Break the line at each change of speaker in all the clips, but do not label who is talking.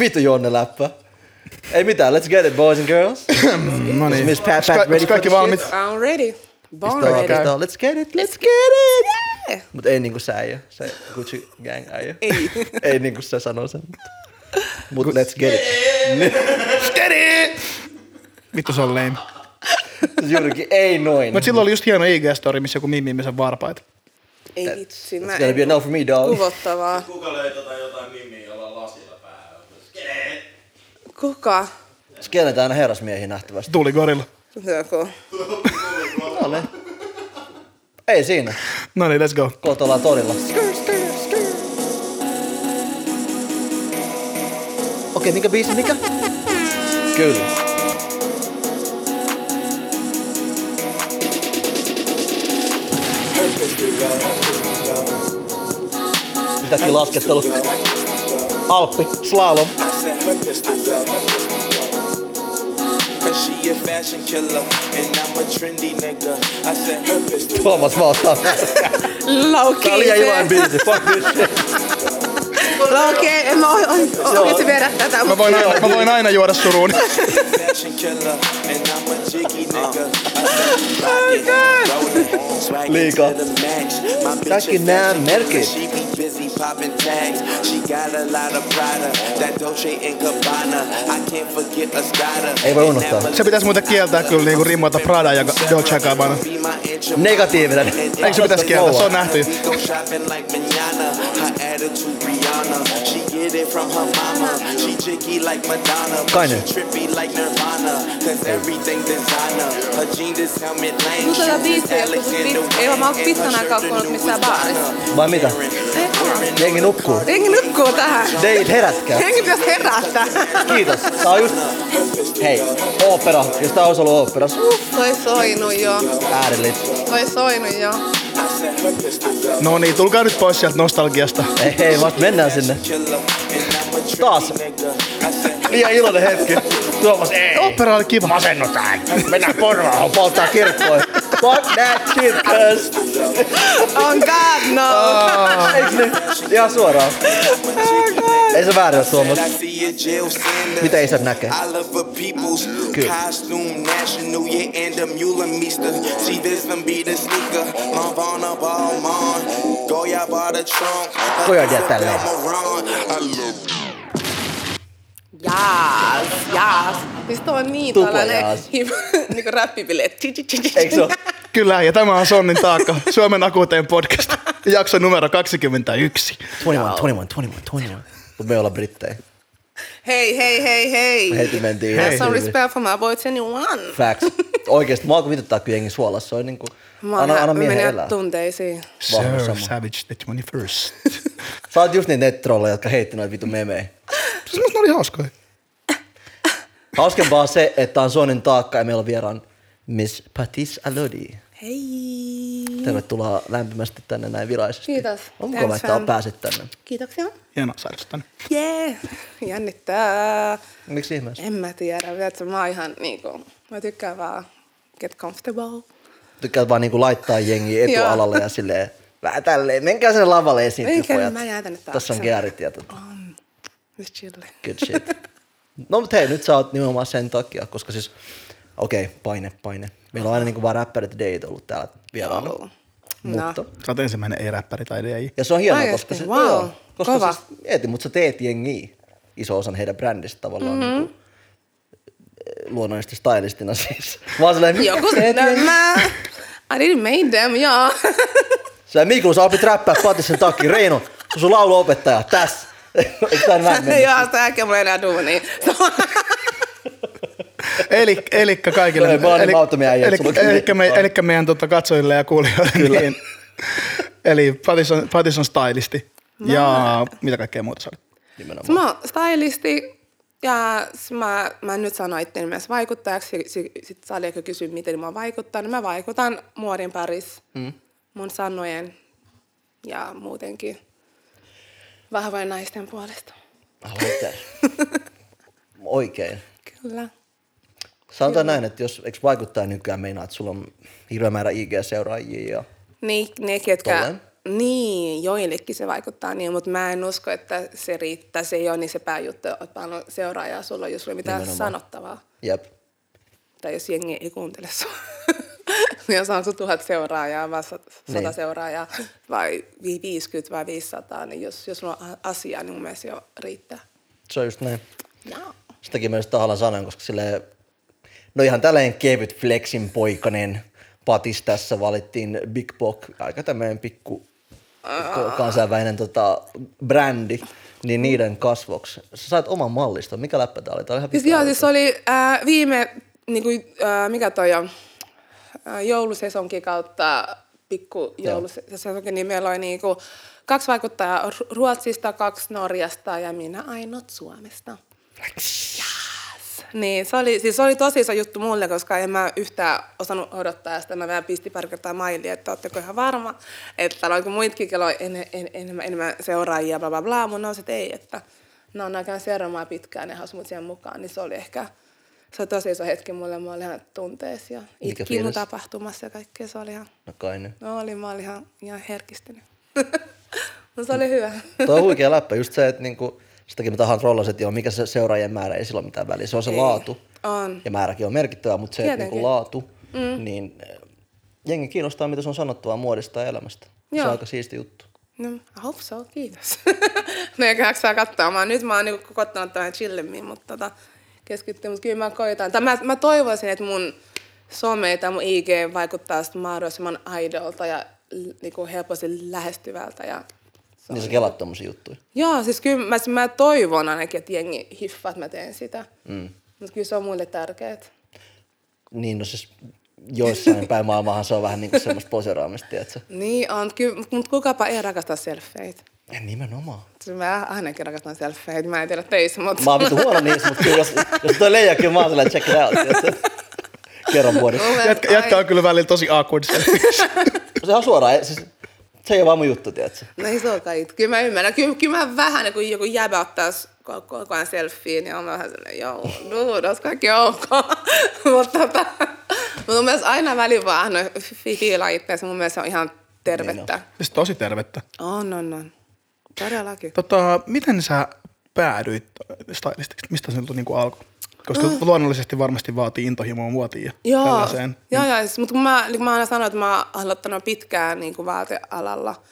Vitu Jonne läppä. Ei mitään, let's get it boys and girls.
No niin.
Miss Pat Pat
Onks ka-
ready
onks
for
kaikki
this
valmiit?
shit?
I'm ready. Born
Pistää,
ready.
pistää, let's get it, let's get it.
Yeah.
Mut ei niinku sä äijä, se Gucci gang äijä.
Ei.
ei niinku sä sanoo sen. Mut let's get it.
Vittu se on lame.
Siis Juurikin ei noin.
Mut silloin oli just hieno IG-story, missä joku mimmi sen varpaita.
Ei vitsi, mä
It's gonna be a
en.
no for me dog.
Kuvottavaa.
Kuka löi tota jotain mimmiä, jolla on lasilla päällä? Skee!
Kuka?
Skennetään aina herrasmiehiä nähtävästi.
Tuli gorilla.
Joku.
Ole. Ei siinä.
No niin, let's go.
Kohta ollaan torilla. Okei, mikä biisi, mikä? Kyllä. Mitäkin laskettelu? Alppi, slalom.
I sent her pistols up. Cause she a fashion killer, and I'm a trendy nigga. I sent her pistols up.
Tuomas, mä otan. Tää oli liian iloinen
Laukiin
biisi. Fuck this shit.
Laukiin. En mä oikeesti viedä tätä.
Mä voin, aina, mä voin aina juoda suruun.
Fashion killer, and I'm a jiggy nigga. I sent her
Liikaa. Kaikki nää merkit.
She be busy popping tags. She got a lot of Prada. That Dolce and Gabbana. I can't forget Estrada.
Ei voi unohtaa.
Se pitäisi muuten kieltää kyllä niinku rimmoita Prada ja Ga- Dolce Gabbana.
Be my intro-
Negatiivinen.
Eikö se pitäisi kieltää? Se on nähty.
We go shopping like manana. Her attitude Rihanna. She get it from her mama. She jiggy like Madonna. but
Kaine.
She trippy like Nirvana. Cause everything designer. Her jeans is helmet lane.
Mutta tätä biisiä, kun se pit- ei ole- mä oon pitkän aikaa kuullut missään baarissa.
Vai mitä? Jengi nukkuu.
Jengi nukkuu tähän.
Deit, herätkää.
Jengi pitäisi herätä.
Kiitos. Tää on just... Hei, opera. Jos tää olisi ollut opera,
Toi soinut jo.
äärillit.
Toi soinut jo.
No niin, tulkaa nyt pois sieltä nostalgiasta.
Ei, hei, vasta mennään sinne. Taas. Liian iloinen hetki. Tuomas, ei.
Opera oli kiva.
Asennutaan!
Mennään porvaan, polttaa kirkkoja. Fuck that shit, cuz.
Oh god no.
Eiks niin? Ihan suoraan. Ei se väärin ole, Tuomas. Mitä isät näkee?
I love her people's costume, national, yeah, and a mule meester. She doesn't be the sneaker. My Vonna Balmain. Goya by the trunk.
Goya get that leg.
I love
Jaas, jaas. Siis toi on niin
Tupo
tällainen
jaas.
hip- niinku räppibileet. Tsi, tsi, tsi, tsi.
Eiks se oo?
Kyllä, ja tämä on Sonnin taakka. Suomen akuuteen podcast. Jakso numero 21.
21, 21, 21. Mut me ollaan brittejä.
Hei, hei, hei, hei.
Me heti mentiin.
Have
ihan
some
hyvin.
respect for my boy 21.
Facts. Oikeesti, mua alkoi vituttaa kyllä jengi suolassa. Se on niinku...
Mä oon
Anna, anna
hä-
miehen
menee
elää.
tunteisiin.
Vahva
Sir
sama.
Savage the 21st.
Sä oot just niitä nettrolleja, jotka heitti noita vitu memejä.
Semmosta oli hauskoja.
Hauskempaa on se, että on Sonin taakka ja meillä on vieraan Miss Patis Alodi.
Hei.
Mm. Tervetuloa lämpimästi tänne näin viraisesti.
Kiitos.
On
Thanks,
kova, että
fam.
pääsit tänne.
Kiitoksia.
Hienoa sairastan.
Jee. Jännittää.
Miksi ihmeessä?
En mä tiedä, tiedätkö, mä oon ihan niinku, mä tykkään vaan get comfortable.
Tykkäät vaan niinku laittaa jengi etualalle ja silleen vähän tälleen. Menkää sinne lavalle esiin,
Menkää,
pojat.
mä jään tänne taakse.
Tässä on käärit ja tota,
Just chill.
good shit. No mut hei, nyt sä oot nimenomaan sen takia, koska siis, okei, paine, paine. Meillä on aina niinku vaan räppärit deit ollut täällä vieraana.
Joo. No.
Mutta,
Sä oot ensimmäinen ei-räppäri tai ei.
Ja se on hienoa,
Oikeesti?
koska, se,
Wow.
joo, koska
Kova.
Siis, mieti, mutta sä teet jengiä iso osan heidän brändistä tavallaan mm-hmm. niin kuin, eh, luonnollisesti stylistina siis. Mä oon silleen, mitä
Joku
sä teet
sitten,
jengiä?
mä... I didn't make them, joo.
Sä Miklu, sä opit räppää Patisen takki. Reino, sun sun lauluopettaja, tässä. Eikö tää näin mennä?
joo, sitä äkkiä mulla ei enää duunia.
Eli, elikkä kaikille.
Joo, ei, mä oon niin
eli-
mauttomia äijä,
eli-
sulla on kyllä
elikkä, me,
mitään.
elikkä meidän tota, katsojille ja kuulijoille. Kyllä. Niin, eli Patis on, Patis on stylisti.
No
Ja mitä kaikkea muuta sä olet?
Nimenomaan.
Siis mä oon stylisti ja s- mä, mä nyt sanon itteni myös vaikuttajaksi. Sitten sit Saljakö kysyy, miten mä vaikuttan. Mä vaikutan muodin parissa mm. mun sanojen ja muutenkin vahvojen naisten puolesta.
Ah, mitä? Oikein.
Kyllä.
Sanotaan näin, että jos eikö vaikuttaa nykyään meinaa, että sulla on hirveä määrä IG-seuraajia ja
Niin, ne, ketkä
Tolleen.
niin, joillekin se vaikuttaa niin, mutta mä en usko, että se riittää. Se ei ole niin se pääjuttu, että paljon seuraajaa sulla, on, jos sulla ei ole mitään
Nimenomaan.
sanottavaa.
Jep.
Tai jos jengi ei kuuntele sua. niin jos on sun tuhat seuraajaa vai sat- sata
Niin.
niin. seuraajaa vai vi- 50 vai 500, niin jos, jos sulla on a- asiaa, niin mun mielestä jo riittää.
Se on just näin.
No.
Sitäkin mä just tahallaan sanon, koska sille no ihan tällainen kevyt flexin poikainen patis tässä valittiin Big Bok, aika tämmöinen pikku ko- kansainvälinen tota, brändi, niin niiden kasvoksi. Sä sait oman malliston. Mikä läppä tää oli? Tää oli ihan
Siis
vittu
joo, siis oli ää, viime, niin kuin, ää, mikä toi on, ää, joulusesonkin kautta pikku joulusesonkin, niin meillä oli niin kuin, kaksi vaikuttajaa Ru- Ruotsista, kaksi Norjasta ja minä ainut Suomesta. Yes. Niin, se oli, siis se oli tosi iso juttu mulle, koska en mä yhtään osannut odottaa ja sitä. Mä vähän pistin pari kertaa mailia, että ootteko ihan varma, että täällä on kuin muitakin kello en, en, enemmän, enemmän seuraajia, bla bla bla, mutta no sit ei, että no on aikaan seuraamaan pitkään ja hasmut siihen mukaan, niin se oli ehkä, se oli tosi iso hetki mulle, mä olin ihan tunteessa ja
Mikä
itkin mun
fiilis?
tapahtumassa ja kaikkea, se oli ihan,
No kai nyt.
no oli, mä olin ihan, ihan herkistynyt. no se oli hyvä.
Tuo on huikea läppä, just se, että niinku, sitäkin me tahan trollaset, joo, mikä se seuraajien määrä ei sillä ole mitään väliä, se on se
Ei.
laatu.
On.
Ja määräkin on merkittävä, mutta se, että niinku
Tietenkin.
laatu, mm. niin äh, jengi kiinnostaa, mitä se on sanottavaa muodista ja elämästä. Se on
Joo.
aika siisti juttu.
No, I hope so, kiitos. no eikä jaksa saa katsoa. Mä, nyt mä oon niinku kokonaan vähän chillemmin, mutta tota, keskittyy. Mutta kyllä mä koitan. Tai mä, mä toivoisin, että mun some tai mun IG vaikuttaa sit mahdollisimman aidolta ja l- niinku helposti lähestyvältä. Ja...
Sorry. Niin sä kelaat tommosia juttuja.
Joo, siis kyllä mä, mä toivon ainakin, että jengi hiffaa, että mä teen sitä. Mm. Mutta kyllä se on muille tärkeet.
Niin, no siis joissain päin maailmaahan se on vähän niinku semmoista poseraamista, tiedätkö?
Niin on, kyllä, mutta kukapa ei rakasta selfieitä.
Ja nimenomaan.
Siis Mä ainakin rakastan selfieitä, mä en tiedä teissä, mutta...
Mä oon vittu huono niissä, mutta kyllä jos, jos toi leijaa, kyllä mä oon sellainen check it out, tiedätkö? Kerran vuodessa.
Mun mielestä
Jätkä, jätkä on kyllä välillä tosi awkward selfies.
Se on suoraan, siis, se ei ole vaan mun juttu, tiedätkö?
No ei se olekaan itse. Kyllä mä ymmärrän. Kyllä, kyllä mä vähän, kun joku jäbä ottaa s- ko- koko ajan selfie, niin on mä vähän sellainen, joo, dude, ois kaikki ok. Mutta tota, mut mun mielestä aina väliin vaan no, fiilaa itseänsä. Mun mielestä se on ihan tervettä.
siis tosi tervettä.
On, on, on. Todellakin.
Tota, miten sä päädyit stylistiksi? Mistä se niinku alkoi? Koska luonnollisesti varmasti vaatii intohimoa muotiin ja
Ah. Joo,
tällaiseen.
joo, joo. mutta kun mä, niin kun mä aina sanon, että mä oon aloittanut pitkään niin kuin vaatealalla.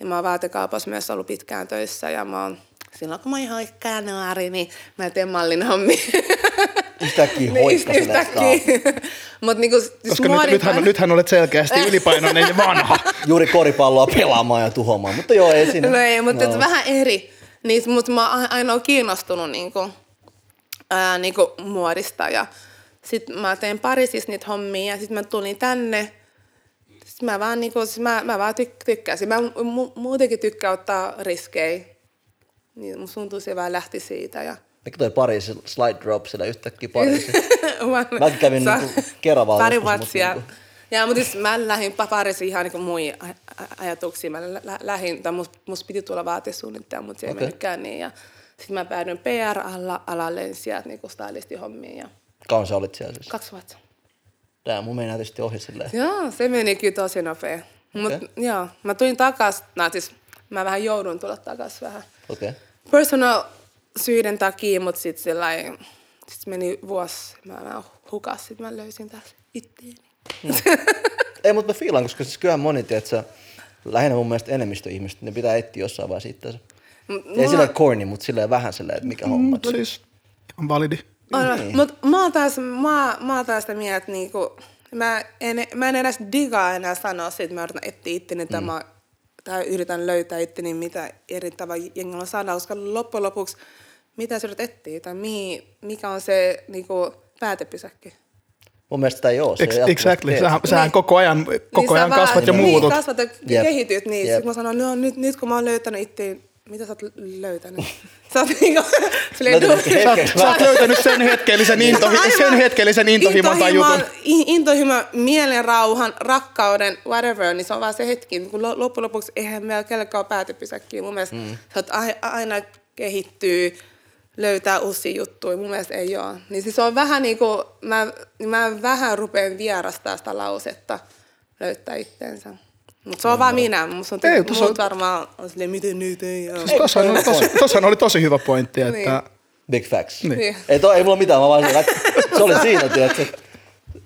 Ja mä oon vaatekaupassa myös ollut pitkään töissä ja mä oon, silloin kun mä oon ihan oikea nuori, niin mä teen mallin hommia.
Yhtäkkiä
Niin,
hoikka sinne
yhtäkkiä. Mut niinku, siis
Koska nyt,
muodin
nythän,
päälle-
nythän olet selkeästi ylipainoinen ja vanha.
juuri koripalloa pelaamaan ja tuhoamaan, mutta joo, ei siinä.
No ei, mutta no. vähän eri. Niin, mutta mä oon a- aina ollut kiinnostunut niinku, ää, niinku muodista. Ja sit mä tein pari siis niitä hommia ja sit mä tulin tänne. Sit mä vaan, niinku, siis mä, mä vaan tyk- tykkäsin. Mä mu- muutenkin tykkään ottaa riskejä. Niin mun tuntuu se vähän lähti siitä. Ja...
Mikä toi Pariisi slide drop siellä yhtäkkiä Pariisi?
mä
Mäkin kävin niinku Keravalla
Pari
joskus, mut
vatsia.
niinku-
Ja, mutta siis mä lähdin pa- Pariisiin ihan niin muihin aj- aj- ajatuksiin. Mä lä- lä- lähdin, tai musta must piti tulla vaatesuunnittelija, mutta se ei
Okei.
okay. mennytkään niin. Ja sitten mä päädyin PR-alalle sieltä niin stylistihommiin ja
Kauan sä olit siellä siis?
kaksi vuotta.
Tää mun meinaa tietysti ohi silleen.
Joo, se meni kyllä tosi nopea. Mut,
Okei.
okay. joo, mä tulin takas, no siis mä vähän joudun tulla takas vähän.
Okei. Okay.
personal syiden takia, mutta sitten sellainen, sit meni vuosi, mä, mä hukas, sit mä löysin taas itteeni.
Ei, mutta mä fiilan, koska siis kyllähän moni, tiedätkö, lähinnä mun mielestä enemmistö ihmistä, ne pitää etsiä jossain vaiheessa itseänsä.
Mut
Ei
mua- Mm,
sillä corny, mutta silleen vähän silleen, että mikä homma.
Mutta siis on validi.
Niin. Mutta mä oon taas, mä, mä oon taas sitä mieltä, että niinku, mä, en, mä en edes digaa enää sanoa siitä, että mä yritän etsiä itteni tai, mä, tai yritän löytää itteni, mitä eri tavalla jengillä saadaan, koska loppujen lopuksi, mitä sä yrität etsiä tai mihin, mikä on se niinku, päätepysäkki.
Mun mielestä sitä ei oo. Se
Ex-
jatkuvasti
exactly.
teet.
Sähän, sähän
Niin.
koko ajan, koko
sä
ajan
vaan-
kasvat ja
niin,
muutut.
Niin, kasvat ja
Jep.
yep. kehityt, niin
Jep.
yep. mä sanon, no nyt, nyt kun mä oon löytänyt itse, mitä sä oot löytänyt? sä oot niinku, silleen
Löytänyt
duuri.
hetken.
Sä, oot- sä oot löytänyt sen hetkellisen,
Niin,
into, sen hetkellisen intohimon tai jutun.
in- Intohimon, mielen rauhan, rakkauden, whatever, niin se on vaan se hetki. Niin kun lo- loppujen lopuksi eihän meillä kellekään ole päätepysäkkiä. Mun mielestä mm. sä oot ai- aina kehittyy, löytää uusia juttuja. Mun mielestä ei ole. Niin siis se on vähän niin kuin, mä, mä vähän rupean vierastaa sitä lausetta löytää itsensä. Mutta se on vaan minä. Musta on
Ei,
Ei,
tuossa
muut
on-
varmaan on silleen, miten nyt ei ole.
Siis tossahan, oli tosi, tossahan oli tosi hyvä pointti, että
Big facts.
Niin.
Niin.
Ei, toi, ei mulla mitään, mä vaan se oli siinä, tiedätkö.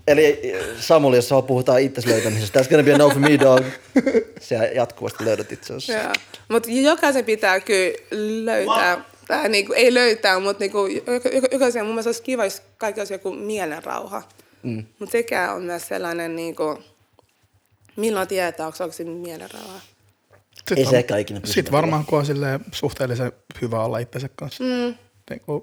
Eli Samuli, jos sua puhutaan itsesi löytämisestä, that's gonna be a no for me dog. Sä jatkuvasti löydät itsesi.
Mutta jokaisen pitää kyllä löytää, tai niinku, ei löytää, mutta niinku, jok- jok- jokaisen mun mielestä olisi kiva, jos kaikki olisi joku mielenrauha. Mm. Mutta sekään on myös sellainen, niinku, milloin tietää, onko se mielenrauha.
sit
Ei
var-
se ehkä ikinä pysy
Sit varmaan kun on silleen suhteellisen hyvä olla itsensä kanssa. Mm. Niin kuin,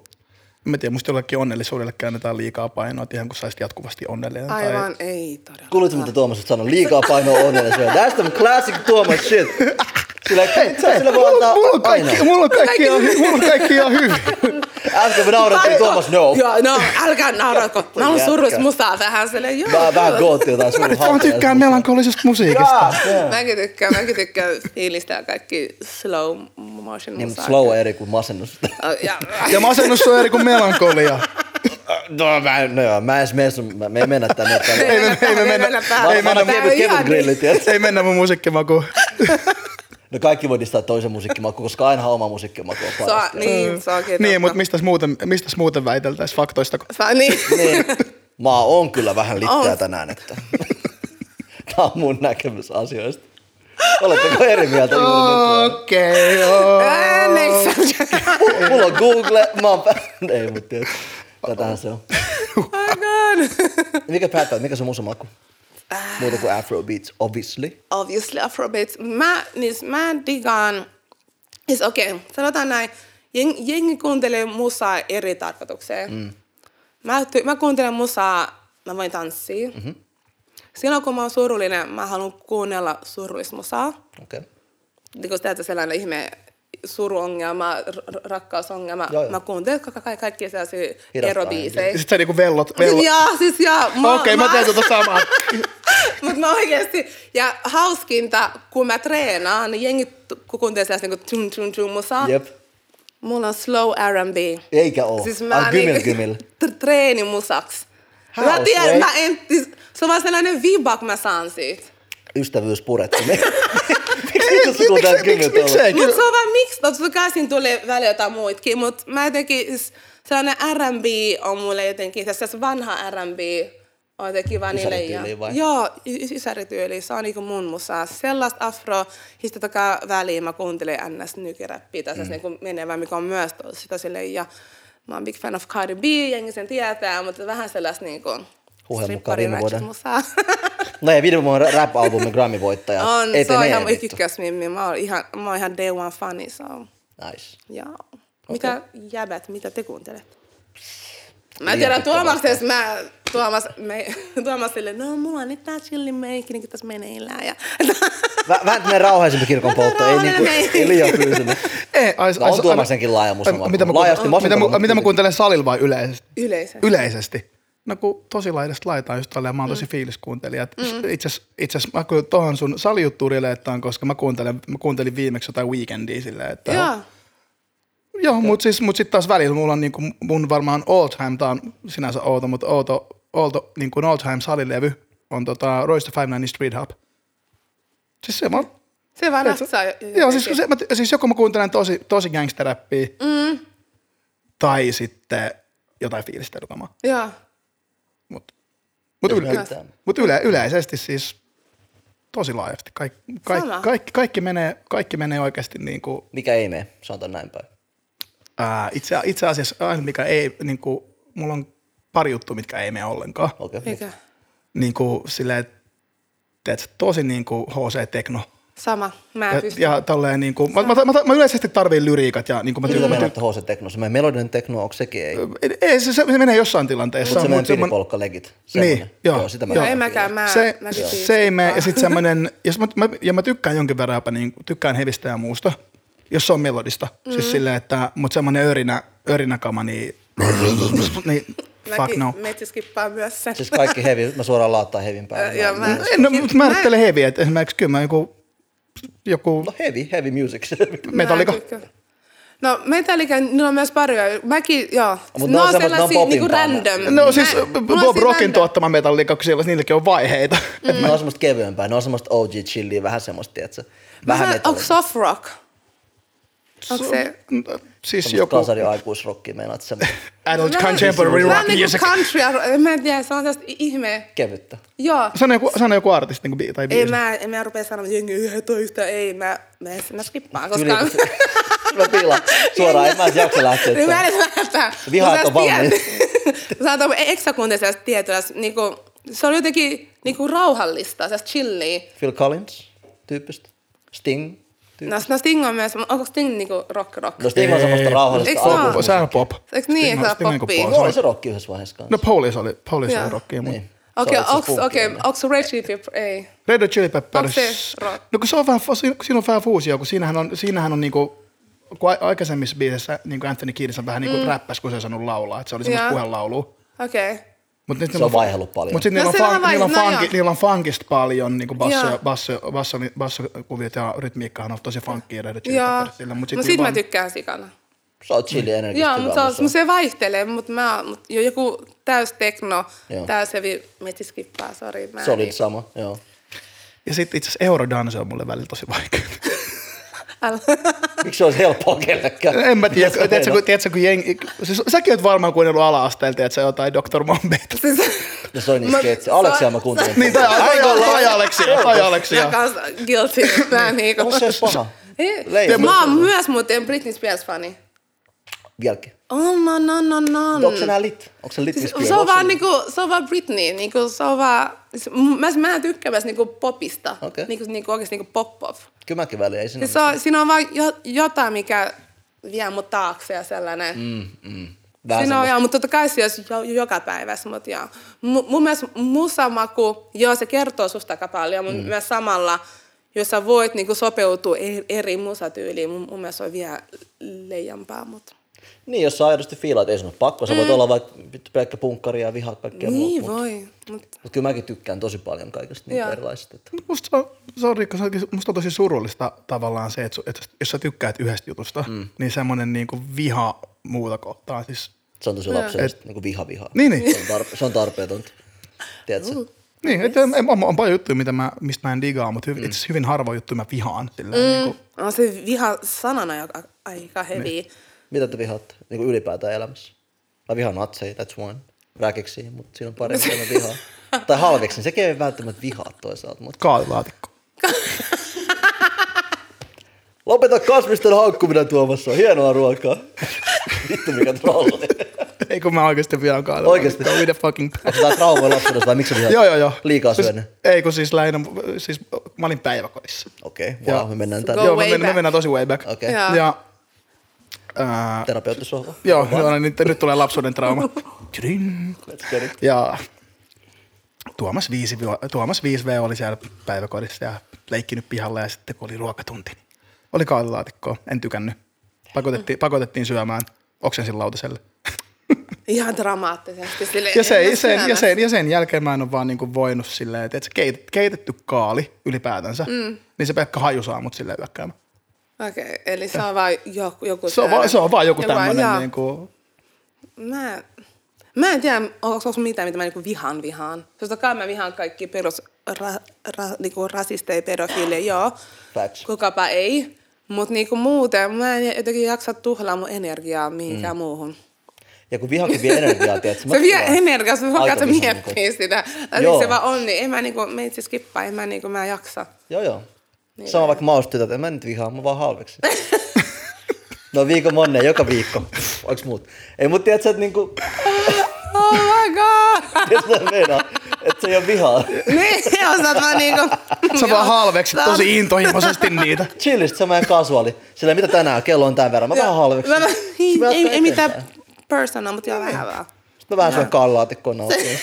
en mä tiedä, musta jollekin onnellisuudelle käännetään liikaa painoa, että ihan kun saisit jatkuvasti onnellinen.
Aivan, ei todella.
Kuulitko, mitä Tuomas nyt sanoi? Liikaa painoa onnellisuuden. That's some classic Tuomas shit. Sillä, sillä, sillä voi antaa
Mulla, mulla, on
aina.
kaikki, mulla, on kaikki, ihan, hy- mulla on kaikki ihan hyvin.
Äsken me naurattiin Tuomas, no.
Joo, no, älkää nauratko. Mä oon
Jätkä.
surus musaa vähän silleen, joo.
Vähän, vähän
joo.
gootti jotain sun
Mä tykkään melankolisesta musiikista.
Mäkin tykkään, mäkin tykkään fiilistää kaikki slow motion
Niin, mutta
musaa.
slow on eri kuin masennus.
Oh, ja,
Ja masennus on eri kuin melankolia.
No, mä en, no, joo, mä en edes mene sun, mä, me ei mennä tänne. tänne.
Ei me- ei me mennä-
Mä- mä annan kevyt, kevyt
niin-
grilli, tiedät.
Ei mennä mun musiikkimakuun.
No kaikki voi distaa toisen musiikkimaku, koska aina oma musiikkimaku on
Se on,
paras.
niin, se onkin
Niin,
totta.
mutta mistäs muuten, mistäs muuten väiteltäis faktoista? kun-
Sa- niin.
Niin. Mä oon kyllä vähän litteä
On.
tänään, että tää on mun näkemys asioista. Oletteko eri mieltä juuri nyt?
Okei, joo.
Ää, next subject.
vai? Mulla on Google, mä oon pä- Ei, mutta tietysti. Tätähän se on.
Oh god.
Mikä päättää, mikä se on mun se maku? Muuta kuin Afrobeats, obviously.
Obviously Afrobeats. Mä, niin mä digaan, siis okei, okay, sanotaan näin, jengi, jengi kuuntelee musaa eri tarkoitukseen. Mm. Mä, ty- mä kuuntelen musaa, mä voin tanssia. Mm-hmm. Silloin kun mä oon surullinen, mä haluan kuunnella surullista musaa.
Okei. Okay.
niin kun teetä sellainen ihme suruongelma, r- r- rakkausongelma.
Joo, joo.
Mä kuuntelen ka- ka- kaikkia sellaisia
Hidastaa
erobiisejä.
Sitten sä niinku vellot, vellot.
Siis jaa, siis jaa.
Okei, okay, mä teen tota samaa.
Mutta mä oikeesti, ja hauskinta, kun mä treenaan, niin jengi tu- ku- kuuntelee sellaista niinku tun tun tun musaa.
Jep.
Mulla on slow R&B.
Eikä
Oh,
oo. Siis mä ah, kymil,
niinku
kymil.
tr- treenimusaks. Mä
House,
tiedän,
right?
mä en, siis, se on vaan sellainen viba, kun mä saan siitä.
Ystävyys purettu. Miksi
Ei,
se tuntuu
miksei-
kymil
miksei- miksei? Kyllä.
Mutta se on vaan miksi, totta kai siinä tulee välillä jotain muitakin, mutta mä jotenkin, siis sellainen R&B on mulle jotenkin, tässä se vanha R&B on jotenkin vanille.
Ysärityyliin vai?
Joo, y- y- ysärityyli, se on niinku mun musaa. Sellaista afro, histä takaa väliin mä kuuntelen ns. nykyräppiä, tässä mm. niinku menevä, mikä on myös to- sitä silleen, ja mä oon big fan of Cardi B, jengi sen tietää, mutta vähän sellaista niinku
mukaan
stripparin
viime vuoden.
ratchet-musaa.
No ei, viime vuonna rap-albumin Grammy-voittaja.
on,
Ei
se
tee
on
ne,
ihan mun
vittu.
ykkösmimmi. Mä oon ihan, mä oon ihan day one fani, so.
Nice.
Joo. Mitä jäbät, mitä te kuuntelette? Mä
Liian
tiedän
pitkä
Tuomaksesta, mä Tuomas, me, Tuomas sille, no mulla on nyt tää chillin meikininkin tässä meneillään. Ja...
Vä- vähän tämmönen rauhaisempi kirkon poltto, ei, niinku,
Rauhallinen
ei liian fyysinen.
Ei, ai,
No on Tuomasenkin laaja musta maku.
Mitä mä,
Laajasti
kuuntelen, mitä,
masentava,
mä, mitä mä
mut
kuuntelen salilla vai yleisesti?
Yleisö.
Yleisesti. No kun tosi laidasta laitaan just tolleen, mä oon tosi fiiliskuuntelija. Mm. Itse asiassa- itse asiassa mä kyllä tohon sun salijuttuun relettaan, koska mä, kuuntelen, mä kuuntelin viimeksi jotain weekendia silleen, että...
Joo.
Joo, mutta siis, mut sitten taas välillä mulla on niinku mun varmaan all time, tää on sinänsä outo, mutta outo, outo niin kuin all time salilevy on tota Royce the Five Nine Street Hub. Siis se mä oon-
Se vaan ratsaa.
Joo, siis, se, mä, siis joko mä kuuntelen tosi, tosi gangsteräppiä, mm. tai sitten jotain fiilistelykamaa.
Joo.
Mutta mut
Jos
yle,
näyttää.
mut yle, yleisesti siis tosi laajasti. Kaik, kaik,
Sama.
kaikki, kaikki, menee, kaikki menee oikeasti niin kuin,
Mikä ei mene, sanotaan näin päin.
ää, itse, itse asiassa aina mikä ei, niin kuin, mulla on pari juttua, mitkä ei mene ollenkaan.
Okei. Okay.
Mikä?
Niin kuin silleen, teet, tosi niin kuin HC-tekno.
Sama. Mä en
Ja,
pysty.
ja tolleen niin kuin, mä, mä, mä, mä, yleisesti tarviin lyriikat ja niin kuin mä
Mitä
tykkään.
mennään HC Tekno? Se meidän melodinen tekno, onko sekin ei? Mutta
Ei- Ei, se, se menee jossain tilanteessa.
se meidän
mut semmonen-
piripolkka legit. semmonen.
Niin, joo,
sitä mä
joo.
No
en
en
tiedä.
mäkään, mä,
se,
mä
se ei mene, ja sitten semmoinen, jos mä, mä, ja mä tykkään jonkin verran jopa, niin tykkään hevistä ja muusta, jos se on melodista. Mm. Siis silleen, että, mut semmoinen örinä, örinäkama, niin, niin fuck no.
Metsi skippaa myös sen.
Siis kaikki heavy, mä suoraan laittaa hevin päälle. Mm.
Ja mä,
En, no, mut mä määrittelen heviä, että esimerkiksi kyllä mä joku, joku
No,
No heavy, heavy music.
metallica.
tykkään. No metallican, niillä on myös paria. Mäkin, joo.
Mut
ne
ne on
on
semmoset, ne on
sellaisia
popin
niinku
päällä.
random.
No siis
Mä-
Bob
mulla on siinä
Rockin
random.
tuottama metallika, kun siellä niilläkin on vaiheita.
Mm. Ne on semmoista kevyempää, ne on semmoista OG chillia, vähän semmoista, tiedätkö? Vähän
Onko se- Onko
metallia.
soft rock? Onko se...
Siis
Joku...
joku
Kasari aikuisrokki, meinaat semmoista
adult
Vähän-
contemporary
Vähän
rock
niinku
music.
country, ar- mä en tiedä, se on sellaista i- eh, ihme.
kevyttä.
Joo.
Sano joku, sano joku artisti niin tai
Ei
biisi.
mä, en mä rupea sanomaan, että jengi yhä toista, ei mä, mä, mä skippaan, koska...
Yli- Mä piilaan suoraan, en mä edes jaksa lähteä.
Niin mä
tähän.
en edes lähteä.
Vihaat
Mutta sä
on valmiit.
tiedät- Sä oot eksakuntissa tietyllä, niinku, se oli jotenkin niinku rauhallista, se chilliä.
Phil Collins tyyppistä. Sting tyyppistä.
No, no Sting on myös, onko Sting niinku rock rock?
No Sting on semmoista rauhallista
Eiks se oo?
aikuismusiikkia.
Sehän on pop.
Eikö
Sting
niin, eikö
on-
se ole
Sting on niinku
poppia?
No,
pop.
oli se rokki yhdessä vaiheessa kanssa.
No Police oli, Police oli
Joo.
rockia. Niin.
Niin.
Okei,
Se oli se
onks,
punkki
okei,
ennen.
onks Red Chili Pepper, ei.
Red Hot Chili Peppers.
Onko se rock?
No kun se on vähän, siinä- siinä on vähän fuusio, kun siinähän on, siinähän on niinku, kun a- aikaisemmissa biisissä niin Anthony Kiedis on vähän niinku mm. räppäs, kun se ei saanut laulaa. Että se oli semmoista
Joo.
puhelaulua.
Okei. Okay.
Mut nyt
Se on vaihdellut paljon.
Mutta sitten
No
niillä,
se
on
vähän
fun- niillä, on
vaihtuu, no
funki-
joo.
niillä on funkista paljon, niin kuin basso,
Joo.
basso, basso, bassokuviot ja rytmiikkahan on tosi funkia Red Hot Chili
Joo.
Peppersillä.
Mut
Mut
No sit,
sitten
mä tykkään sikana.
Se on chili energistä.
Joo, mutta se, on, se vaihtelee, mutta mä, mut jo joku täys tekno,
Joo.
täys hevi, metsi skippaa, sori. Mä en- niin-
Solid sama, joo.
Ja sitten itse asiassa Eurodance on mulle välillä tosi vaikea.
Älä-
Miksi se olisi helppoa kellekään?
en mä tiedä,
Koska
tiedätkö,
meillä
kun, tiedätkö, kun jengi, siis säkin oot varmaan kuunnellut ala-asteelta, että sä jotain Dr. Mombeita.
siis,
on- No se on niin sketsi. Aleksia mä kuuntelin.
Niin, tai, tai, tai Aleksia, tai Aleksia.
mä kans guilty. Mä niinku.
Onko se edes paha?
Ei.
Leima.
Mä oon myös muuten Britney Spears fani.
Vieläkin.
On, on, on, on, on.
Onko se nää lit? Onko se lit?
Niin. Siis
Miss
se on
Spears?
vaan niinku, se on vaan Britney, niinku se on vaan, siis m- mä, mä tykkään myös niinku popista,
Okei. No,
niinku, niinku oikeesti niinku pop-pop.
Kyllä mäkin väliin, ei siinä
Siis se on, siinä on vaan jo, jotain, mikä vie mut taakse ja sellainen. Mm,
Vähän
siinä on,
semmoista.
joo, mutta totta kai se olisi jo, joka päivässä, mutta joo. M- mun mielestä musamaku, joo se kertoo susta aika paljon, mutta mm. myös samalla, jos sä voit niinku sopeutua e- eri musatyyliin, mun, mun mielestä se on vielä leijampaa, mutta.
Niin, jos sä aidosti fiilaat, ei sun ole pakko. Sä voit olla vaikka vittu pelkkä punkkari ja vihaa kaikkea
Mm. Niin
muuta.
voi, mutta
Mutta kyllä mäkin tykkään tosi paljon kaikesta niin
Joo.
erilaisista. että-
Musta, se on, sorry, kun se onkin- musta on tosi surullista tavallaan se, että, su- että jos sä tykkäät yhdestä jutusta, mm. niin semmoinen niin kuin viha muuta kohtaan. Siis,
Se on tosi lapsellista, niin kuin viha vihaa.
Niin, niin.
Se on, tarpe- se on tarpeetonta. Tiedätkö?
Uh.
niin, että en- en- on, on, paljon juttuja, mitä mä, mistä mä en digaa, mutta hy, mm. itse asiassa hyvin harvoin juttuja mä vihaan. Silleen, mm. niin kuin,
on se viha sanana joka, aika hevi. Niin.
Mitä te vihaatte niin kuin ylipäätään elämässä? Mä vihaan natseja, that's one. Räkeksiä, mutta siinä on pari, mitä mä vihaan. tai halveksin, sekin ei välttämättä vihaa toisaalta. Mutta...
kaatilaatikko.
Lopeta kasvisten haukkuminen Tuomas, se on hienoa ruokaa. Vittu mikä trolli.
Ei kun mä oikeasti vihaan kaatilaatikkoa.
Oikeesti?
With the fucking...
Onko tää traumoja lapsuudessa vai miksi sä vihaat?
joo, joo, joo.
Liikaa
Siis-
syönyt.
Ei kun siis lähinnä, siis mä olin päiväkodissa.
Okei, okay, wow,
Joo.
me mennään
Go
tänne.
joo, me
way
mennään, me
back.
mennään tosi way back.
Okei, okay.
Joo.
Ja, ää,
terapeuttisohva.
joo, joo nyt, nyt tulee lapsuuden trauma. Tydin.
Let's get it.
Ja Tuomas 5, Tuomas 5V oli siellä päiväkodissa ja leikkinyt pihalla ja sitten kun oli ruokatunti, niin oli kaalilaatikkoa. En tykännyt. Pakotettiin, pakotettiin syömään oksensin lautaselle.
Ihan dramaattisesti. Sille,
Ja sen, sen, ja, sen, ja sen jälkeen mä en ole vaan niinku voinut silleen, että se keitet, keitetty kaali ylipäätänsä, mm. niin se pelkkä haju saa mut silleen yökkäämään.
Okei, okay, eli se on vaan joku... joku
Se on, vaan, se on vaan joku
jaa.
tämmöinen niinku,
Mä, mä en tiedä, onko onko mitään, mitä mä niinku vihaan vihaan. Totta kai mä vihaan kaikki perus ra, ra, niinku rasisteja, pedofiileja, joo.
Facts.
Kukapa ei. Mutta niinku muuten mä en jotenkin jaksa tuhlaa mun energiaa mihinkään mm. muuhun.
Ja kun vihakin vie energiaa, tiedätkö? mä
Se vie
tilaan
energiaa, se voi
aika niin
katsoa
vihainen kohta.
miettiä sitä. Tai
Joo.
siis se vaan on, niin en mä niinku, me itse skippaa, en mä niinku, mä en jaksa.
Joo, joo. Niin Sama vaikka maustytöt, en mä nyt vihaa, mä vaan halveksin. no viikon monne, joka viikko. Onks muut? Ei, mut tiedät sä, että niinku,
Oh my god!
tiedät sä, mitä meinaa, että se ei oo vihaa.
Niin, osaat vaan niinku...
sä
Joo.
vaan halveksit
Sä-
tosi intohimoisesti niitä.
Chillistä semmoinen kasuaali. Sillä mitä tänään, kello on tämän verran, mä vähän halveksin.
Mä- mä- Ei,
Mä
ei,
jatkan
ei mitään
eteenpäin.
persona, mutta joo vähän vaan.
Sitten mä vähän syön kaalilaatikkoon nauttiin.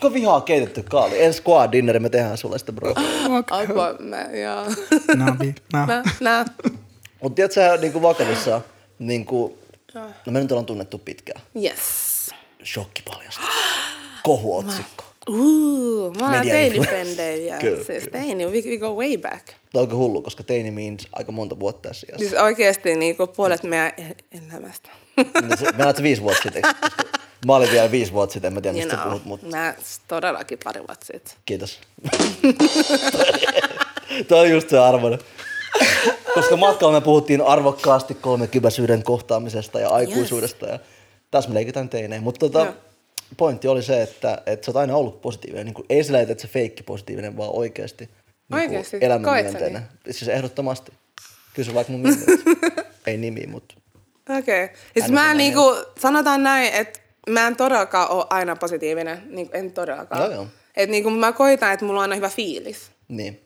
Kun vihaa keitetty kaali. Ensi squad dinneri me tehdään sulle sitä
Ah,
bro.
Apua, mä, joo.
Nabi, nabi.
Mä, nää.
Mut tiedät sä, niinku vakavissaan, niinku, no me nyt ollaan tunnettu pitkään.
Yes.
Shokki paljasta. Kohuotsikko.
Ooh, mä olen
Media
teinifrendejä. ja
Kyllä,
siis
kyllä.
teini, we, we go way back.
Tämä on aika hullu, koska teini means aika monta vuotta tässä iässä.
Siis oikeesti niinku puolet meidän el- elämästä.
Niin se- Mä näet viisi vuotta sitten. eikö? Mä olin vielä viisi vuotta sitten, en mä tiedä
you
mistä sä
know,
puhut, mutta
mä todellakin pari vuotta sitten.
kiitos. Tämä on just se arvoinen. Koska matkalla me puhuttiin arvokkaasti kolmekypäisyyden kohtaamisesta ja aikuisuudesta ja tässä me leikitään teineen. Mutta tota,
Joo.
pointti oli se, että, että sä oot aina ollut positiivinen. Niin kuin, ei sillä, että se feikki positiivinen, vaan oikeasti, niin
Oikeasti? Koet niin? sä
elämänmyönteinen. Siis ehdottomasti. Kyllä se vaikka mun mielestä. ei nimi, mutta
Okei. Okay. Siis
Älä
mä
sano
niinku, sanotaan näin, että mä en todellakaan ole aina positiivinen. Niin, en todellakaan.
Joo, joo.
Et niinku mä koitan, että mulla on aina hyvä fiilis.
niin.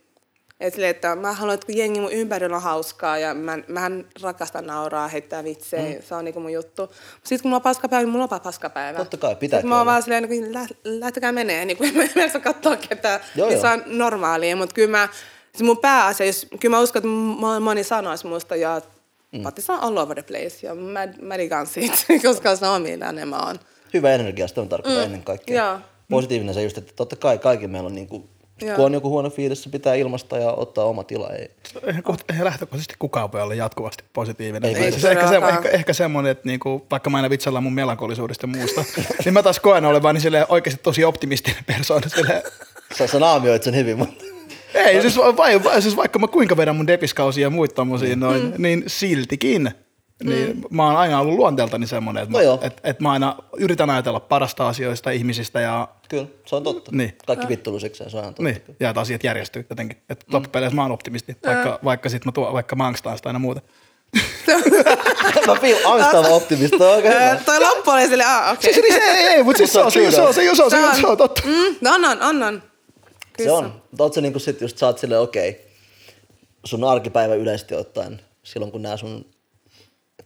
Et sille, että mä haluan, että jengi mun ympärillä on hauskaa ja mä, mähän rakastan nauraa, heittää vitsejä, mm. se on niinku mun juttu. Sitten kun mulla on paskapäivä, niin mulla on paskapäivä.
Totta kai, pitääkin
Sit mä oon
olla.
vaan silleen, niin lä- lähtekää menee, niin kuin en mä jaksa katsoa ketään.
Joo,
Joo, niin
joo.
se on normaalia, mutta kyllä mä, se mun pääasia, jos, kyllä mä uskon, että mo- moni sanoisi musta ja mm. Patti on all over the place ja mä, mä digaan siitä, koska se on millainen mä oon.
hyvä energia, sitä mä tarkoitan mm. ennen kaikkea.
joo.
Positiivinen se just, että totta kai kaikki meillä on niinku,
Joo.
kun on joku huono fiilis, se pitää ilmaista ja ottaa oma tila. Ei.
Eihän kohta- eihän lähtökohtaisesti kukaan voi olla jatkuvasti positiivinen.
Ei
Ei, siis ehkä, se,
todellakaan.
ehkä, ehkä semmoinen, että niinku, vaikka mä aina vitsaillaan mun melankolisuudesta ja muusta, niin mä taas koen olevan niin silleen oikeasti tosi optimistinen persoona. Silleen,
Sä, sä naamioit sen hyvin, mutta
ei, siis, va, vai, vai, siis vaikka mä kuinka vedän mun depiskausia ja muita tommosia noin, mm. niin siltikin. Niin mm. mä oon aina ollut luonteeltani semmoinen, että,
No joo.
mä- että, että mä aina yritän ajatella parasta asioista ihmisistä ja
kyllä, se on totta.
Niin.
Kaikki vittulusiksi, se on ihan totta.
Niin, ja että asiat järjestyy jotenkin. Että mm. loppupeleissä mä oon optimisti, vaikka, vaikka, sit mä, tuo, vaikka mä angstaan sitä aina muuta.
Mä fiil angstaava optimisti, toi on aika
Ää,
hyvä.
Toi loppu oli silleen, ah, okei.
Siis, ei, ei, ei, mutta siis se on, se, se, on, se, se, on, se, on, se on totta.
Mm, no on, on, on, on. Kyllä
Se on. Mutta oot sä niinku sit just, sä oot silleen, okei, sun arkipäivä yleisesti ottaen, silloin kun nämä sun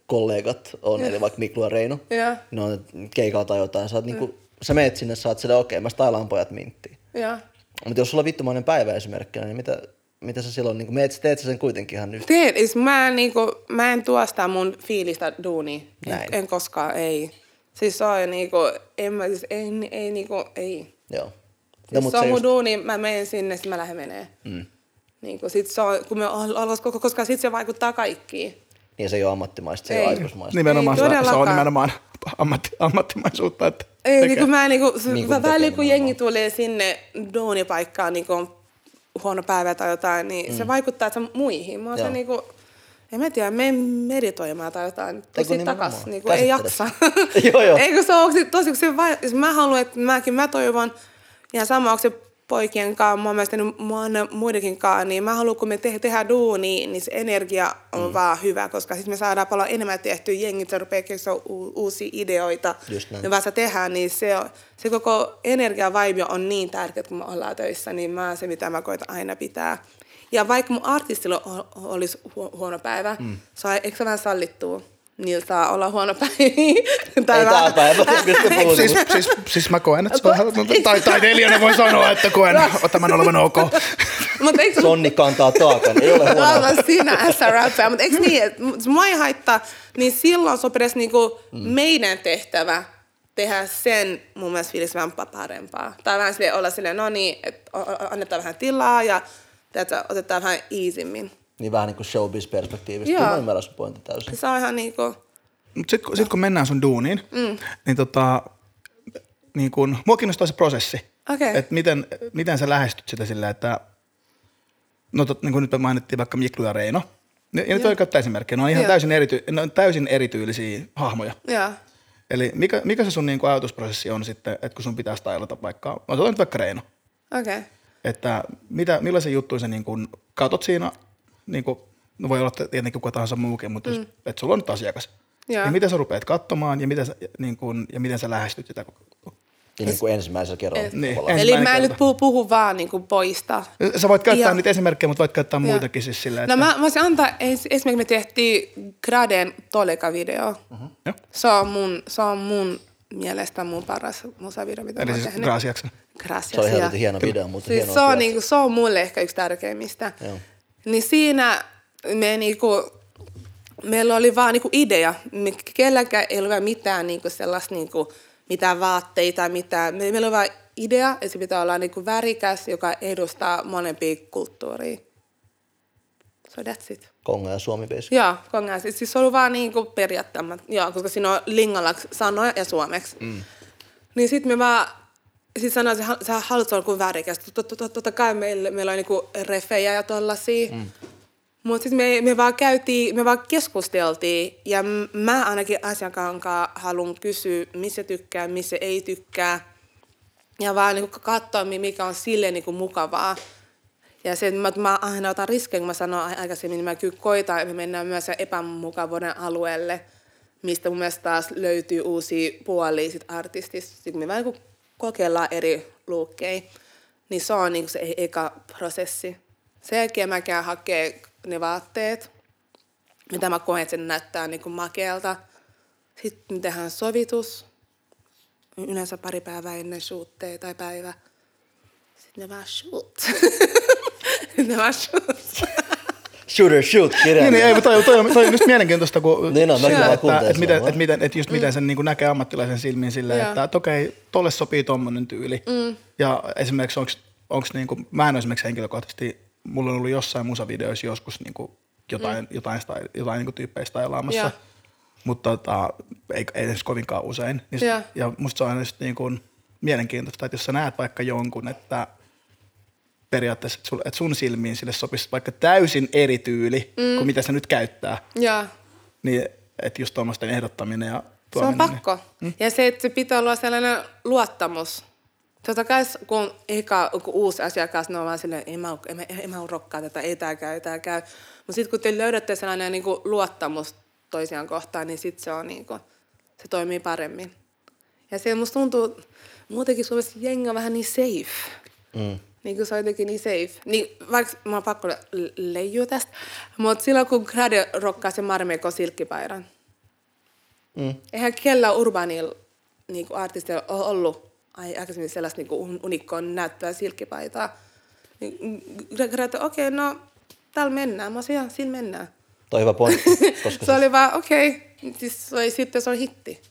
kollegat on, eli vaikka Miklu ja Reino,
Joo.
ne on keikalla tai jotain, sä, oot niinku, sä meet sinne, sä oot silleen, okei, mä stailaan pojat minttiin.
Joo.
Mutta jos sulla on vittumainen päivä esimerkkinä, niin mitä, mitä sä silloin, niin meet, teet sä sen kuitenkin ihan nyt?
Teen, is mä, en niinku, mä en tuo sitä mun fiilistä duuni. En,
Näin.
en, koskaan, ei. Siis se on niinku, en mä siis, ei, ei niinku, ei.
Joo.
Siis
No, mut
se on mun duuni, mä menen sinne, sit mä lähden menee. Mm. Niinku, sit se on, kun me ol- ollaan, koska- koska sit se vaikuttaa kaikkiin.
Niin se ei ole ammattimaista, se ei,
Ei.
ole aikuismaista.
Nimenomaan
Ei
se, se on
todellakaan.
nimenomaan ammatti, ammattimaisuutta. Että
Ei,
tekee.
niin kuin mä, niin kuin,
Niin
niin
kuin
kuin väliin
tekee
kun jengi tulee sinne duunipaikkaan, niin kuin on huono päivä tai jotain, niin mm. se vaikuttaa sen muihin. Mä oon
Joo.
se niin kuin, en mä tiedä, menen meditoimaan tai jotain, tosi
nimenomaan.
takas, niin kuin, ei jaksa.
Käsittele. Joo, joo.
Ei kun se on se, tosi, kun se vai, siis mä haluan, että mäkin, mä toivon, ja sama onko se poikien kanssa, mä oon myös tehnyt mä oon muidenkin kanssa, niin mä haluan, kun me te- tehdään duunia, niin se energia on mm. vaan hyvä, koska sitten me saadaan paljon enemmän tehtyä, jengit se rupeaa keksiä u- uusia ideoita,
Just näin.
ja vasta tehdään, niin se, on- se koko energia vibe on niin tärkeä, kun me ollaan töissä, niin mä oon se, mitä mä koitan aina pitää. Ja vaikka mun artistilla o- olisi hu- huono päivä, mm. se on, eikö se vähän sallittua? Niillä saa olla huono päivä. Tai
Ei tää
vähän-
päivä, mistä puhut. niin
Siis, siis, siis mä koen, että se on... Tai taiteilijana voi sanoa, että koen tämän olevan ok.
Mutta eikö
Sonni kantaa taakan, ei ole huono.
Aivan siinä SRF, mutta eikö niin, että mut mua ei haittaa, niin silloin se on edes niinku
Mm.
meidän tehtävä tehdä sen mun mielestä fiilis vähän pa- parempaa. Tai vähän sille olla silleen, no niin, että o- o- annetaan vähän tilaa ja tiedätkö, otetaan vähän iisimmin.
Niin vähän niin kuin showbiz-perspektiivistä.
Joo.
Kyllä Mä ymmärrän sun pointin täysin.
Se on ihan niinku,
Mutta sitten kun, sit, kun mennään sun duuniin, mm. niin tota, niin kun, mua kiinnostaa se prosessi.
Okei.
Että miten, miten sä lähestyt sitä sillä, että no tot, niin kuin nyt me mainittiin vaikka Miklu ja Reino. Ne, ja nyt voi käyttää esimerkkejä. Ne on ihan
Joo.
täysin, erity, ne on täysin erityylisiä hahmoja.
joo.
Eli mikä, mikä se sun niin kuin ajatusprosessi on sitten, että kun sun pitää stailata vaikka, otetaan nyt vaikka Reino.
Okei.
Että mitä, millaisia juttuja sä niin kuin katot siinä, niin kuin, no voi olla tietenkin kuka tahansa muukin, mutta mm. jos, että sulla on nyt asiakas.
Joo.
Ja mitä sä rupeat katsomaan ja, mitä sä, niin kuin, ja miten sä lähestyt sitä.
Ja niin kuin ensimmäisellä kerralla.
Niin.
tavallaan.
Eli mä en
kerta.
nyt puhu, puhu vaan niinku poista
Sä voit käyttää
Joo.
niitä esimerkkejä, mutta voit käyttää
Joo.
muitakin siis sillä,
No
että...
mä voisin antaa, es, esimerkiksi me tehtiin Graden Toleka-video.
Joo.
Se on mun, se on mun mielestä mun paras musavideo, mitä
Eli
mä oon
siis
tehnyt.
graasiaksen.
Gracias.
Se oli
ja-
helvetin hieno video, mutta
Siis
hienoa
se,
työtä.
on, niinku, se on mulle ehkä yksi tärkeimmistä.
Joo.
Niin siinä me niinku, meillä oli vaan niinku idea. Me kelläkään ei ollut vielä mitään niinku sellaista, niinku, mitään vaatteita, mitään. Me, meillä oli vaan idea, että se pitää olla niin kuin värikäs, joka edustaa molempia kulttuuria. So that's it.
Kongo ja Suomi basically.
Joo, kongas. Siis se on vaan niinku periaatteessa, joo, koska siinä on lingalaksi sanoja ja suomeksi. Mm. Niin sit me vaan, sit sanoin, että sä haluat olla kuin värikäs. Tot- tot- tot- Totta kai meillä, meillä on niinku refejä ja tollasia. Mm. Mutta sitten me, me, vaan käytiin, me vaan keskusteltiin ja m- mä ainakin asiakkaan kanssa haluan kysyä, missä tykkää, missä ei tykkää. Ja vaan niinku katsoa, mi- mikä on sille niinku mukavaa. Ja se, että mä, mä aina otan riskejä, kun mä sanon ai- aikaisemmin, niin mä kyllä koitan, että me mennään myös sen epämukavuuden alueelle, mistä mun mielestä taas löytyy uusia puolia sit artistista. Sit kun me vähän niin kokeillaan eri luukkeja, niin se on niin se e- eka prosessi. Sen jälkeen mä käyn hakee ne vaatteet, mitä mä koen, että se näyttää niin makealta. Sitten me tehdään sovitus, yleensä pari päivää ennen shootteja tai päivä. Sitten ne vaan shoot. ne vaan shoot.
Shooter shoot kirjaimia.
Niin, niin, ei, mutta toi, toi, on- toi on just mielenkiintoista, kun...
Niin on, mäkin
että,
vaan
että,
kuuntelin
että, miten,
sua,
että, miten, että just miten sen niin kuin näkee ammattilaisen silmin silleen,
Joo.
että, että okei, tolle sopii tommonen tyyli. Mm. Ja esimerkiksi onks, onks niin kuin, mä en ole esimerkiksi henkilökohtaisesti, mulla on ollut jossain musavideoissa joskus niin kuin jotain, mm. jotain, style, jotain niin kuin tyyppejä stailaamassa.
Joo.
Mutta tota, ei, ei edes kovinkaan usein. Niin,
Joo.
ja. ja musta se on aina just niin kuin mielenkiintoista, että jos sä näet vaikka jonkun, että periaatteessa, että sun, että sun silmiin sille sopisi vaikka täysin eri tyyli mm. kuin mitä se nyt käyttää.
Joo.
Niin, että just tuommoisten ehdottaminen ja
Se on
tuominen. niin-
pakko. Mm. Ja se, että se pitää olla sellainen luottamus. Totta kai s- kun eka kun uusi asiakas, ne on vaan silleen, en mä, oo- en, mä- en, mä oo rokkaa tätä, ei tää käy, ei tää käy. Mutta sitten kun te löydätte sellainen niin kuin luottamus toisiaan kohtaan, niin sit se on niin kuin, se toimii paremmin. Ja se musta tuntuu, muutenkin Suomessa jengi on vähän niin safe. Mm. Niin kuin se on jotenkin niin safe. Niin, vaikka mä oon pakko le- leijua tästä, mutta silloin kun Grade rokkaa sen Marmekon silkkipaidan, Eihän kellään urbaanilla niinku artistilla ole ollut ai, aikaisemmin sellaista niinku un- unikkoa näyttöä silkkipaitaa. Niin, Greta, okei, okay, no täällä mennään. Mä sanoin, siinä mennään.
Toi on hyvä pointti. Koska
se
se
oli vaan, okei, okay. siis, se oli- sitten se on hitti.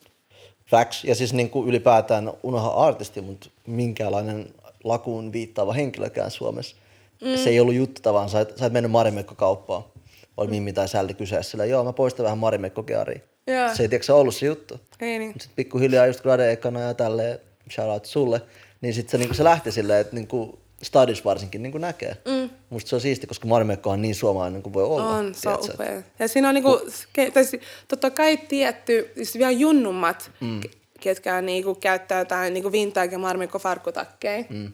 facts, ja siis niin kuin ylipäätään unoha artisti, mutta minkäänlainen lakuun viittaava henkilökään Suomessa. Mm. Se ei ollut juttu tavallaan, sä et, sä et mennyt Marimekko-kauppaan.
Mm.
Oli Mimmi tai Sälli kyseessä, sillä joo mä poistan vähän Marimekko-gearia.
Joo.
Se ei tiedä, se ollut se juttu.
Ei niin.
Sitten pikkuhiljaa just grade ekana ja tälleen, shout out sulle, niin sitten se, niinku se lähti silleen, että niinku stadis varsinkin niinku näkee. Mm. Musta se on siisti, koska Marimekko on niin suomalainen kuin voi olla.
On, se on
tiedätkö?
upea. Ja siinä on niinku, ke- tai si- totta kai tietty, siis vielä junnummat, mm. ketkä niinku käyttää jotain niinku vintage marmikko farkkutakkeja. Mm.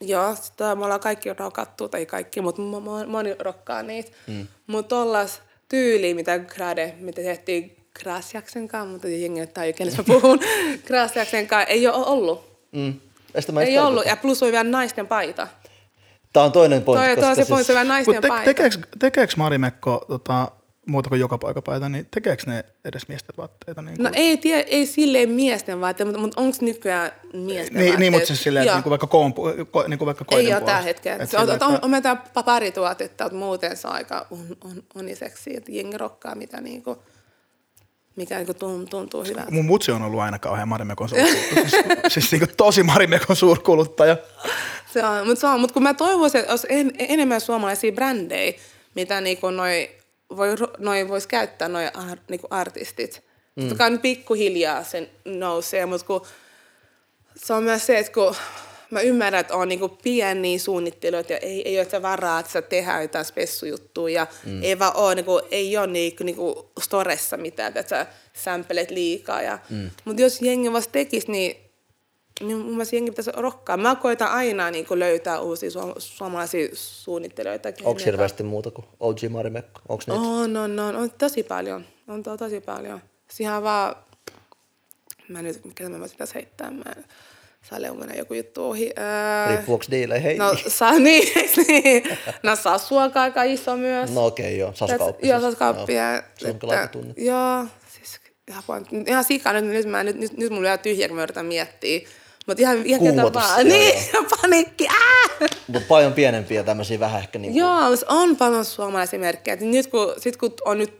Joo, sitä me ollaan kaikki rokattu, tai kaikki, mutta moni rokkaa niitä. Mm. Mutta tollas tyyli, mitä grade, mitä tehtiin Grasjaksen kanssa, mutta jengi tai jo kenestä mä puhun, Grasjaksen kanssa ei ole ollut.
Mm. Ja sitä mä
Ei
just
ollut,
tarkoitan.
ja plus oli vielä naisten paita.
Tää on toinen pointti.
Toi, toi on se
koska siis
pointti, se on vielä naisten
Mutta te,
paita.
tekeekö, tekeekö Marimekko tota, muuta kuin joka paikka paita, niin tekeekö ne edes miesten vaatteita? Niin kuin?
No ei, tie, ei silleen miesten vaatteet, mutta, mutta onko nykyään miesten
Niin,
vaatteet?
niin mutta siis silleen, että
No, Joo.
niin kuin vaikka, koon, pu- ko, niin kuin vaikka koiden
Ei ole
puolesta.
tällä hetkellä.
Et
Se on,
sillä,
on, on,
että-
on meitä pa- pari tuotetta, mutta muuten se on aika on, on, oniseksi, että jengi rokkaa mitä niinku, mikä niinku tun- tuntuu hyvältä.
Mun mutsi on ollut aina kauhean Marimekon suurkuluttaja. siis, siis niin kuin tosi Marimekon suurkuluttaja.
Se on, mutta, se on, mutta kun mä toivoisin, että olisi en, enemmän suomalaisia brändejä, mitä niinku noi, voi, ro- noi vois käyttää noi ar, niinku artistit. Mm. Totta kai nyt pikkuhiljaa se nousee, mutta kun se on myös se, että kun mä ymmärrän, että on niinku pieniä suunnittelijoita ja ei, ei ole sitä varaa, että sä tehdään jotain spessujuttuja ja mm. ei vaan ole, niinku, ei ole niinku, niinku storessa mitään, että sä sämpelet liikaa. Ja, mm. Mutta jos jengi vasta tekisi, niin niin mun mielestä jengi pitäisi rokkaa. Mä koitan aina niin löytää uusia suom- suomalaisia suunnittelijoita.
Onko
kenen
hirveästi muuta kuin OG Marimekko? Onko niitä? Oh.
On, on, on, on tosi paljon. On to, tosi paljon. Siihen vaan, mä nyt, mikä mä voisin tässä heittää, mä Sale on mennä joku juttu ohi. Öö,
Riippuuko diilejä? Hei.
no, saa, niin, niin. No, saa suokaa aika iso myös.
No okei, okay, joo.
Tätä-
Saskauppi.
Joo, saskauppia.
Se on kyllä aika tunne.
Joo, siis ihan, vaan- ihan sikaa. Nyt, nyt, mä, nyt, nyt, nyt mulla on tyhjä, kun mä yritän miettiä. Mutta ihan, ihan ketä
Kuumotus,
vaan.
joo,
Niin, paniikki. Ää!
Mutta paljon pienempiä tämmöisiä vähän ehkä niinku.
Joo, mutta on paljon suomalaisia merkkejä. Et Nyt kun, sit kun on nyt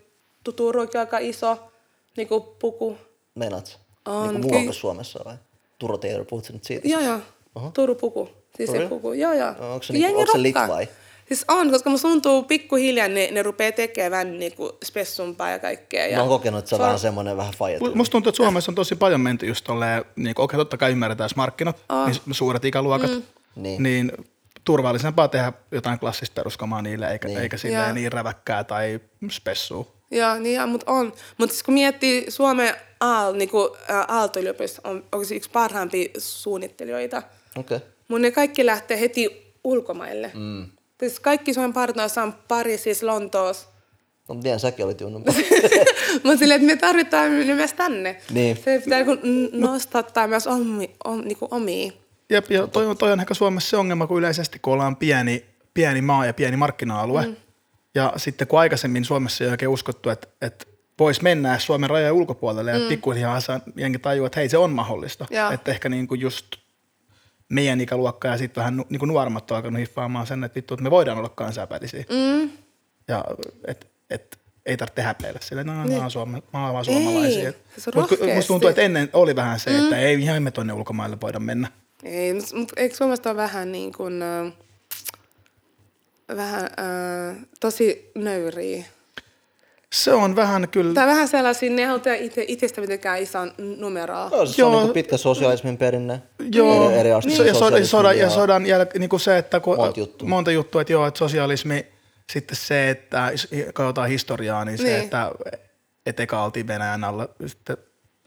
Tuturukin aika iso niin kuin puku.
Meinaat?
On,
Niinku
kyllä.
muualta Suomessa vai? Turo Taylor, puhut sä nyt siitä?
Joo, joo. Turun puku. Siis se
Todella?
puku. Joo, joo.
Onko se
Ja
niinku-
jengi
onko se lit
rokkaa.
vai?
Siis on, koska musta tuntuu pikkuhiljaa ne, ne rupeaa tekemään niinku spessumpaa ja kaikkea. Ja
Mä oon kokenut, että se on
on-
vähän semmoinen vähän faijat.
Mu- Musta tuntuu, että Suomessa on tosi paljon menty just tolleen, niin okei, totta kai ymmärretään jos markkinat, oh. niin suuret ikäluokat, mm.
Niin.
niin. niin turvallisempaa tehdä jotain klassista peruskamaa niille, eikä, niin. eikä silleen
Joo.
niin räväkkää tai spessua.
Joo, niin ja, mutta on. Mutta siis kun miettii Suomen AAL, niin kuin Aalto-yliopisto on, on se yksi parhaimpia suunnittelijoita.
Okei. Okay.
Mun ne kaikki lähtee heti ulkomaille. Mm. Siis kaikki Suomen partnoissa on Pariisissa, Lontoossa.
No, mä tiedän, säkin olit junnut. siis
Mutta silleen, että me tarvitaan ne myös tänne.
Niin.
Se pitää niin nostattaa myös omi, om, niin kuin omia.
Jep, ja toi on, toi on ehkä Suomessa se ongelma, kun yleisesti kun ollaan pieni, pieni maa ja pieni markkina-alue, mm. ja sitten kun aikaisemmin Suomessa ei oikein uskottu, että, että voisi mennä edes Suomen rajojen ulkopuolelle, mm. ja pikkuhiljaa saa- jengi tajua, että hei, se on mahdollista.
Joo.
Että ehkä niin kuin just meidän ikäluokka ja sitten vähän nu, niin kuin nuoremmat on alkanut hiffaamaan sen, että vittu, että me voidaan olla kansainvälisiä. Mm. Ja että et, ei tarvitse häpeillä sillä, että no, no, no, Suome, mä oon vaan suomalaisia.
Ei, siis
Mut kun- musta
rohkeasti.
tuntuu, että ennen oli vähän se, että ei ihan me tuonne ulkomaille voida mennä.
Ei, mutta mut, eikö Suomesta ole vähän niin kuin, äh, vähän äh, tosi nöyriä?
Se on vähän kyllä...
Tai vähän sellaisia, ne ei halua tehdä itse, itsestä mitenkään isan numeroa.
No, se on
Joo.
niin pitkä sosialismin perinne.
Niin.
Joo,
Eri, eri asteinen
so- ja, sodan,
sosialismi
sodan, ja sodan jäl- niin kuin se, että kun,
Monta juttua.
monta juttua, että joo, että sosialismi, sitten se, että jos katsotaan historiaa, niin se,
Niin.
niin. että et eka oltiin Venäjän alla, sitten,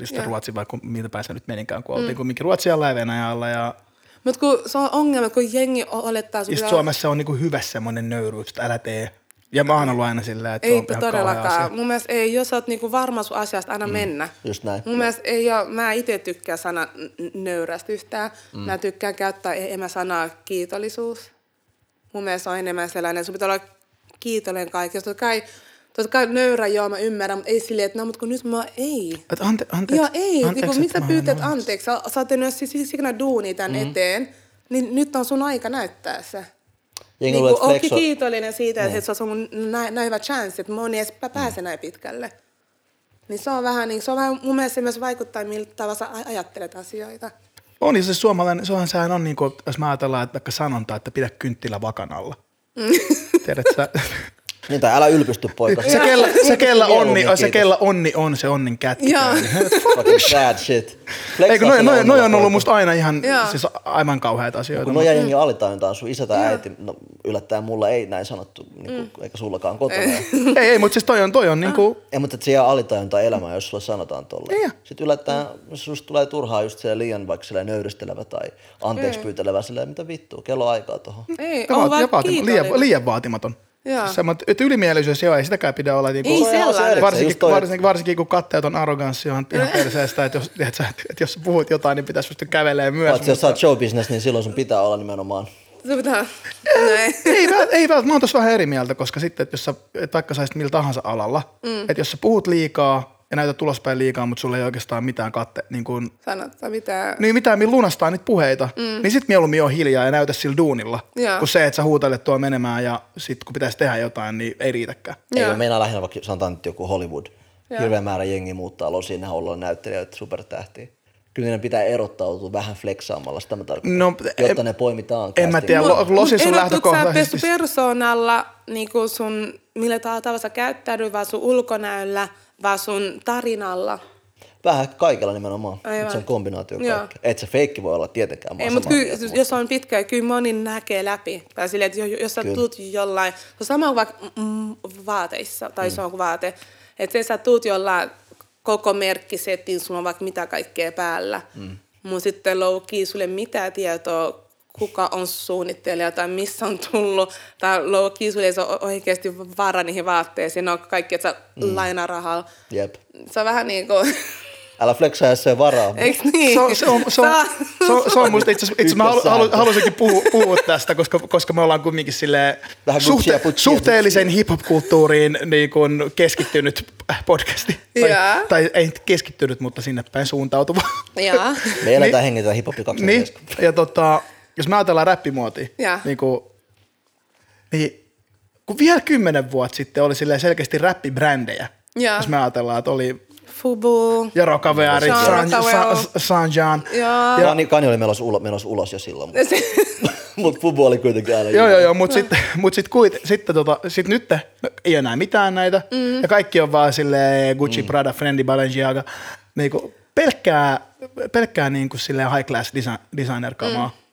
sitten Ruotsi, vaikka miltä päässä nyt meninkään, kun oltiin kumminkin Ruotsin alla ja Venäjän alla, ja,
Mutta kun Mm. se on ongelma, kun jengi o- olettaa sun
ja sit Suomessa on niin kuin hyvä semmoinen nöyryys, että älä tee. Ja mä oon ollut aina sillä, että se on
Ei
ihan kauhea asia.
todellakaan. Mun mielestä ei, jos sä oot niinku varma sun asiasta, anna mm. mennä.
Just näin.
Mun mielestä ei ole, mä itse tykkään sana n- nöyrästä yhtään. Mm. Mä tykkään käyttää emäsanaa kiitollisuus. Mun mielestä se on enemmän sellainen, sun pitää olla kiitollinen kaikesta. Totta kai, totta kai nöyrä, joo, mä ymmärrän, mutta ei silleen, että no, mutta kun nyt mä ei.
Et ante, anteeksi,
Joo,
anteeksi,
ei. Anteeksi, niin miksi
että
sä
mä
pyytät
olen-
anteeksi? Sä, sä oot tehnyt si- si- sikana duuni tämän mm. eteen. Niin nyt on sun aika näyttää se.
Jengi
Niin
luulee,
kuin,
että flex
ootkin
on...
kiitollinen siitä, että se on sun näin, näin hyvä chanssi, että moni edes pä- pääse näin pitkälle. Niin se on vähän, niin se on vähän, mun mielestä se myös vaikuttaa, miltä tavalla sä aj- ajattelet asioita.
On, ja se suomalainen, se on, sehän on niin kuin, jos mä ajatellaan, että vaikka sanonta, että pidä kynttilä vakan alla.
Mm.
Tiedätkö sä?
Niin, tai älä ylpysty poika.
se, kella, se, kella onni,
Mieluummin,
se kella onni on, se onnin kätki.
Joo,
kiitos. Fucking sad shit. Flex
Eikö, noi, noi, noi on ollut musta aina ihan,
Joo.
siis aivan kauheita asioita.
Kun
mutta-
noja jengi No niin alitajuntaan, sun isä tai äiti, no yllättäen mulla ei näin sanottu, niin kuin, eikä sullakaan kotona.
Ei, ei, mutta siis toi on, toi
Ah.
on niinku,
Ei, mutta että se jää alitajuntaa elämään, jos sulle sanotaan tolle.
Joo.
Sitten yllättäen susta tulee turhaa just se liian vaikka silleen nöyristelevä tai anteeksi pyytelevä silleen, mitä vittuu, kello on aikaa tohon.
ei,
ja
on
vaat-
vaan
ja vaatima, niinku liian,
kiitollinen.
liian vaatimaton.
Joo.
Siis semmoinen, että ylimielisyys joo, ei sitäkään pidä olla. Niinku,
Ei
Se on ihan
sellainen.
se,
varsinkin,
just toi, että-
varsinkin, varsinkin, kun katteeton arroganssi on ihan perseestä, että jos, tiedät sä, että jos sä puhut jotain, niin pitäisi pystyä kävelemään myös.
Paitsi jos sä oot showbusiness, niin silloin sun pitää olla nimenomaan.
Se pitää, näin.
ei, vält, ei vält, mä oon tossa vähän eri mieltä, koska sitten, että jos sä, et vaikka sä olisit millä tahansa alalla, mm. että jos sä puhut liikaa ja näytät ulospäin liikaa, mutta sulla ei oikeastaan mitään katte, niin kun,
Sanottaa mitä.
niin mitään, millä lunastaa niitä puheita, mm. niin sit mieluummin on hiljaa ja näytä sillä duunilla,
Joo.
kun se, että sä huutelet tuo menemään ja sit kun pitäisi tehdä jotain, niin ei riitäkään.
Ei,
Joo.
mä meinaan lähinnä vaikka sanotaan nyt joku Hollywood. Hirveä määrä jengi muuttaa losiin, nehän ollaan näyttelijöitä, supertähtiä. Kyllä niiden pitää erottautua vähän fleksaamalla, sitä mä tarkoitan,
No,
jotta
en-
ne poimitaan.
en mä
castingissa.
tiedä, lo-
Mut-
losis
mut
on
erottuuko sä
lähtökohtaisesti-
pesu persoonalla, niin kuin sun, millä tavalla sä käyttäydyt, vaan sun ulkonäöllä, vaan sun tarinalla?
Vähän kaikella nimenomaan.
Aivan.
Aivan. Se on kombinaatio
Joo.
kaikkea. Et se feikki voi olla tietenkään. mä
Ei,
oon
mutta
samaa
kyllä,
siis-
mieltä,
jos on pitkä, kyllä moni näkee läpi. Tai silleen, että jo- jos sä
Kyllä.
tuut jollain, se on sama kuin vaikka mm, vaateissa, tai
Mm.
se on kuin vaate, että se sä tuut jollain koko merkkisetin, sulla on vaikka mitä kaikkea päällä, mm. mutta sitten loukii sulle mitään tietoa, kuka on suunnittelija tai missä on tullut, tai loukii sulle ei se ole oikeasti vara niihin vaatteisiin, ne on kaikki, että sä mm. lainarahalla.
Jep.
Se on vähän niin kuin,
Älä flexaa, jos se ei varaa.
eikö niin?
Se on, se on, se on,
Saa-
se on, se on musta itse asiassa, itse asiassa mä halu, halu,
Ykkössääntö.
halusinkin puhua, puhua tästä, koska, koska me ollaan kumminkin silleen
Vähän Guccia,
suhte,
Guccia,
suhteellisen hip-hop-kulttuuriin niin kuin keskittynyt podcasti. Tai,
Jaa.
tai ei nyt keskittynyt, mutta sinne päin suuntautuva.
Jaa.
Me eletään
Niin.
niin. hengitään hiphopi 2
niin, ja tota, jos me ajatellaan räppimuotia,
Jaa.
niin, kuin, niin kun vielä kymmenen vuotta sitten oli silleen selkeästi räppibrändejä,
Jaa.
jos me ajatellaan, että oli
Fubu.
Ja Rokaveari,
Jean
San,
Rocavero.
San, San Jean.
Joo.
Ja-
Kani, Kani oli menossa ulos, menossa ulos jo silloin, mutta mut Fubu oli kuitenkin aina.
Joo, joo, joo, mutta sitten mut sit, kuit, sitten tota, sit nyt no, ei ole enää mitään näitä. Mm. Ja kaikki on vaan silleen Gucci, mm. Prada, Fendi, Balenciaga. Niinku, pelkkää, pelkkää niinku silleen high class design, designer kamaa. Mm.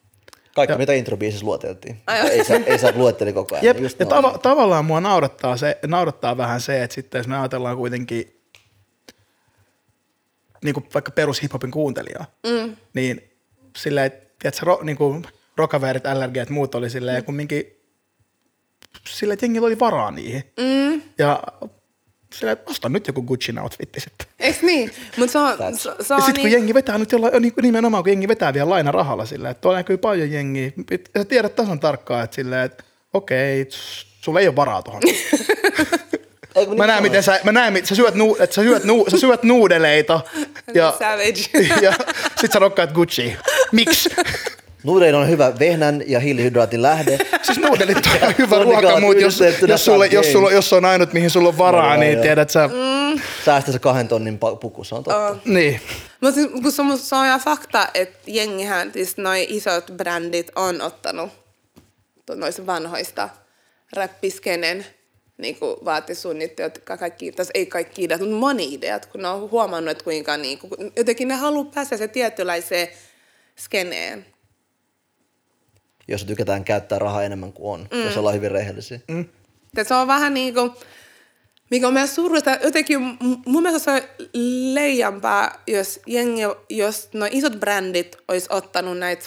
Kaikki, mitä introbiisissä luoteltiin. Ei saa, ei saa luetteli koko ajan.
Jep,
Just
ja
noin.
tava, tavallaan mua naurattaa, se, naurattaa vähän se, että sitten jos me ajatellaan kuitenkin niin kuin vaikka perus hiphopin kuuntelijaa, mm. niin silleen, että tiedätkö, ro, niin kuin rokaverit, allergiat, muut oli silleen mm. kumminkin silleen, että jengillä oli varaa niihin. Mm. Ja silleen, että osta nyt joku Gucci outfitti sitten.
Eiks niin? Mut se on, se, se
Ja
on
sitten kun
niin...
jengi vetää nyt jollain, niin nimenomaan kun jengi vetää vielä lainarahalla silleen, että tuolla näkyy paljon jengiä. Pit- Sä tiedät tasan tarkkaan, että silleen, että okei, s- sulla ei ole varaa tuohon.
Ei, kun niin
Mä näen,
sanoin.
miten sä, mä näen, mit- sä syöt, nuu, että sä syöt, nuu, sä syöt nuudeleita ja,
Savage.
ja sit sä rokkaat Gucci. Miksi?
Nuudein on hyvä vehnän ja hiilihydraatin lähde.
Siis nuudelit on ihan hyvä
Tuo
ruoka,
on
mutta jos,
yhdistettynä
jos, sulle, jos,
sateen.
sulla, jos se on ainut, mihin sulla on varaa,
Joo,
niin
joo.
tiedät sä,
Säästä se kahden tonnin pa- puku, se on
Oh.
totta.
niin.
Mut siis, kun se, on- se on ihan fakta, että jengihän, siis noi isot brändit on ottanut to- noista vanhoista räppiskenen niinku vaatisuunnittelijat, ka- kaikki, tässä ei kaikki ideat, mutta moni ideat, kun ne on huomannut, että kuinka niinku, jotenkin ne haluaa päästä se tietynlaiseen skeneen.
Jos tykätään käyttää rahaa enemmän kuin on, mm. jos ollaan hyvin rehellisiä. Mm.
Et se on vähän niin kuin, mikä on myös surullista, jotenkin m- mun mielestä se on leijampaa, jos jengi, jos no isot brändit olisi ottanut näitä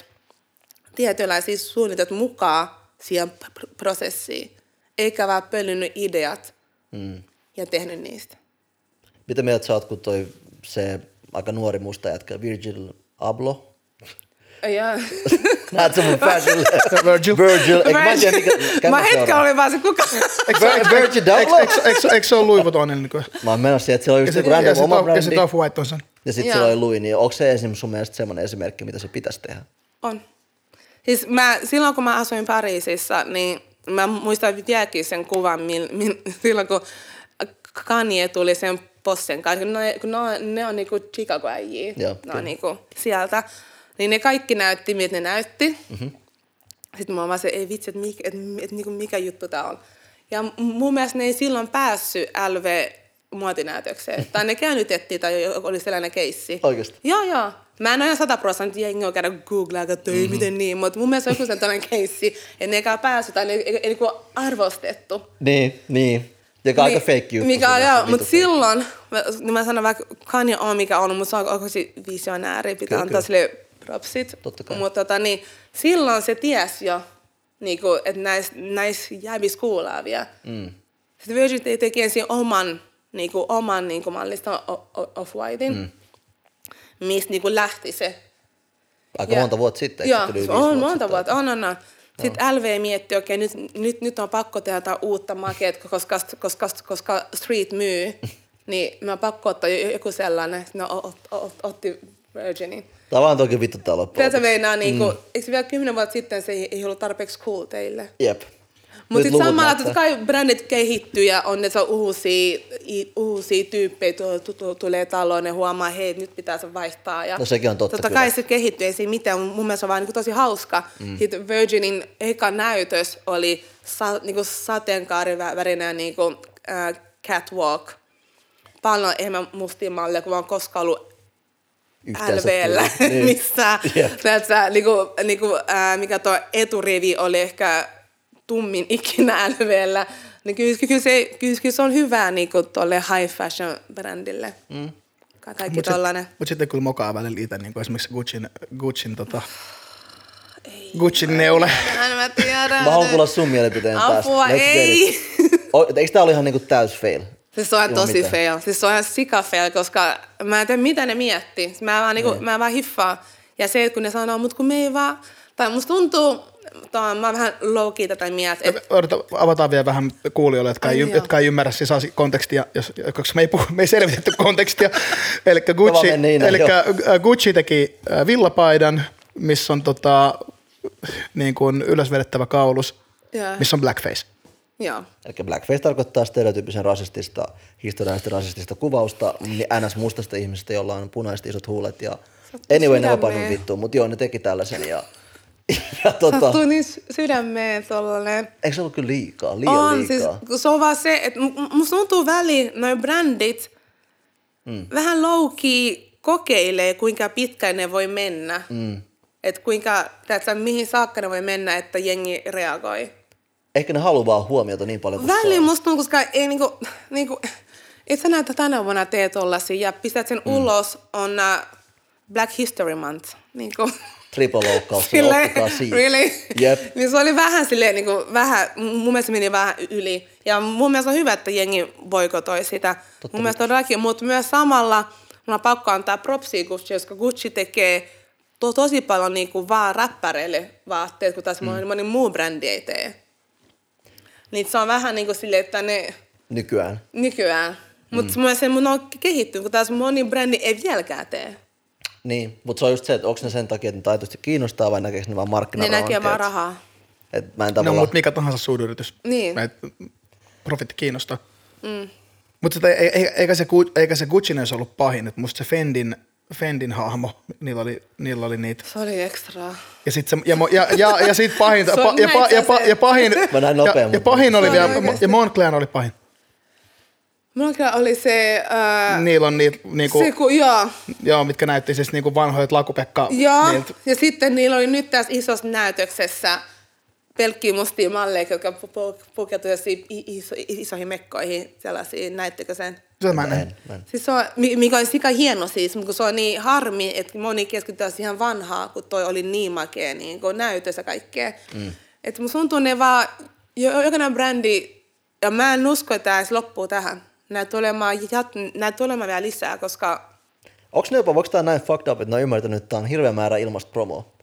tietynlaisia suunnitelmia mukaan siihen p- pr- prosessiin, eikä vaan pölynyt ideat mm. ja tehnyt niistä.
Mitä mieltä sä oot, kun toi se aika nuori musta jätkä Virgil Ablo?
Ja.
Näet sä mun Virgil?
Virgil.
Virgil. Eikö mä en tiedä, mikä...
Mä
Käännä
hetken
seuraa.
olin vaan se, kuka?
Vir- Virgil Ablo?
Eikö- eikö- Eikö eikö se ole Louis Vuittonin? niin kuin-
Mä oon menossa siihen, että siellä on
Ja
just
sit-
joku
ja
random
sit
oma
Off- ja sit
brändi.
Off-White on sen.
Ja sit
Joo.
siellä oli Louis, niin onko se esimerkiksi sun mielestä semmoinen esimerkki, mitä se pitäisi tehdä?
On. Siis mä, silloin kun mä asuin Pariisissa, niin mä muistan vieläkin sen kuvan, mil, mil, silloin kun Kanye tuli sen possen kanssa, kun ne, kun ne on, ne on niinku Chicago äijiä,
Joo,
ne
kyllä.
on niinku sieltä, niin ne kaikki näytti, miltä ne näytti. Mm-hmm. Sitten mä oon vaan se, ei vitsi, että mikä, et, et, niinku, mikä juttu tää on. Ja m- mun mielestä ne ei silloin päässyt LV muotinäytökseen. tai ne käännytettiin tai jo- oli sellainen keissi.
Oikeesti?
Joo, joo. Mä en ole ihan sata prosenttia jengiä käydä googlaa, että ei, miten niin, mutta mun mielestä on joku sen tällainen keissi, että ne eikä päässyt tai ne ei, ei, ei niinku arvostettu.
Niin, niin. Joka on aika
Niin,
fake juttu.
Mikä on,
sinänsä,
joo,
vitu
mutta
fake.
silloin, mä, niin mä sanon vaikka Kanye on mikä on, mutta se on oikeasti visionääri, pitää
Kyllä,
kyllä, antaa sille propsit.
Totta kai.
Mutta tota, niin, silloin se ties jo, niin kuin, että näissä näis jäbis kuulaa vielä. Mm. Sitten Virgin te- teki ensin oman, niin kuin, oman niin kuin mallista o- o- Off-Whitein, mm. mistä niin kuin lähti se
Aika
ja-
monta vuotta sitten. eikö
Joo,
tuli
se
viisi
on
sitten?
monta vuotta, on, on, on. Sitten LV mietti, okei, nyt, nyt, nyt on pakko tehdä jotain uutta makeet, koska, koska, koska street myy, niin mä oon pakko ottaa jo- joku sellainen. No, ot, ot, ot, otti Virginin.
Tämä vaan toki vituttaa loppuun.
Tätä meinaa, niinku,
Mm.
eikö vielä kymmenen vuotta sitten se ei, ei ollut tarpeeksi cool teille?
Jep.
Mutta sitten
luvut
samalla
näyttää.
totta kai brändit kehittyy ja on ne se uusia, i- uusia tyyppejä, tu, tu, tu, tulee taloon ja huomaa, hei nyt pitää se vaihtaa. Ja
No sekin on totta
Totta
kyllä.
kai se kehittyy, ei siinä mitään. Mun mun mielestä se on vaan niinku tosi hauska. Mm. Sitten Virginin eka näytös oli sa, niinku sateenkaarivärinen niinku, äh, catwalk. Paljon enemmän mustia malleja kuin mä oon koskaan ollut
Yhteensä
LVllä,
tuli. Niin.
missä
Jep.
tässä, niinku, niinku, ää, mikä tuo eturivi oli ehkä tummin ikinä LVllä, niin kyllä, kyllä, se, kyllä, kyllä se on hyvää niinku, tuolle high fashion brändille. Mm. Kaikki
Mut sit-
tollainen.
Mut sitten kyllä mokaa välillä itse, niin esimerkiksi Gucciin, Gucciin, tota, Gucciin neule.
Aina mä tiedän.
Mä haluan kuulla sun mielipiteen tästä.
Apua,
Let's get it.
ei.
O, eikö tää ole ihan niinku täys fail?
Siis se on
Joo,
tosi
mitä?
fail. Siis se on ihan sika fail, koska mä en tiedä, mitä ne miettii. Mä vaan, niinku,
Niin.
mä vaan hiffaan. Ja se, että kun ne sanoo, mut kun me ei vaan... Tai musta tuntuu, tää on- mä oon vähän low key tätä mieltä, että
Odota, avataan vielä vähän kuulijoille, jotka ei,
Ai
Ai,
joo.
jotka ei ymmärrä siis asi- kontekstia, jos, koska me ei, puhu, me ei selvitetty kontekstia. eli Gucci,
mennään niin,
eli
joo.
Gucci teki äh, villapaidan, missä on tota, niin kuin ylösvedettävä kaulus,
Joo.
missä on blackface.
Joo.
Eli blackface tarkoittaa stereotyyppisen rasistista, historiallista rasistista kuvausta niin ns. mustasta ihmisestä, jolla on punaiset isot huulet ja anyway, ne
sydämeen.
vapaanut vittuun, mutta joo, ne teki tällaisen ja, ja tota,
Sattuu niin sy- sydämeen tollanen.
eikö se ollut kyllä liikaa, liian
On, siis,
liikaa? Siis...
kun se on vaan se, että mu- mu- musta tuntuu väliin noin brändit mm. vähän loukii kokeilee, kuinka pitkään ne voi mennä. Mm. Että kuinka, tiedätkö, mihin saakka ne voi mennä, että jengi reagoi.
Ehkä ne haluaa vaan huomiota niin paljon kuin
Väliin
saa.
musta tuntuu, koska ei niinku, niinku, et sä näitä tänä vuonna tee tollasia ja pistät sen mm. ulos on ä, Black History Month. Niinku.
Triple loukkaus, sillä oppikaa siitä.
really?
Jep.
niin se oli vähän silleen, niin kuin, vähän, mun mielestä meni vähän yli. Ja mun mielestä on hyvä, että jengi boikotoi sitä. Totta mun mielestä todellakin, mutta myös samalla mun on pakko antaa propsia Gucci, koska Gucci tekee to, tosi paljon niin kuin, vaan räppäreille vaatteet, kun taas moni, moni muu brändi ei tee. Niin se on vähän niin kuin silleen, että ne
Nykyään.
nykyään. Mutta mm. mun mielestä mun on kehittynyt, kun taas moni brändi ei vieläkään tee.
Niin, mutta se on just se, että onko ne sen takia, että ne taitoisesti kiinnostaa vai näkeekö ne vaan
Ne
markkinarauhan?
näkee vaan
tiedätkö?
rahaa.
Et mä en
No,
tavallaan...
mutta mikä tahansa suuryritys.
Niin.
Et, profitti kiinnostaa. Mm. Mutta eikä se, Gu- eikä se Gucci olisi ollut pahin. Et musta se Fendin, Fendin hahmo, niillä oli, niillä oli niitä.
Se oli ekstraa.
Ja sit, se, ja, mo- ja, ja, ja sit pahinta,
Se on
pa, ja, pa, ja, pa, ja, pahin,
Mä näin
ja,
nopeammin.
ja pahin oli
Se
vielä,
oli oikeesti.
ja Montclair oli pahin.
Mulla kyllä oli se, ää,
Niillä on niitä, niinku,
se kun, joo,
joo, mitkä näytti siis niinku vanhoja lakupekka.
joo.
niiltä.
ja sitten niillä oli nyt tässä isossa näytöksessä pelkkiä mustia malleja, jotka pu- pu- pukeutui jossain i- iso, isoihin mekkoihin, sellaisiin, näittekö sen?
Se mä
Mä
näin.
en, mä en.
Siis se on, mi- mikä on sika hieno siis, mutta kun se on niin harmi, että moni keskittyy ihan vanhaa, kun toi oli niin makea niin kun näytös ja kaikkea. Mm. Että musta tuntuu ne vaan, jo- jokainen brändi, ja mä en usko, että tämä loppuu tähän. Näitä tulee olemaan, jat- näitä tulee olemaan vielä lisää, koska
Onko ne jopa, voiko tää näin fucked up, että ne on ymmärtänyt, että tää on hirveä määrä ilmasta promoa?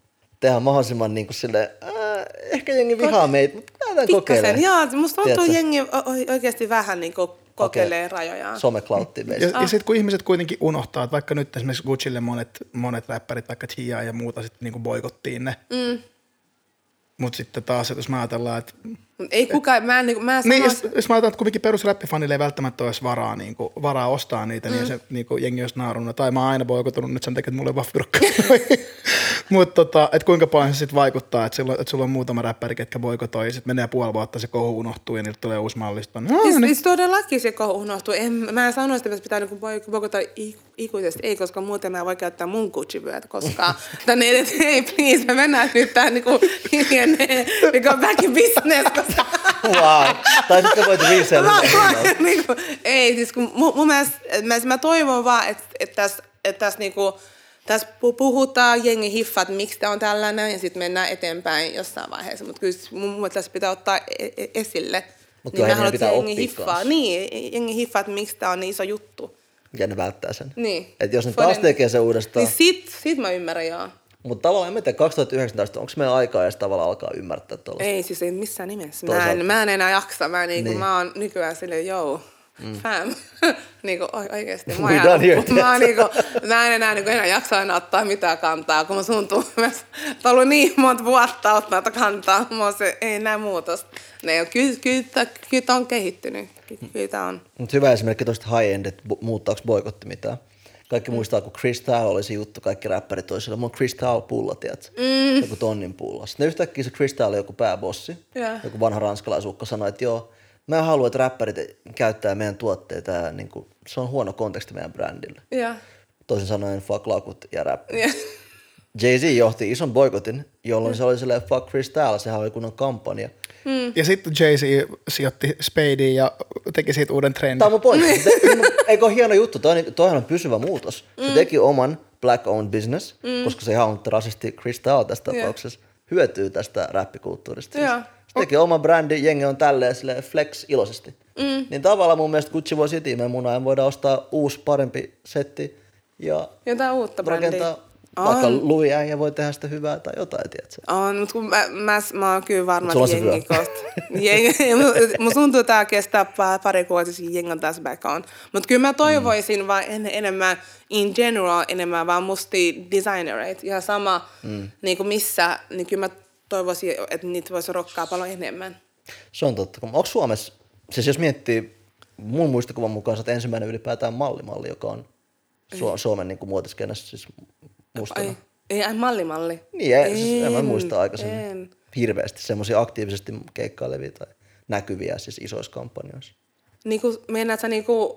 Tehdään mahdollisimman niin kuin silleen, ää, ehkä jengi vihaa meitä, mutta lähdetään kokeilemaan.
Pikkasen, joo. Musta tuntuu,
Tiedätkö?
että jengi o- o- oikeasti vähän niin kokeilee okay. rajojaan.
Someklauttiin
Ja,
meistä.
ja sitten kun ihmiset kuitenkin unohtaa, että vaikka nyt esimerkiksi Gucciille monet, monet räppärit, vaikka Tia ja muuta, sitten niinku boikottiin ne. Mm. Mutta sitten taas, että jos mä ajatellaan, että...
Mut Ei kukaan, mä en, niin, mä
Niin,
sanois,
jos, jos mä ajatellaan, että kuitenkin perusräppifanille ei välttämättä olisi varaa, niinku, varaa ostaa niitä, mm. niin se niinku, jengi olisi naarunut. Tai mä oon aina boikotunut nyt sen takia, että mulla ei vaan fyrkkä. Mutta tota, et kuinka paljon se sitten vaikuttaa, että sulla, et sulla on muutama räppäri, ketkä boikotoi, ja sitten menee puoli vuotta, se kohu unohtuu, ja niiltä tulee uusi mallisto. No,
siis,
niin.
siis todellakin se kohu unohtuu. En, mä en sano, että pitäisi pitää niinku boikottaa ikuisesti, ei, koska muuten mä en voi käyttää mun kutsivyöt koskaan. Tänne ei, hei, please, me mennään nyt tähän niinku, hiljenee, we go back in niin business, koska
Wow. Tai sitten voit resell.
Mä koen, niinku, ei, siis kun mun, mun mielestä, mä, mä toivon vaan, että et tässä et täs, niinku, täs pu- puhutaan, jengi hiffat, miksi tämä on tällainen, ja sitten mennään eteenpäin jossain vaiheessa. Mutta kyllä s- mun mun mielestä tässä pitää ottaa e- e- esille.
Mut
mä
kyllähän
haluan,
meidän
että
pitää
jengi
oppia
hiffaa.
kanssa.
Niin, jengi hiffaa, että miksi tämä on niin iso juttu.
Ja ne välttää sen.
Niin.
Et jos ne
Foden-
taas tekee se uudestaan.
Niin sit, sit mä ymmärrän, joo.
Mutta tavallaan en mä tiedä, 2019, onko meidän aikaa edes tavallaan alkaa ymmärtää tuolla?
Ei siis ei missään nimessä. Mä
Toisaalta-
en, mä en enää jaksa. Mä, niinku,
Niin.
niin. mä oon nykyään silleen, joo, mm. fam. niinku, oi- oikeesti. Mä,
We
oon
done
aina-
here.
mä, oon niinku, mä en enää, niinku, enää jaksa enää ottaa mitään kantaa, kun mä tuntuu, mä oon ollut niin monta vuotta ottaa kantaa. Mä oon se, ei enää muutos. Ne, kyllä, kyllä, tää- kyllä tää on kehittynyt. Ky- Kyllä tää on.
Mutta hyvä esimerkki tuosta high end, että bu- muuttaako boikotti mitään.
Mm.
Kaikki muistaa, kun Chris Tao oli se juttu, kaikki räppärit toisilla. Mulla on Chris Tao pulla, tiedätkö? Mm. Joku tonnin pulla. Sitten yhtäkkiä se Chris Tao oli joku pääbossi.
Joo.
Joku vanha ranskalaisukko sanoi, että joo, mä haluan, että räppärit käyttää meidän tuotteita. Ja niin kuin, se on huono konteksti meidän brändille.
Ja.
Toisin sanoen fuck lakut ja räppi.
Ja.
Jay-Z johti ison boikotin,
Mm.
jolloin se oli silleen fuck Chris Tao, sehän oli kunnon kampanja.
siis-
Ja sitten Jay-Z sijoitti Spadeen ja teki siitä uuden trendin.
Tämä on mun
Niin.
pointti. Te- Eikö ole hieno juttu? Toi, on- niinku- toihan on pysyvä muutos. Se
Mm.
teki oman black owned business, koska se ihan on rasisti Chris Tao tässä
Joo.
tapauksessa. Hyötyy tästä räppikulttuurista. Siis.
Joo.
Se teki oman brändin, jengi on tälleen sille flex iloisesti.
Mm.
Niin tavallaan mun mielestä Gucci voi ytimen munaa ja voidaan ostaa uusi parempi setti ja
Jotain uutta brändiä.
rakentaa vaikka
On.
Louis ja voi tehdä sitä hyvää tai jotain, tiedätkö?
On, mutta kun mä, mä, mä oon kyllä varma,
Mut sulla
että
on se
jengi kohta. Jengi, mun- mun tuntuu, että tämä kestää pa- pari kuukautta, siis jengi on taas back on. Mutta kyllä mä toivoisin mm. vaan en, enemmän, in general, enemmän vaan musti designereita. Ihan niinku sama, mm. niin kuin missä, niin kyllä mä toivoisin, että niitä voisi rokkaa paljon enemmän.
Se on totta. Onko Suomessa, siis jos miettii, mun muistikuvan mukaan sä oot ensimmäinen ylipäätään mallimalli, joka on Su- Suomen niin muotiskennässä siis mustana.
Ai, ei, ai, malli, malli.
Niin, en, siis en mä muista aikaisemmin
en.
hirveästi semmoisia aktiivisesti keikkailevia tai näkyviä siis isoissa kampanjoissa.
Niin kuin, meinaat sä niin kuin,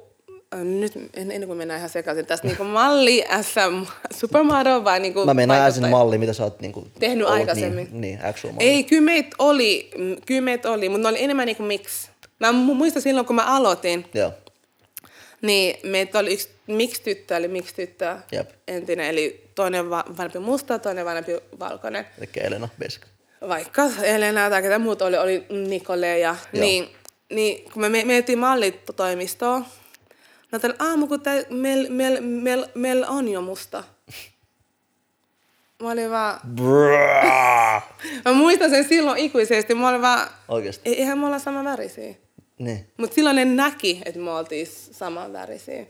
nyt en, ennen kuin mennään ihan sekaisin, tässä niin kuin malli SM Supermodel vai niin kuin
Mä menen äsin
vaikuttaja?
malli, mitä sä oot niin kuin,
Tehnyt aikaisemmin.
Niin, niin actual malli.
Ei, kyllä meitä oli, mm, kyllä meitä oli, mutta ne oli enemmän niin kuin miksi. Mä mu- muistan silloin, kun mä aloitin,
Joo.
niin meitä oli yksi miksi tyttö, eli miksi tyttö
Jep.
entinen, eli toinen va- vanhempi musta, toinen vanhempi valkoinen.
Eli Elena Besk.
vaikka Elena tai ketä muut oli, oli Nikole ja
Joo.
niin, niin, kun me me mentiin mallitoimistoon, mä ajattelin, aamu kun tää- meil, meil, meil, meil on jo musta. Mä olin vaan, mä muistan sen silloin ikuisesti, mä olin vaan,
Oikeesti.
"E- eihän me olla sama värisiä.
Niin.
Mutta silloin ne näki, että me oltiin saman värisiä.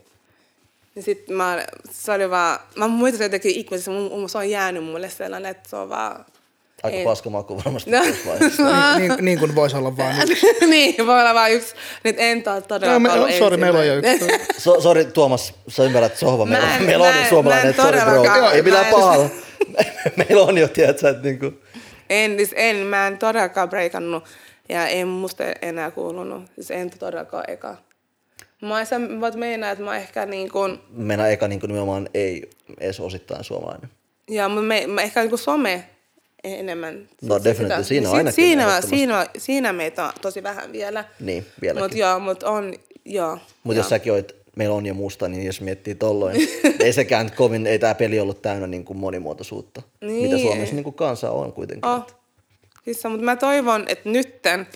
Niin sit mä, se oli vaan, mä muistan sen jotenkin ikuisesti, mun, mun, se on jäänyt mulle sellainen, että se on vaan...
Aika
ei-
paska maku varmasti.
No.
tässä vaiheessa.
Niin, niin, niin kuin voisi olla vaan.
niin, voi olla vaan yksi. Nyt en taas todella
No, me,
ollut
oh, sorry, meillä on jo yksi.
ensimmäinen.
So, sori Tuomas, sä ymmärrät sohva. Meillä,
Mä en-
meillä on
mä en- mä
suomalainen,
en
sorry bro.
todellakaan-
Joo, ei
mä
millään
en-
pahalla. meillä on jo, tiedätkö, että niinku,
en, siis en, mä en todellakaan breikannut. Ja en musta enää kuulunut. Siis en todellakaan eka. Mä en sä voit meinaa, että mä ehkä niin kuin,
mennään eka niinku nimenomaan ei edes osittain suomalainen.
ja mä, me, mä ehkä niin kuin some e- enemmän.
No definitely, siinä
Si-
ainakin
Siinä, mä-
ehdottomasti.
siinä, siinä meitä on tosi vähän vielä.
Niin, vieläkin.
Mut joo, mut on, joo.
Mutta jos säkin oot, meillä on jo musta, niin jos miettii tolloin, ei sekään nyt kovin, ei tämä peli ollut täynnä niin kuin monimuotoisuutta, niin.
Niin.
mitä Suomessa niin kuin kansa on kuitenkin.
Oh. Siis, mutta mä toivon, että nytten,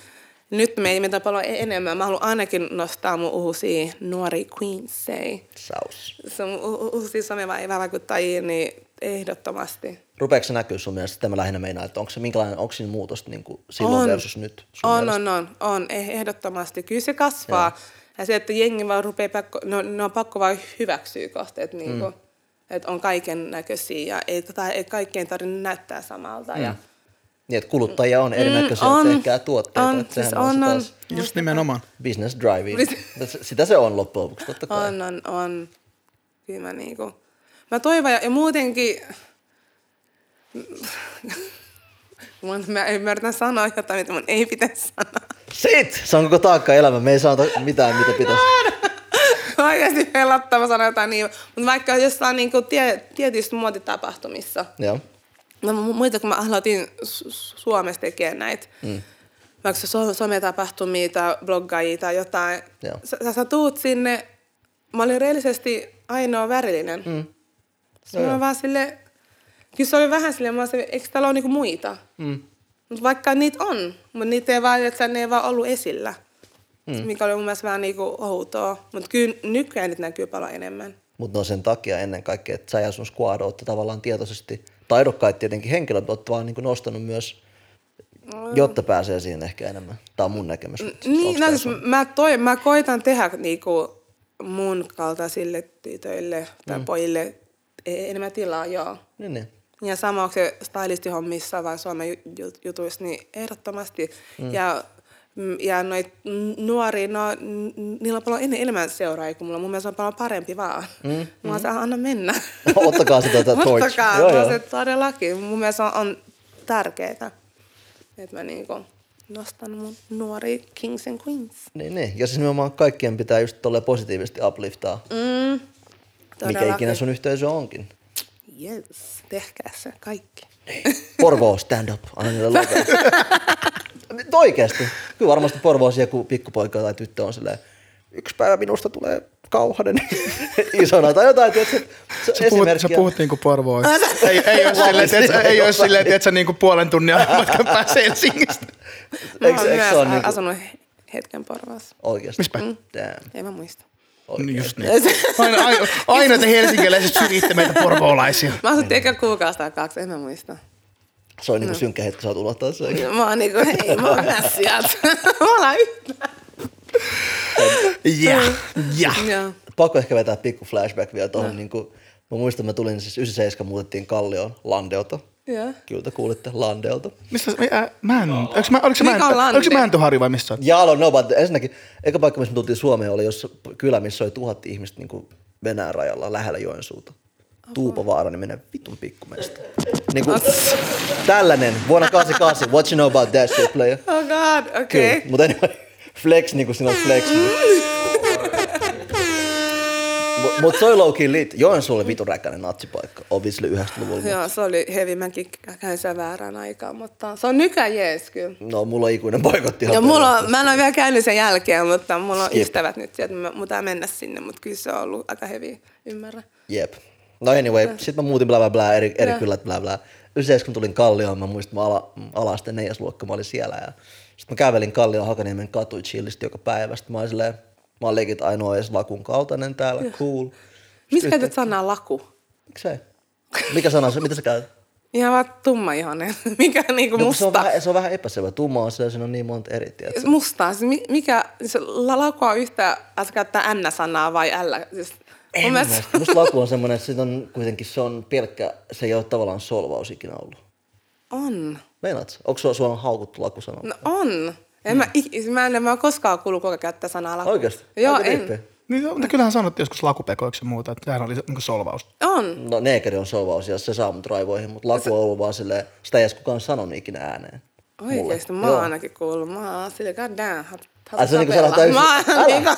nyt me ei meitä paljon enemmän. Mä haluan ainakin nostaa mun uusia nuori queensei.
Saus.
Se on mun u- u- uusia somevaikuttajia, niin ehdottomasti.
Rupeeko se näkyy sun mielestä? Tämä lähinnä meinaa, että onko se minkälainen, onko siinä muutosta niin kuin silloin on. versus nyt? sun
on,
mielestä?
on, on, on, eh- ehdottomasti. Kyllä se kasvaa. Ja, se, että jengi vaan rupeaa, pakko, no, ne on pakko vaan hyväksyä kohta,
Mm.
että niinku, et on kaiken näköisiä ja ei, tai ei kaikkien tarvitse näyttää samalta. Ja,
Niin, että kuluttajia on erinäköisiä,
on.
mm, tehkää tuotteita.
On,
että sehän
siis
on, se
on,
taas
Just nimenomaan.
business drive.
Business-
Sitä se on loppujen lopuksi, totta kai.
On, on, on. Kyllä mä niinku... Mä toivon, ja, ja muutenkin... Mun, mä ymmärrän sanoa jotain, mitä mun ei pitäisi sanoa.
Sit! Se on koko taakka elämä. Me ei saata mitään, mitä pitäisi.
Oikeasti pelottava sanoa jotain niin. Mutta vaikka jossain niinku tie, tietyissä muotitapahtumissa.
Joo.
No mu- muita, kun mä aloitin Su- Su- Suomessa tekemään näitä. Mm. Vaikka so- sometapahtumia tai bloggaajia tai jotain.
Joo.
Sä, sä, sä tuut sinne. Mä olin reellisesti ainoa värillinen. Mm. Sitten mä olin vaan sille, kyllä se oli vähän silleen, mä olin silleen, eikö täällä ole niinku muita? Mm. Mutta vaikka niitä on, mutta niitä ei vaan, että ne ei vaan ollut esillä. Mm. Mikä oli mun mielestä vähän niinku outoa. Mutta kyllä nykyään niitä näkyy paljon enemmän.
Mutta no sen takia ennen kaikkea, että sä ja sun squad ootte tavallaan tietoisesti taidokkaat tietenkin henkilöt, mutta oot vaan niin nostanut myös, jotta pääsee siihen ehkä enemmän. Tämä on mun näkemys. mut siis onks
Mm. Niin, no
tää
siis
sun-
mä, toi, mä koitan tehdä niinku mun kaltaisille tytöille tai mm. pojille e- enemmän tilaa, joo.
niin, niin.
Ja sama onko se stylistihommissa vai Suomen ju- ju- jutuissa, niin ehdottomasti. Mm. Ja, mm, ja noit n- nuori, no, n- niillä on paljon en- enemmän seuraajia kuin mulla. Mun mielestä se on paljon parempi vaan. Mm. Mä oon se, anna mennä.
Ottakaa se tuota torch.
Ottakaa,
Joo,
joo,
joo.
se todellakin. Mun mielestä on, on tärkeää, että mä niinku nostan mun nuori kings and queens.
Niin, niin. Ja siis nimenomaan kaikkien pitää just tolleen positiivisesti upliftaa, mikä
Mm, Todellakin.
ikinä sun yhteisö onkin.
Yes, tehkää se kaikki.
Porvoo, stand up, anna niille lopeta. Nyt Niin Oikeesti. Kyllä varmasti Porvoossa joku pikkupoika tai tyttö on silleen, yksi päivä minusta tulee kauhanen isona tai jotain. Tiedätkö, se,
Sä puhut, sä puhut niinku Porvoa. Ei, ei ole silleen,
Lapista
tietsä, ei ole
jossain.
silleen, tietsä, niinku puolen tunnin matkan päässä Helsingistä.
Mä
Eikö,
oon
eikö
myös Mm.
se ole
a-
niinku,
asunut he- hetken Porvassa.
oikeesti?
Mispäin?
Damn.
En mä muista.
Oikein.
Just niin. Aina, aina, aina te helsinkiläiset syrjitte meitä porvoolaisia.
Mä asuttiin ehkä kuukausi tai kaksi, en mä muista.
Se on niinku
Mm.
synkkä hetki, sä oot unohtaa se.
Mä oon niinku, hei, mä oon nää sieltä. Mä ollaan yhtä.
Ja, ja.
Joo.
Pakko ehkä
Mm.
vetää pikku flashback vielä tuohon. Niinku, mä muistan, mä tulin siis 97, muutettiin Kallion Landeota.
Joo.
Kyllä te kuulitte Landelta.
Mistä se, äh, mä en, onks mä, oliko se mä en,
Mika Lande.
onko se mä en harri vai missä? sä oot?
Jaalo, no, but ensinnäkin, eka paikka, missä me tultiin Suomeen, oli jos kylä, missä oli tuhat ihmistä niin kuin Venäjän rajalla lähellä Joensuuta. Tuupavaara niminen vitun pikkumestä. Niin kuin, tällainen, vuonna 88, what you know about that shit player?
Oh god,
Kyllä,
okei.
okay. mutta anyway, flex niin kuin siinä on flex. Mutta mut se oli low key lit. Joensuu oli vitun räkkäinen natsipaikka, obviously 90-luvulla. mut-
Joo, se oli heavy. Mäkin käyn sen väärään aikaan, mutta se on nykyään jees kyllä.
No, mulla on ikuinen boikotti. ihan
Ja mulla on,
periaatteessa.
mä en ole vielä käynyt sen jälkeen, mutta mulla on
Skip.
ystävät nyt, sieltä, että mun pitää mennä sinne, mutta kyllä se on ollut aika heavy, ymmärrän.
Jep. No anyway,
Äh.
sit mä muutin bla bla bla, eri, eri
Joo.
kylät bla bla. 97 kun tulin Kallioon, mä muistin, mä ala, alasten neljäsluokka, mä olin siellä. Ja sit mä kävelin Kallion Hakaniemen katuja chillisti joka päivä. Sit mä olin silleen, mä oon legit ainoa edes lakun kaltainen täällä, cool.
Mistä käytät sanaa laku?
Miksei? Mikä sana se, mitä sä käytät?
Ihan vaan tumma ihanen, mikä niinku
No, kun se, on
musta.
vähän, se on vähän epäselvä. Tumma on se, siinä on niin monta eri, tiedätkö?
Mustaa, siis mi- mikä, siis la- laku on yhtä, että käyttää n-sanaa vai l. Siis, mun mielestä,
Mielestä- Musta laku on semmoinen, että sit on kuitenkin se on pelkkä, se ei ole tavallaan solvaus ikinä ollut.
on,
Meinaat, onko sua, sua on haukuttu lakusana?
no on. En mä, ik- siis mä, en, mä en koskaan kuullut, kuka käyttää sanaa laku.
Oikeasti?
Joo,
Aika
en.
diippiä.
Niin, joo, mutta kyllähän sanottiin joskus lakupekoiksi ja muuta, että sehän oli se- niinku solvaus.
On.
No neekeri on solvaus ja se saa mut raivoihin, mutta laku on ollut vaan silleen, sitä ei edes kukaan sanonut ikinä ääneen. Mulle.
Oikeesti, mä
Joo.
oon ainakin kuullut. Mä oon sille, god damn, has- has-
Ai se on niinku
tapella.
sanotaan,
Mä oon niinku,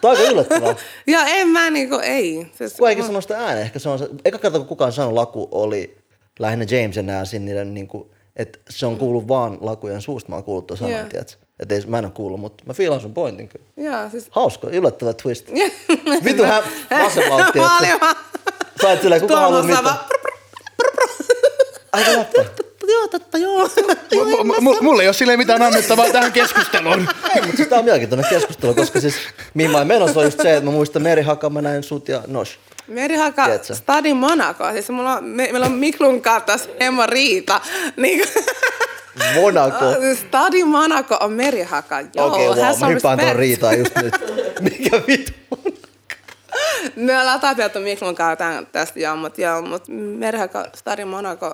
Tuo on aika yllättävää.
joo, en mä niinku, ei. Siis,
Kukaan eikä sano sitä ääneen. Ehkä se on se, eka kerta kun kukaan sanoi laku oli lähinnä Jamesin äänsi, niiden niinku, että se on kuullut vaan lakujen suusta, mä oon kuullut tuon sanan,
Joo.
tiedätkö? Että ei, mä en oo kuullut, mutta mä fiilaan sun pointin kyllä.
Joo, siis...
Hauska, yllättävä twist. Vitu hän vasemmalti,
Mä olin
että
vaan
sä et silleen, kuka haluaa
tuomassa
mitään.
vaan.
Aika läppä. Joo, totta, joo.
M- m- m- mulla ei ole silleen mitään annettavaa tähän keskusteluun.
Ei, mutta siis tää on mielenkiintoinen keskustelu, koska siis mihin mä oon menossa on just se, että mä muistan Meri Hakan, mä näin sut ja Nosh.
Merihaka
Tiedätkö?
Stadi Monaco. Siis mulla on, me, meillä on Miklun kautta hemmo riita. Niin,
Monaco.
Stadi Monaco on Merihaka. Ah, Joo,
Okei, okay, wow,
has
mä
some
hyppään tuon
respect.
riitaan just nyt. Mikä vitu?
Me ollaan tapeltu Miklun kautta tästä, joo, mutta joo, mut Merihaka Stadi Monaco.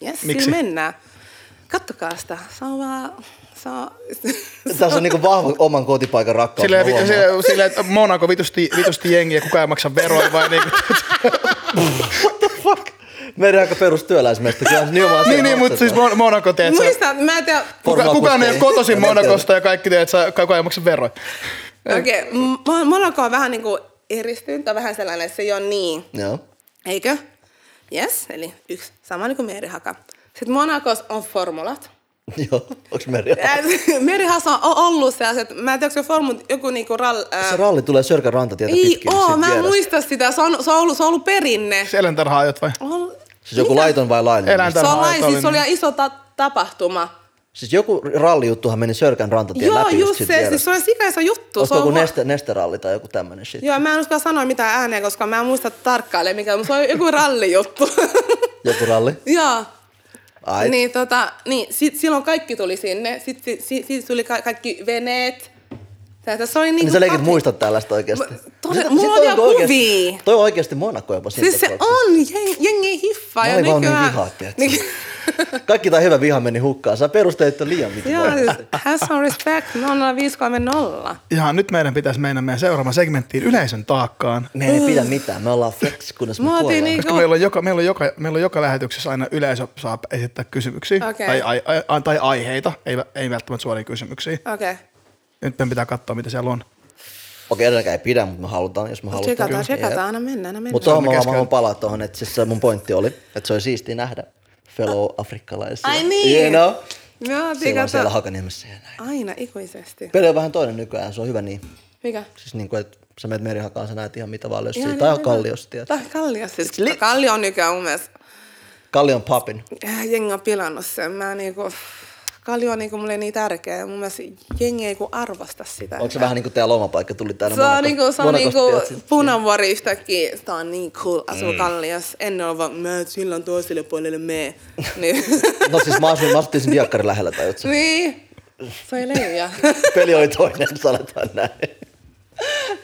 Jes,
Miksi?
sillä mennään. Kattokaa sitä. Se on vaan... Se on...
Tässä on niinku vahva oman kotipaikan rakkaus.
Silleen,
mä
vi-
huomaan.
silleen, silleen, että Monaco vitusti, vitusti jengiä, kukaan ei maksa veroja vai niinku.
Fuck. Meri Hakka perus työläismestä. Kyllä se nimenomaan se
Niin, niin,
on
mutta siis
vastataan.
Mon- Monaco, teet sä,
Muistan, mä en tiedä,
kuka, kukaan ei ole kotoisin
En mä tiedä.
Monacosta ja kaikki teet sä, kukaan ei maksa veroja.
Okei, okay. Monaco on vähän niin kuin eristynyt, on vähän sellainen, että se ei ole niin,
Joo.
eikö? Yes, eli yksi, sama niin kuin merihaka. Sitten Monacos on formulat.
Joo, onks Meri Hakka?
Merihas on o- ollut sellaiset, mä en tiedä, onko se formulat joku niinku rall...
Se
Ää,
ralli tulee Sörkän rantatietä
ei
pitkin.
oo,
siitä
mä en
vierestä.
muista sitä, se on, se on, ollut, se on ollut perinne. Se,
Eläintarhaa ajot vai?
on,
Siis joku laiton vai laillinen?
Eläintä-
se, on lai,
Haitallinen.
siis se oli ihan iso ta- tapahtuma.
Siis joku rallijuttuhan meni Sörkän rantatien
Joo,
läpi
just
siitä
se, siis
vierestä.
se on sikaiso juttu.
Olisiko
se on
joku
va-
neste, nesteralli tai joku tämmönen shit?
Joo, mä en uskalla sanoa mitään ääneen, koska mä en muista tarkkailemaan mikä, mutta se on joku rallijuttu.
Joku ralli?
Joo.
Ai,
Niin, tota, niin sit, silloin kaikki tuli sinne. Sitten si, si, si, tuli ka, kaikki veneet. Tätä, se oli niinku
Niin sä leikit
kati-
muistat tällaista Niin, oikeasti.
Mä- tosi- mulla on vielä kuvia.
Toi on oikeasti Monaco jopa siinä
Siis se
tapauksessa.
on, jeng, jengi hiffaa.
Mä
ja
olin vaan niin
nykyään-
vihaa, tiedätkö?
Niin-
Kaikki tää hyvä viha meni hukkaan. Sä perustelit ton liian mitään.
Joo, siis have some respect, 00530.
Ihan nyt meidän pitäisi mennä meidän seuraavaan segmenttiin yleisön taakkaan.
Me ei pidä mitään, me ollaan flex, kunnes me
Mä otin
kuollaan.
niinku-
Koska meillä on, joka, meillä, on joka, meillä on joka lähetyksessä aina yleisö saa esittää kysymyksiä
Okei.
tai, ai, ai, tai aiheita, ei, vä- ei välttämättä suoria kysymyksiä.
Okei.
Nyt meidän pitää katsoa, mitä siellä on.
Okei, edelläkään ei pidä, mutta me halutaan, jos me halutaan.
Tsekataan, tsekataan, anna mennä, anna mennä.
Mutta tuohon
Me
mä
kesken-
haluan palaa tuohon, että siis se mun pointti oli, että se oli siistiä nähdä fellow afrikkalaisia.
Ah. Ai niin.
You know?
Mä otin
Silloin siellä
kato.
Hakaniemessä ja näin.
Aina ikuisesti.
Peli on vähän toinen nykyään, se on hyvä niin.
Mikä?
Siis niin kuin, että sä menet merihakaan, sä näet ihan mitä vaan lössiä.
Ihan
Tai
ihan-
on kalliossa, tiedät.
Tai Kallio, siis
It's lit.
Kallio on nykyään mun mielestä
Kallion papin.
Äh, jengi on pilannut sen. Mä niinku, kalju on niinku mulle niin tärkeä ja mun mielestä jengi ei ku arvosta sitä.
Onko se vähän niin kuin teidän lomapaikka tuli täällä
se on
Monakosta-
niinku, se on
Monakosta,
niinku
tiedät, sit-
punavuori yhtäkkiä. Tää on niin cool, asuu mm. kallios. Ennen on vaan, mä et silloin toiselle puolelle mee. Niin.
No siis mä asuin, mä asuttiin sen diakkarin lähellä, tai
niin. Se ei leijä.
Peli oli toinen, sanotaan näin.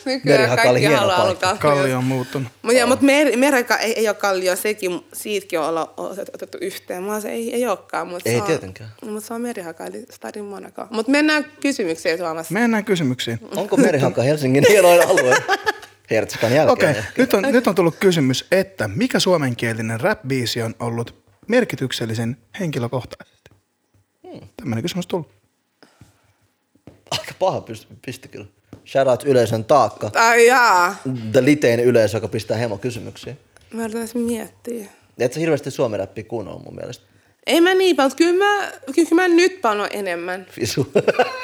Nykyään
Merihakka oli
kaikki
hieno
haluaa olla
paikka.
Kallio
kallio.
on muuttunut.
Mutta mut mer, merikka ei, ei ole kallio, sekin, siitäkin on olla- otet- otettu yhteen. Mä oon se ei, ei olekaan. Mut
Ei
se on,
tietenkään.
Mutta se on merihaka, eli Stadin Monaco. Mutta mennään kysymykseen Suomessa.
Mennään kysymyksiin.
Onko Merihakka Helsingin hienoin alue? Hertsikan
Okei,
jälkeen.
okay. nyt, on, nyt on tullut kysymys, että mikä suomenkielinen rap-biisi on ollut merkityksellisen henkilökohtaisesti? Hmm. Tämmöinen kysymys tullut.
Aika paha pist- pisti kyllä. Shoutout yleisön taakka.
Ai jaa.
The litein yleisö, joka pistää hemo kysymyksiä.
Mä yritän edes miettiä.
Et sä hirveästi suomiräppiä kuunnella mun mielestä.
Ei mä niin paljon, kyllä mä, kyllä mä nyt paljon enemmän.
Fisu.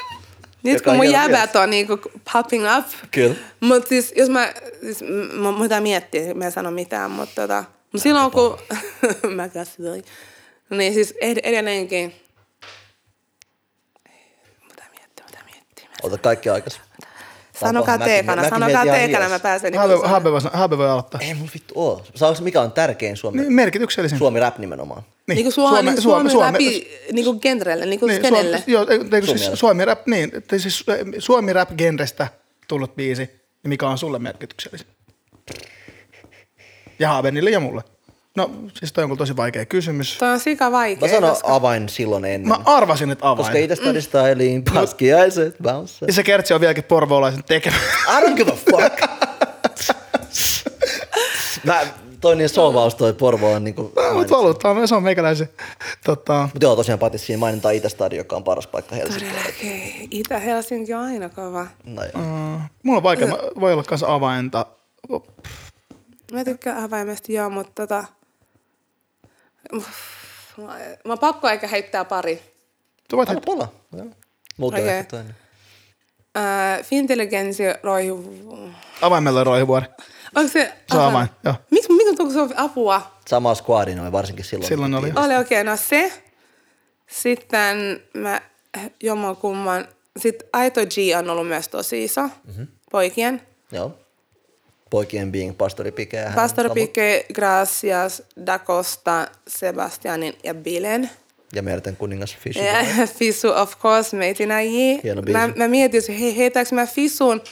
Nyt
Joka
kun mun
hieno
jäbät on niinku popping up.
Kyllä.
Mutta siis, jos mä, siis m- mä, mä pitää miettiä, mä en sano mitään, mutta tota, mut silloin kun, mä käsitellin, niin siis ed- edelleenkin, mitä miettiä, mitä miettiä. mä-
Ota kaikki aikas.
Sanokaa
Mäkin-
teekana,
mäkin
sanokaa
mietin ihan
teekana, mä
hiljaa.
pääsen. niinku
Haabe,
sanomaan.
haabe, voi, haabe voi aloittaa.
Ei mulla vittu oo. Saanko mikä on tärkein suomi,
Mm.
Niin,
niin.
merkityksellisen.
suomi rap nimenomaan?
Niin,
Niinku Suome, Suome, Suome, läpi, niinku genrelle, niinku
niin,
skenelle.
Suomi, joo, ei, ei, kun
Suomi-rap.
siis suomi rap, niin, tai siis eh, suomi rap genrestä tullut biisi, niin mikä on sulle merkityksellisin? Ja Haabenille ja mulle. No, siis toi on kyllä tosi vaikea kysymys.
Toi on sika
Mä
vaikea.
sanon
koska- Mm.
avain silloin ennen.
Mä arvasin, että avain.
koska itse stadista eli paskiaiset bounce.
Ja se kertsi on vieläkin porvoolaisen tekemä.
I don't give a fuck. Mä, toi niin solvaus toi Porvo on niinku...
Mut valuttaa, se on meikäläisen. Tota,
Mutta joo, tosiaan Patis siinä mainitaan Itästadi, joka on paras paikka Helsinki.
Todellakin. Itä-Helsinki on aina kova.
No
Mm.
joo.
mm, mulla on vaikea, mä, voi olla kanssa avainta.
Mä tykkään avaimesta, joo, mutta tota... Mä, mä oon pakko eikä heittää pari.
Sä voit
Anna
heittää.
pola. Joo. Muuten
Okei.
okay. ehkä toinen.
Äh, Fintelligenssi roihu...
Avaimella roihivuori.
Onko se...
Se on avain, joo.
Miksi miksi onko se on apua?
Sama squadi noin varsinkin silloin.
Silloin oli.
Oli okei, okay, no se. Sitten mä jommankumman... Sitten Aito G on ollut myös tosi iso.
Mhm.
Mm-hmm. Poikien.
Joo. Poikien being pastori Pike.
Pastor Pique, Gracias, Dacosta, Sebastianin ja Bilen.
Ja Merten kuningas Fish.
Yeah, Fisu, of course, meitinä J.
Hieno biisi.
Mä, mä mietin, jos he, heitäks mä Fisun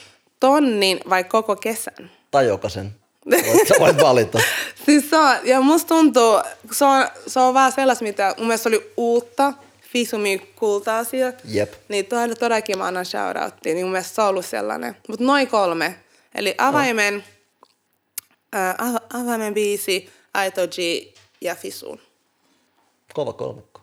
tonnin vai koko kesän.
Tai jokaisen.
Niin.
Voit, sä voit valita.
Siis se on, ja musta tuntuu, se on, se on vähän sellaista, mitä mun mielestä oli uutta. Fisu myy kulta-asia.
Jep.
Niin todella, todellakin mä annan shoutouttia, niin mun mielestä se on ollut sellainen. Mut noin kolme. Eli avaimen, ää, ava- avaimen biisi, Aito G ja Fisun.
Kova kolmikko.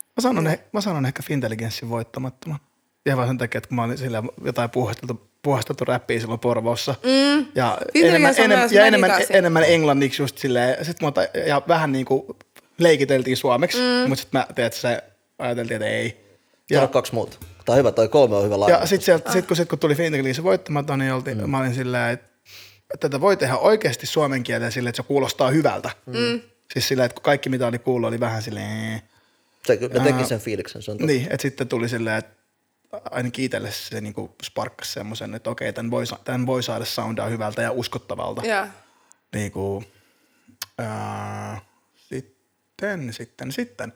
Mä sanon, eh- mä sanon ehkä Fintelligenssin voittamattoman. Ihan vaan sen takia, että kun mä olin sillä jotain puhasteltu, puhasteltu räppiä silloin Porvoossa. Mm. Ja, enemmän,
Fintelligens on
enemmän,
myös
ja enemmän,
välikasin.
enemmän englanniksi just silleen. Sit mä, otan- ja vähän niin kuin leikiteltiin suomeksi, mm. mutta sitten mä teet se, ajateltiin, että ei.
Ja. Sano kaksi muuta. Tää on hyvä, toi kolme on hyvä laina.
Ja sitten sit, kun, sit, kun tuli Fintelligenssi voittamaton, niin oltiin, mm. mä olin sillä että tätä voi tehdä oikeasti suomen kielellä silleen, että se kuulostaa hyvältä. Mm. Siis sillä, että kun kaikki mitä oli kuullut oli vähän silleen... "Eh".
Se, kyllä- ne teki sen fiiliksen, se on totta.
Niin, että sitten tuli silleen, että ainakin itselle se niinku sparkkasi semmoisen, että okei, tämän voi, sa- tämän voi saada soundaa hyvältä ja uskottavalta.
Joo.
Niinku, ää, sitten, sitten, sitten.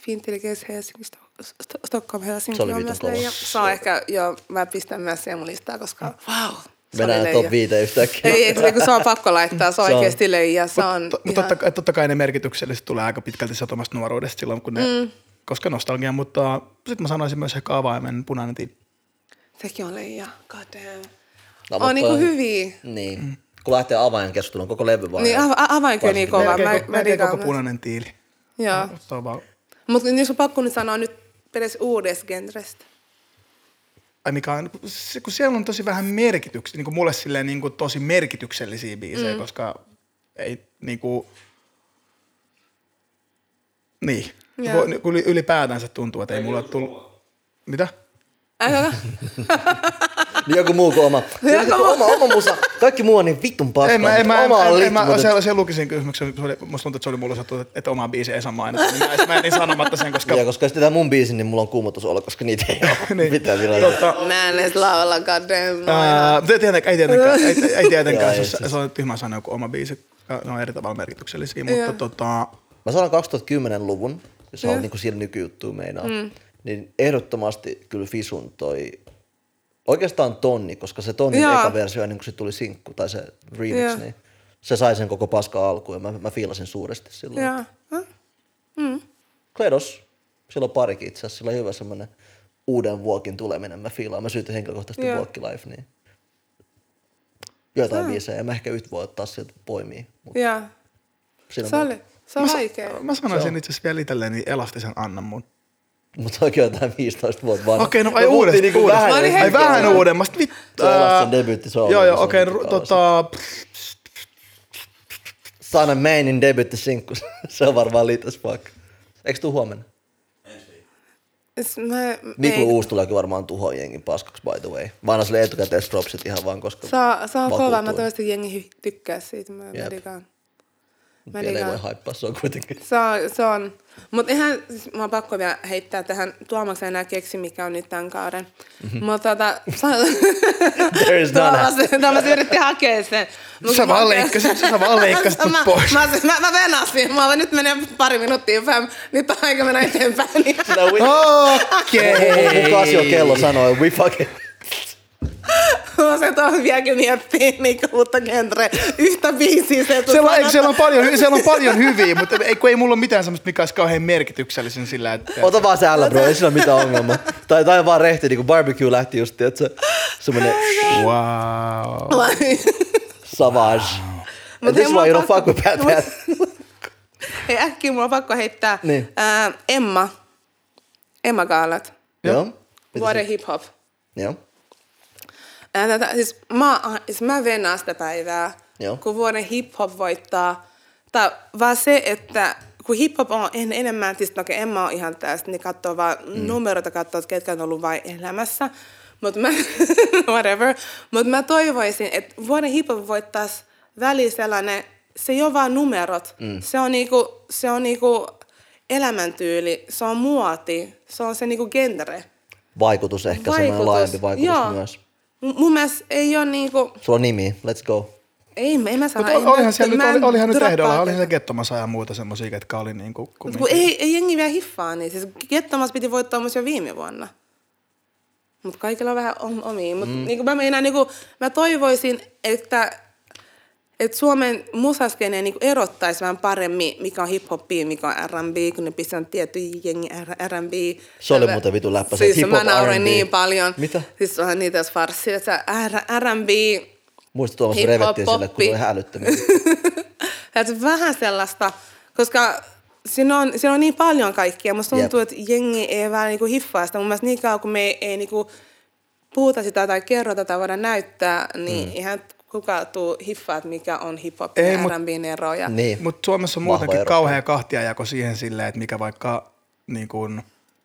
Fintelligens Helsinki, Sto- Sto- Stockholm, Helsinki
Se oli
on
vitun
myös
kova.
leija. Se on ehkä, joo, mä pistän myös siihen mun listaa, koska wow, se oli
Mm. Mennään top
leija.
viiteen yhtäkkiä.
Ei, ei, se, kun se on pakko laittaa, se on
Se on-
oikeasti leija, se on
Mutta
ihan...
totta, kai- totta kai ne merkitykselliset tulee aika pitkälti satomasta nuoruudesta silloin, kun ne, mm. koska nostalgia, mutta sitten mä sanoisin myös ehkä avaimen punainen tiivi.
Sekin on leija, god damn.
No,
On niinku
mutta-
hyviä.
Niin. Kun lähtee avainkeskusteluun, koko levy vaan.
Niin, a- a- avainkö niin kova. Mä,
Melkein,
mä
melkein koko
digaan myös.
punainen tiili.
Joo.
Se on vaan,
Mutta jos on pakko nyt sanoa nyt periaatteessa uudesta genrestä.
ai mikä on, se, kun siellä on tosi vähän merkityksiä, niin kuin mulle silleen niin kuin tosi merkityksellisiä biisejä, mm. koska ei niin kuin, niin,
Joo.
Voi- niin, kun yli- ylipäätänsä tuntuu, että ei, mulla ole tullut, mitä?
Äh,
Niin joku muu kuin oma. Siinä on oma, oma musa. Kaikki muu on niin vitun paskaa.
En mä, en mä, en,
oma on
en,
lit,
en, mä,
mutta-
se, se luki sen kysymyksen, se oli, musta tuntuu, että se oli mulle sattu, että, että omaa biisiä ei saa mainita, niin mä, en- mä en niin sanomatta sen, koska
Ja koska jos tehdään mun biisin, niin mulla on kuumotus olla, koska niitä ei ole.
Niin.
Mitä sillä
Totta.
mä en edes laula, god damn.
Ää, mutta ei tietenkään, ei tietenkään, ei, ei tietenkään
Joo,
se, se, se on tyhmä sanoa kuin oma biisi, koska ne on eri tavalla merkityksellisiä, mutta tota,
Mä sanon 2010-luvun, jos on niinku siellä nykyjuttuun meinaa, mm. niin ehdottomasti kyllä Fisun toi Oikeastaan tonni, koska se tonnin
Joo.
eka versio ennen kuin se tuli sinkku tai se remix,
Joo.
niin se sai sen koko paska alkuun ja mä, mä fiilasin suuresti silloin.
Joo. Huh?
Kledos, sillä on parikin itse asiassa, sillä on hyvä semmoinen uuden vuokin tuleminen. Mä fiilaan, mä syytän henkilökohtaisesti
Joo.
Walk Life, niin jotain biisejä. Mä ehkä yt voi ottaa sieltä poimia, mutta
Joo.
siinä
Se, oli, se on
Mä, sa-
vaikea.
mä sanoisin itse asiassa vielä itselleni niin elastisen annan mun.
Mutta toki on jotain 15 vuotta vanha.
Okei, no
Me
ai
puhuttiin niinku
uudestaan. uudestaan.
vähän
Mä olin
eri
ai
hetken
vähän
aikaa.
uudestaan. Vittu.
Se on
ää,
Elastin debyytti, se on
Joo,
ollut
joo,
iso
okei.
mittaus.
ru- Tota,
Sana Mainin debyttisinkku, se on varmaan liitos vaikka. Eikö tuu huomenna?
S- Mä,
Miklu
ei-
Uus tuleekin varmaan tuhoa jengin paskaksi, by the way. Mä annan sille etukäteen stropsit ihan vaan, koska
Se on, se on kova, mä
vakuutuin.
toivottavasti jengi hy- tykkää siitä, mä, mä
Jep.
digaan. Mä
Vielä ei voi
digaan.
haippaa, se on kuitenkin.
Se on, se on. Mutta ihan, siis mä oon pakko vielä heittää tähän, Tuomas ei enää keksi, mikä on nyt tämän kauden.
Mhm.
Mm-hmm. Mutta tota,
There is none.
Tuomas, Tuomas yritti hakea sen. Mut
Sä
kun mä-
vaan leikkasit, sä vaan leikkasit mut
Mä-
pois.
Mä, mä, mä venasin, mä olen, nyt menee pari minuuttia, fam. nyt on aika mennä eteenpäin.
Sillä
No
we...
Okei.
Mun Casio-kello sanoi, we fucking...
Mä se tuohon vieläkin miettii niinku uutta genreä, yhtä biisiä se tuu
Siellä, on-
sanota.
siellä, on paljon, siellä on paljon hyviä, mutta ei, kun ei mulla ole mitään semmoista, mikä olisi kauhean merkityksellisen sillä, että...
Ota vaan se älä bro, ei sillä ole mitään ongelmaa. Tai, tai vaan rehti, niin kuin barbecue lähti just, että se semmonen
Wow.
savage.
Mut
And this
ei
is
mua
why you don't
pakko-
fuck with Bad Bad.
Hei, äkkiä mulla on pakko heittää
Niin.
ää, Emma. Emma Gaalat.
Joo. Mitä
Vuoden
se-
hip-hop.
Joo.
Ää, Tätä, siis mä, siis mä venaan sitä päivää,
Joo.
kun vuoden hip-hop voittaa. Tai vaan se, että kun hip-hop on en, enemmän, siis no okei, en mä ole ihan tästä, niin katsoo vaan mm. numeroita, katsoo, että ketkä on ollut vain elämässä. Mutta mä, whatever. Mutta mä toivoisin, että vuoden hip-hop voittaisi väli sellainen, se ei ole vaan numerot. Mm. Se on niinku, se on niinku elämäntyyli, se on muoti, se on se niinku genre.
Vaikutus ehkä, semmoinen laajempi vaikutus
joo.
myös.
M- mun mielestä ei ole niinku,
Sulla on nimi, let's go.
ei, mä- en mä sano.
Mutta
ei mä-
olihan siellä
mä
nyt,
en
oli, olihan nyt
droppaa
ehdolla, olihan se
tätä.
Gettomassa ja muuta semmoisia, ketkä oli niinku
Mut
kumminkin.
kun ei, ei jengi vielä hiffaa, niin siis Gettomas piti voittaa myös jo viime vuonna. Mutta kaikilla on vähän om- omia. Mutta mm. niin mä meinaan, niin mä toivoisin, että, että Suomen musaskeneen niin erottaisi vähän paremmin, mikä on hip-hopia, mikä on R&B, kun ne pistää tietty jengi R- R&B.
Se oli muuten vitun läppä, se
Siis
hip-hop,
mä nauroin
R&B.
niin paljon.
Mitä?
Siis onhan niitä jos farssia, että R- R&B,
Muista tuolla, kun
Hip-hop,
revettiin sille, kun
poppi.
tuli ihan älyttömiä.
Että vähän sellaista, koska siinä on, siinä on niin paljon kaikkea. Musta tuntuu,
Jep.
että jengi ei vähän niinku hiffaa sitä. Mun mielestä niin kauan, kun me ei, ei niinku puhuta sitä tai kerrota tai voida näyttää, niin mm. ihan kuka tuu hiffaa, että mikä on hip-hop
Ei,
ja
mut-
R&B:n eroja.
Niin.
Mutta Suomessa on
Vahva
muutenkin
ero.
kauhea kahtiajako siihen silleen, että mikä vaikka, niin kun,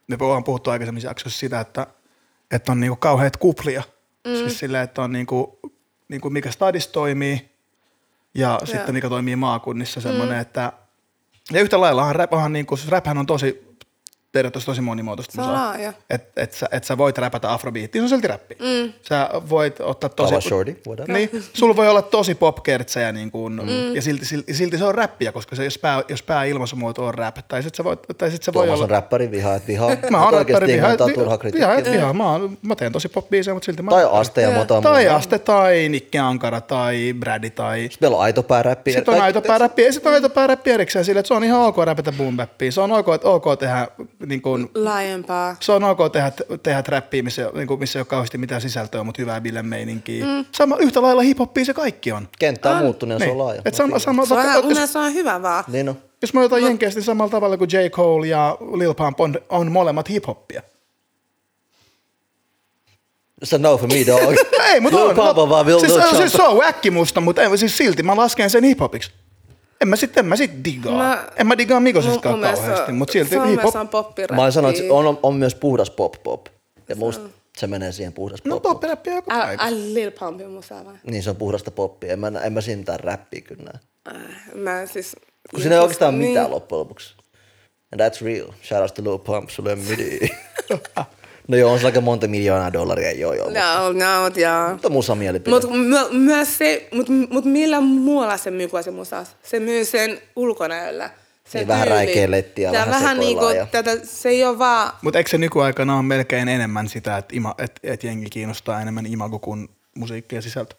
me ollaan puhuttu aikaisemmissa jaksoissa sitä, että, että on niinku kauheat kuplia. Mm. Siis silleen, että on niinku, niinku mikä stadis toimii ja, sitten mikä toimii maakunnissa semmoinen, mm. että... Ja yhtä laillahan rap, onhan niinku, siis raphän on tosi periaatteessa tosi monimuotoista
Se on laaja.
Että et sä, et sä voit räpätä afrobiittiä, se on silti räppi. Mm. Sä voit ottaa tosi...
Kava shorty, what up?
Niin, sulla voi olla tosi popkertsejä niin kuin, mm. ja silti, silti, silti, se on räppiä, koska se, jos, pää, jos pääilmaisumuoto on rap, tai sit se voi, tai sit se voi
Tuomas
olla...
on räppäri, vihaa, et vihaa.
Mä oon
Mut oikeesti
räppäri, viha,
jengi antaa
et-
turhaa
vi- viha, et
kritiikkiä.
viha, mä, oon- mä teen tosi pop-biisejä, mutta silti mä...
Tai aste ja
Joo.
mota
tai
muuta.
aste, tai Nikke Ankara, tai Brady, tai...
Meillä on aito pääräppi.
Sitten on aito pääräppiä, sit on aito pääräppiä erikseen sille, että se on ihan ok räpätä boom bappia. Se on ok, ok tehdä niin kuin,
Laajempaa.
se on ok tehdä, tehdä trappia, missä, niin kuin, missä ei ole kauheasti mitään sisältöä, mutta hyvää bilemeininkiä. Mm. Sama, yhtä lailla hiphoppia se kaikki on.
Kenttä on muuttunut ja se on laaja.
Niin. Et sama, sama,
Se on
vaikka-
vähän, mun
jos,
mielestä se on hyvä vaan.
Niin on.
jos mä otan jenkeästi niin samalla tavalla kuin J. Cole ja Lil Pump on, on molemmat hiphoppia.
Se no for me dog.
No Ei, mutta
Lil
on.
Pump
no,
on vaan Lil
siis,
Lil
on, siis
Chump.
se on äkkimusta, mutta en, siis silti mä lasken sen hiphopiksi. En mä sit, en mä sit digaa.
Mä-
en mä digaa
Mun-
Migosiskaan
mun mielestä
kauheasti,
on-
mutta silti
se on,
hiphop.
myös on poppiräppiä.
Mä oon sanonut, että on, on myös puhdas pop pop. Ja musta se menee siihen puhdas
No
pop pop.
popperäppiä joku
Ä-
paikka.
ä- Lil Pumpin musaa vai?
Niin se on puhdasta poppia. En mä, en mä siinä mitään räppiä kyllä näe.
Äh, Mä siis...
Kun siinä ei oikeastaan
Niin.
mitään loppujen lopuksi. And that's real. Shout out to Lil Pump, sulle ei ole midi. no joo, on sillä aika monta miljoonaa dollaria, joo joo. No.
No, no, jaa.
Mutta musa mielipide.
Mutta myös se, mut, mut millä muulla se myy kuin se musas? Se myy sen ulkonäöllä. se
Niin, vähän
tyyli.
räikeä letti ja vähän
vähän niinku,
sekoillaan ja-
tätä, se ei ole vaan,
Mutta eikö se nykyaikana ole melkein enemmän sitä, että ima, et, et jengi kiinnostaa enemmän imago kuin musiikki ja sisältö?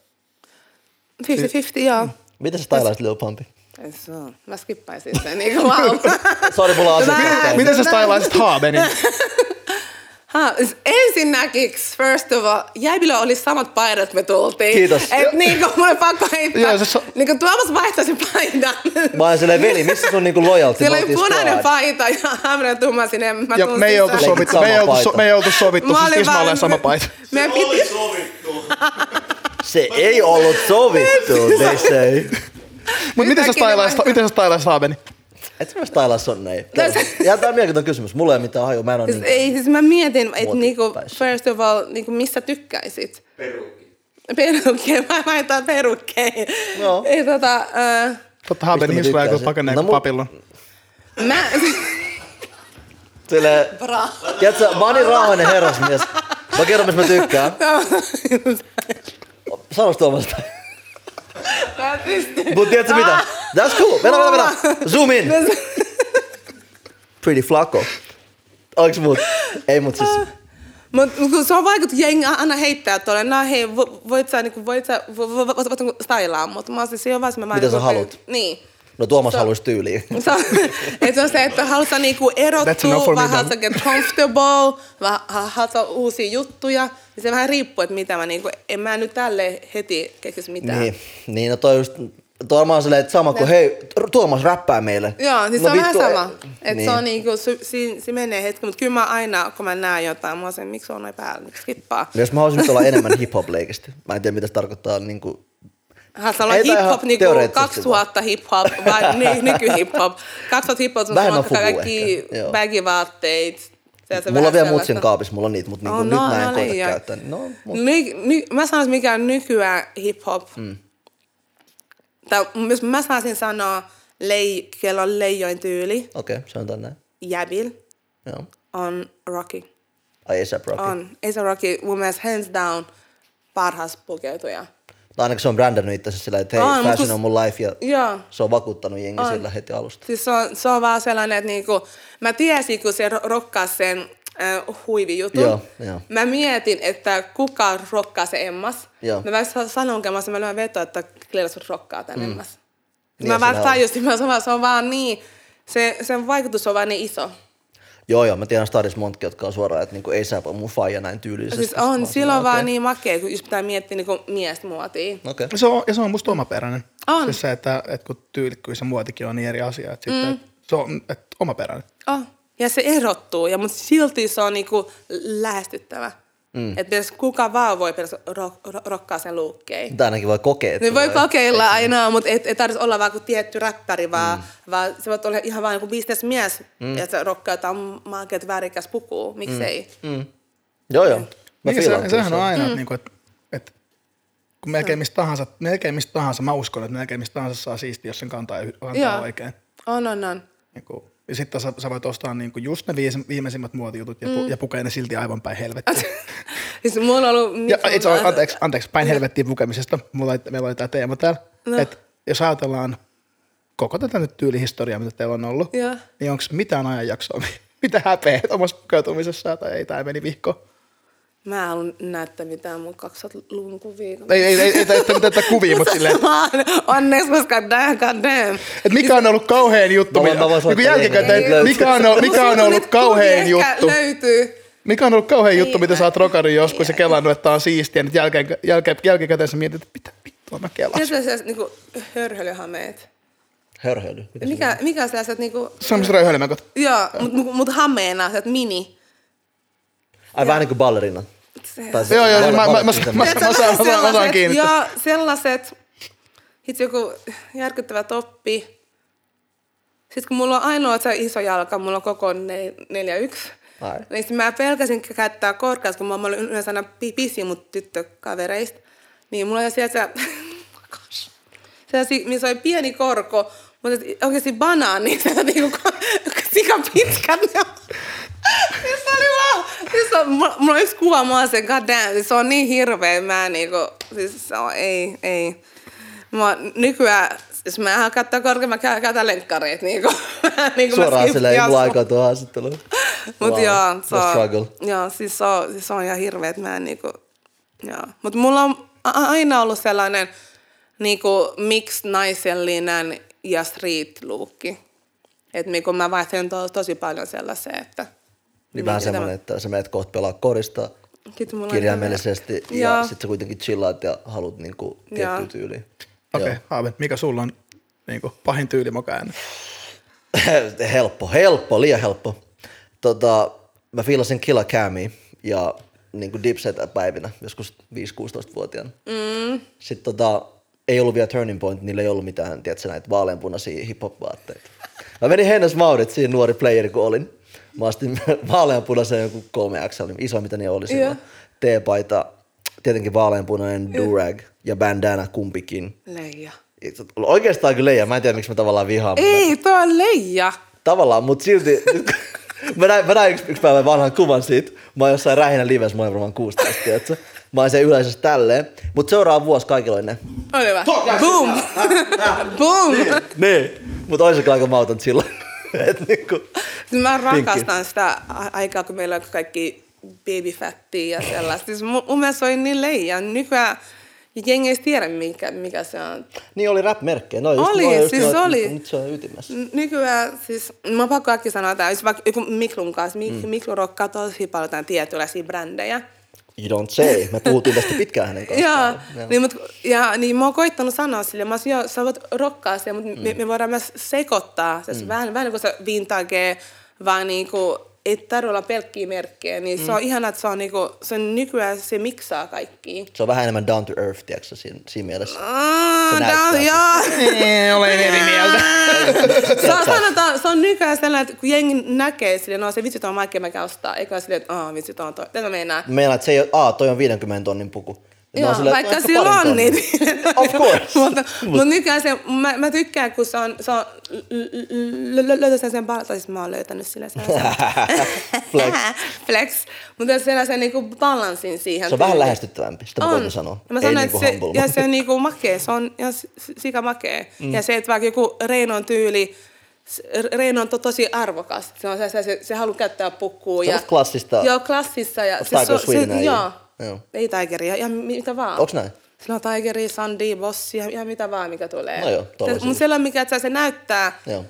50-50, joo.
Miten sä stylaisit Lil Pumpin?
Ei se on. Mä skippaisin sen, niinku wow.
Sori, mulla on
Vähän.
asiat
Miten sä stylaisit Haabenin?
Ha, ensinnäkiks, first of all, jäibillä oli samat paidat me tultiin.
Kiitos. siis
Et niinku, mulle pakko heittää.
Joo, se so-
Niinku Tuomas vaihtaisi paidan.
Mä oon silleen, veli, missä sun niinku loyalty?
Siellä
Me
oli
oltiin
punainen
squad.
paita ja häminen tumma sinne. Mä
ja
tulin
me ei oltu
sisään.
sovittu.
sovittu, me ei oltu, so, me ei oltu sovittu,
Mä
siis
olin
Tismalleen
vaan-
sama paita.
Me
Se oli
piti,
sovittu.
Se ei ollut sovittu, they say.
Mutta miten sä
Yhtäkkiä
stylaisit,
vaihtaa.
miten sä stylaisit Haabenin?
Et sä mä stylaa sun näin.
No se-
Ja tää on mielenkiintoinen kysymys. Mulla ei ole mitään hajua, mä en oo
siis,
niin.
ei, siis mä mietin, että
Muotin
niinku,
päässä.
first of all, niinku, mistä tykkäisit?
Perukki.
Perukkeen, mä vaihtan perukkeen.
Joo.
Ei, tota, äh,
Totta Haabenin
Mistä mä
hissuja, kun
tykkäisin?
pakenee
No
no,
mu-
papillon.
mä,
Silleen,
bra.
tiedätkö, mä oon niin rauhainen herrasmies. Mä kerron, mistä mä tykkään. Sano tuomasta.
Mä pystyn.
Mut tiedätkö mitä?
Ah.
That's cool. Mennä, mennä, mennä. Zoom in. Pretty flacco. Oiks mut? Ei mut siis.
Ah. Mutta kun se on vaikuttu, jengi aina heittää tuolle, no hei, vo- voit sä, niinku, voit sä, vo- vo- vo- voit sä niinku stylaa, mutta mä oon siis, se on vaan se, mä vaan
Mitä sä
niinku-
haluat?
Niin.
No Tuomas
So-
haluaisi tyyliin.
Se on, et se on se, että haluat sä niinku
That's enough
erottua,
for
vai
me,
haluat sä
Dan.
get comfortable, vai ha- haluat sä uusia juttuja, niin se vähän riippuu, että mitä mä niinku, en mä nyt tälle heti keksisi mitään.
Niin, niin no toi just, toi mä oon silleen, että sama kuin hei, Tuomas räppää meille.
Niin. Joo, siis
no,
no, se on
vittu, eh,
vähän sama.
ei-
Että niin. se on niinku, se, si, si menee hetki, mutta kyllä mä aina, kun mä näen jotain, mä oon sen, miksi on noin päällä, nyt skippaa.
No Jos mä haluaisin nyt olla enemmän hip-hop-leikistä. Mä en tiedä, mitä se tarkoittaa niin kuin...
Hän sanoi
Ei, tai ihan
hip-hop, niinku
teoreettisesti
2000 hip-hop, vai ny, nyky-hip-hop. 2000 hip-hop, se
Vähän
on
on fuku
kaikki
ehkä, joo.
baggivaatteet. Se on
Mulla
se
on vielä
vähän sellaista.
mutsin kaapissa, mulla on niitä, mutta niin
Oh,
kuin, nyt mä en koeta
niin, ja-
käyttää. No, mut,
Ny, ny, mä sanoisin, mikä on nykyään hip-hop. Mm. Tai jos mä saisin sanoa, lei, kello on leijoin tyyli,
okei, okay, sanotaan näin.
jäbil,
Joo.
on Rocky.
Ai ASAP Rocky. On.
On. Ei se Rocky, mun mielestä hands down parhaas pukeutuja.
Tai ainakin se on brändännyt itsensä sillä, että hei,
On,
on,
mut
fashion
kun-
on mun life ja
Joo.
se on vakuuttanut jengi
On.
sillä heti alusta.
Siis se on, se on vaan sellainen, että niinku, mä tiesin, kun se ro- rokkaa sen äh, huivijutun.
Joo, joo.
Mä mietin, että kuka rokkaa se Emmas.
Joo.
Mä vähän sa- sanoinkin, mä sanoin, mä lyön vetoa, että Kleelasut rokkaa tämän mm. Emmas.
Niin, ja
mä vaan
sillä on.
tajusin, mä sanoin, se on vaan niin, se, sen vaikutus on vaan niin iso.
Joo, joo, mä tiedän Staris Montki, jotka on suoraan, että niin ASAP on mun faija näin tyylisesti.
Siis on,
Mä
silloin
oon
vaan
silleen,
niin makea, kun just pitää miettiä niin miesmuotia. No.
Okei, okay.
Se on, ja se on musta omaperäinen.
On.
Siis se, että, että kun tyylikkyys ja muotikin on niin eri asia, että, mm. että se on että omaperäinen.
Oh. Ja se erottuu, ja, mutta silti se on niinku lähestyttävä. Mm. Että kuka vaan voi peräs ro- ro- rokkaa sen luukkeen.
okay. ainakin voi kokea. että
Niin voi
tulee.
kokeilla aina, mutta et, et tarvitsisi olla vaan kuin tietty räppäri, vaan, mm. vaan se voit olla ihan vaan kuin bisnesmies, mm. ja se rokkaa jotain maakeet värikäs pukuu, miksei. Mm.
Joo, joo. Mä
Niin,
fiilaan
se,
kyllä
sehän
sen.
on aina, mm. että, että, että kun melkein mistä tahansa, melkein mistä tahansa, mä uskon, että melkein mistä tahansa saa siistiä, jos sen kantaa, yh- kantaa
Joo.
oikein.
On, on, on.
Niin kuin, ja sitten sä, sä voit ostaa niin kuin just ne viis- viimeisimmät muotijutut ja,
Mm.
pu- ja pukea ne silti aivan päin helvettiin.
Siis mulla on ollut...
ja, itse, asiassa- anteeksi, anteeksi, päin helvettiin pukemisesta. Mulla, oli- meillä oli tämä teema täällä.
No.
No. Et, jos ajatellaan koko tätä nyt tyylihistoriaa, mitä teillä on ollut,
Joo.
niin onko mitään ajanjaksoa, mi- mitä häpeä omassa pukeutumisessa tai ei, tämä meni vihkoon.
Mä en halua näyttää mitään mun 200-luvun kuvia.
Ei, ei, ei, ei, ei, ei tätä kuvia, mutta silleen,
Onneksi, koska damn, god damn.
että mikä on ollut kauhean juttu,
Mä voin-
mi-
mä voin
niin kuin
soittaa
jälkikäteen,
jengiä.
että No, mikä on,
niinku
mikä on ollut kauhean juttu,
löytyy.
mikä on ollut kauhean juttu, mitä sä oot rokannut joskus ja
Ei.
kelannut, että tää on siistiä, nyt jälkeen, jälkeen, jälkikäteen sä mietit, että mitä vittua mä kelaan.
Tietysti sellaiset niinku hörhölyhameet.
Hörhöily. Mikä se
Mikä, mikä on sellaiset niinku...
Semmoiset röyhölemekot.
Joo, mutta mut, mut hameena, sä oot mini.
Ai vähän niin kuin ballerina.
Se-
Tai se-
Joo, joo,
balle-
mä, mä, mä,
ballerina.
mä,
Tiedätkö,
mä, saan, mä, saan, mä saan
sellaiset-
kiinni.
Joo, sellaiset, hitsi joku järkyttävä toppi. Sitten kun mulla on ainoa se iso jalka, mulla on koko nel- 4-1.
Ai.
Niin sit mä pelkäsin käyttää korkeus, kun mä olin yleensä aina pi- pisin mun tyttökavereista. Niin mulla oli siellä se, sellaisia, missä oli pieni korko, mutta et oikeasti banaani, se niinku sika pitkät ne on. Siis se oli vaan, siis se on, mulla, mulla on yksi kuva, mä oon sen, god damn, siis se on niin hirveä, mä niinku, siis se on, ei, ei. Mä oon nykyään, siis mä en halua katsoa korkeammin, mä kä- käytän lenkkareita, niinku. Mä niin kuin mä
Suoraan silleen ei
skippasin
mulla
sun.
aikaa tuohon haastatteluun.
Mut
Wow.
joo, se
The struggle. Niin
on, joo, siis se on, siis se on ihan hirveä, että mä en niinku, joo. Mut mulla on a- a- aina ollut sellainen niinku mix naisellinen ja street lookki. Et niinku mä vaihtelen to, tosi paljon sellaiseen, että...
Niin vähän
tämä-
semmoinen, että sä menet kohta pelaa korista
Kiitos, mulla on-
kirjaimellisesti ja
Joo.
sit sä kuitenkin chillaat ja haluat niinku tiettyä
Joo.
tyyliä.
Okei, okay, Haave, mikä sulla on niin kuin, pahin tyylimakaääni?
Joo. helppo, helppo, liian helppo. Tota, mä fiilasin Killa Camia ja niinku Dipset-päivinä, joskus 5-16-vuotiaana. Mm. Sitten tota, ei ollut vielä Turning Point, niillä ei ollut mitään, tiedätkö, näitä vaaleanpunaisia hip-hop-vaatteita. Mä menin Hennes Maurit, siinä nuori playeri kun olin. Mä astin vaaleanpunaisen joku 3XL, iso mitä ne oli silloin.
Joo.
T-paita, tietenkin vaaleanpunainen durag ja bandana kumpikin.
Leija.
Oikeastaan kyllä leija, mä en tiedä miksi mä tavallaan vihaan. mutta-
Ei, toi on leija.
Tavallaan, mutta silti... nyt kun- mä näin, mä näin yksi, yksi päivä vanhan kuvan siitä. Mä oon jossain rähinä livessä, mä oon varmaan 16, tiedätkö? Mä oon sen yleisössä tälleen. Mutta seuraava vuosi kaikilla on ne.
Oli hyvä. Boom. Boom.
Niin. Mutta ois se kyllä aika mauton silloin. Et niinku,
Mä rakastan sitä a- aikaa, kun meillä on kaikki babyfattia ja sellaista. Siis mun, mun mielestä se oli niin leija. Nykyään jengi ei tiedä, mikä, mikä se on.
niin oli rap-merkkejä. No, just,
Oli,
noi just,
siis
noi-
oli.
Nyt se on ytimessä.
N- Nykyään siis, mä oon pakko äkki sanoa tämä, jos vaikka joku Miklun kanssa, Mik, mm. Miklu rokkaa tosi paljon jotain tietynlaisia brändejä.
You don't say. Me puhuttiin tästä pitkään hänen
Joo,
kanssaan.
niin, mut, ja, niin mä oon koittanut sanoa sille, mä oon, joo, sä voit rokkaa sitä, mutta mm. me, me, voidaan myös sekoittaa, siis mm. vähän, vähän niin kuin se vintage, vaan niin kuin, ei tarvitse olla pelkkiä merkkejä, niin mm. se on ihana, että se on, niin kuin, se on nykyään, se miksaa kaikki.
Se on vähän enemmän down to earth, tiedätkö, siinä, siinä mielessä.
Mm,
näyttää siltä.
tää- joo. Niin,
Ei, olen eri mieltä.
se, on, sanotaan, se on nykyään sellainen, että kun jengi näkee silleen, no se vitsi, toi on makea, mä käyn ostaa. Eikä ole silleen, että aah, vitsi, toi on toi. Tätä meinaa.
Meinaat, että se ei ole, aa, toi on 50 tonnin puku. Ja ne
Joo,
on silleen, että
vaikka
ehkä
sillä
parin
on
tonnin.
niitä.
Of course.
mutta, mutta nykyään se, mä, mä tykkään, kun se on, se on löytäisin sen paljon, tai siis mä oon löytänyt sille sellaisen.
Flex.
Flex. Mutta sellaisen niinku balanssin siihen.
Se on vähän
tyyliin.
lähestyttävämpi, sitä mä voin sanoa.
Ja Mä
ei
sanon,
niinku
että
humble,
se, ja
mutta-
se on niinku makee, se on ihan s- s- sika makee. Mm. Ja se, että vaikka joku Reinon tyyli, s- Reino on to, tosi arvokas. Se, on, se, se, se, se haluaa käyttää pukkua.
Se on
ja,
musta klassista.
Joo, klassissa. Ja, siis
Tiger
se, se,
Sweden
se,
äijä.
joo.
Joo.
joo. Ei Tigeria, ja mi- mitä vaan.
Onks näin?
Sillä on Tigeri, Sandy, Bossi ja, ja mitä vaan, mikä tulee.
No joo, tollasia.
Mutta siellä on mikä, että se näyttää,
Joo.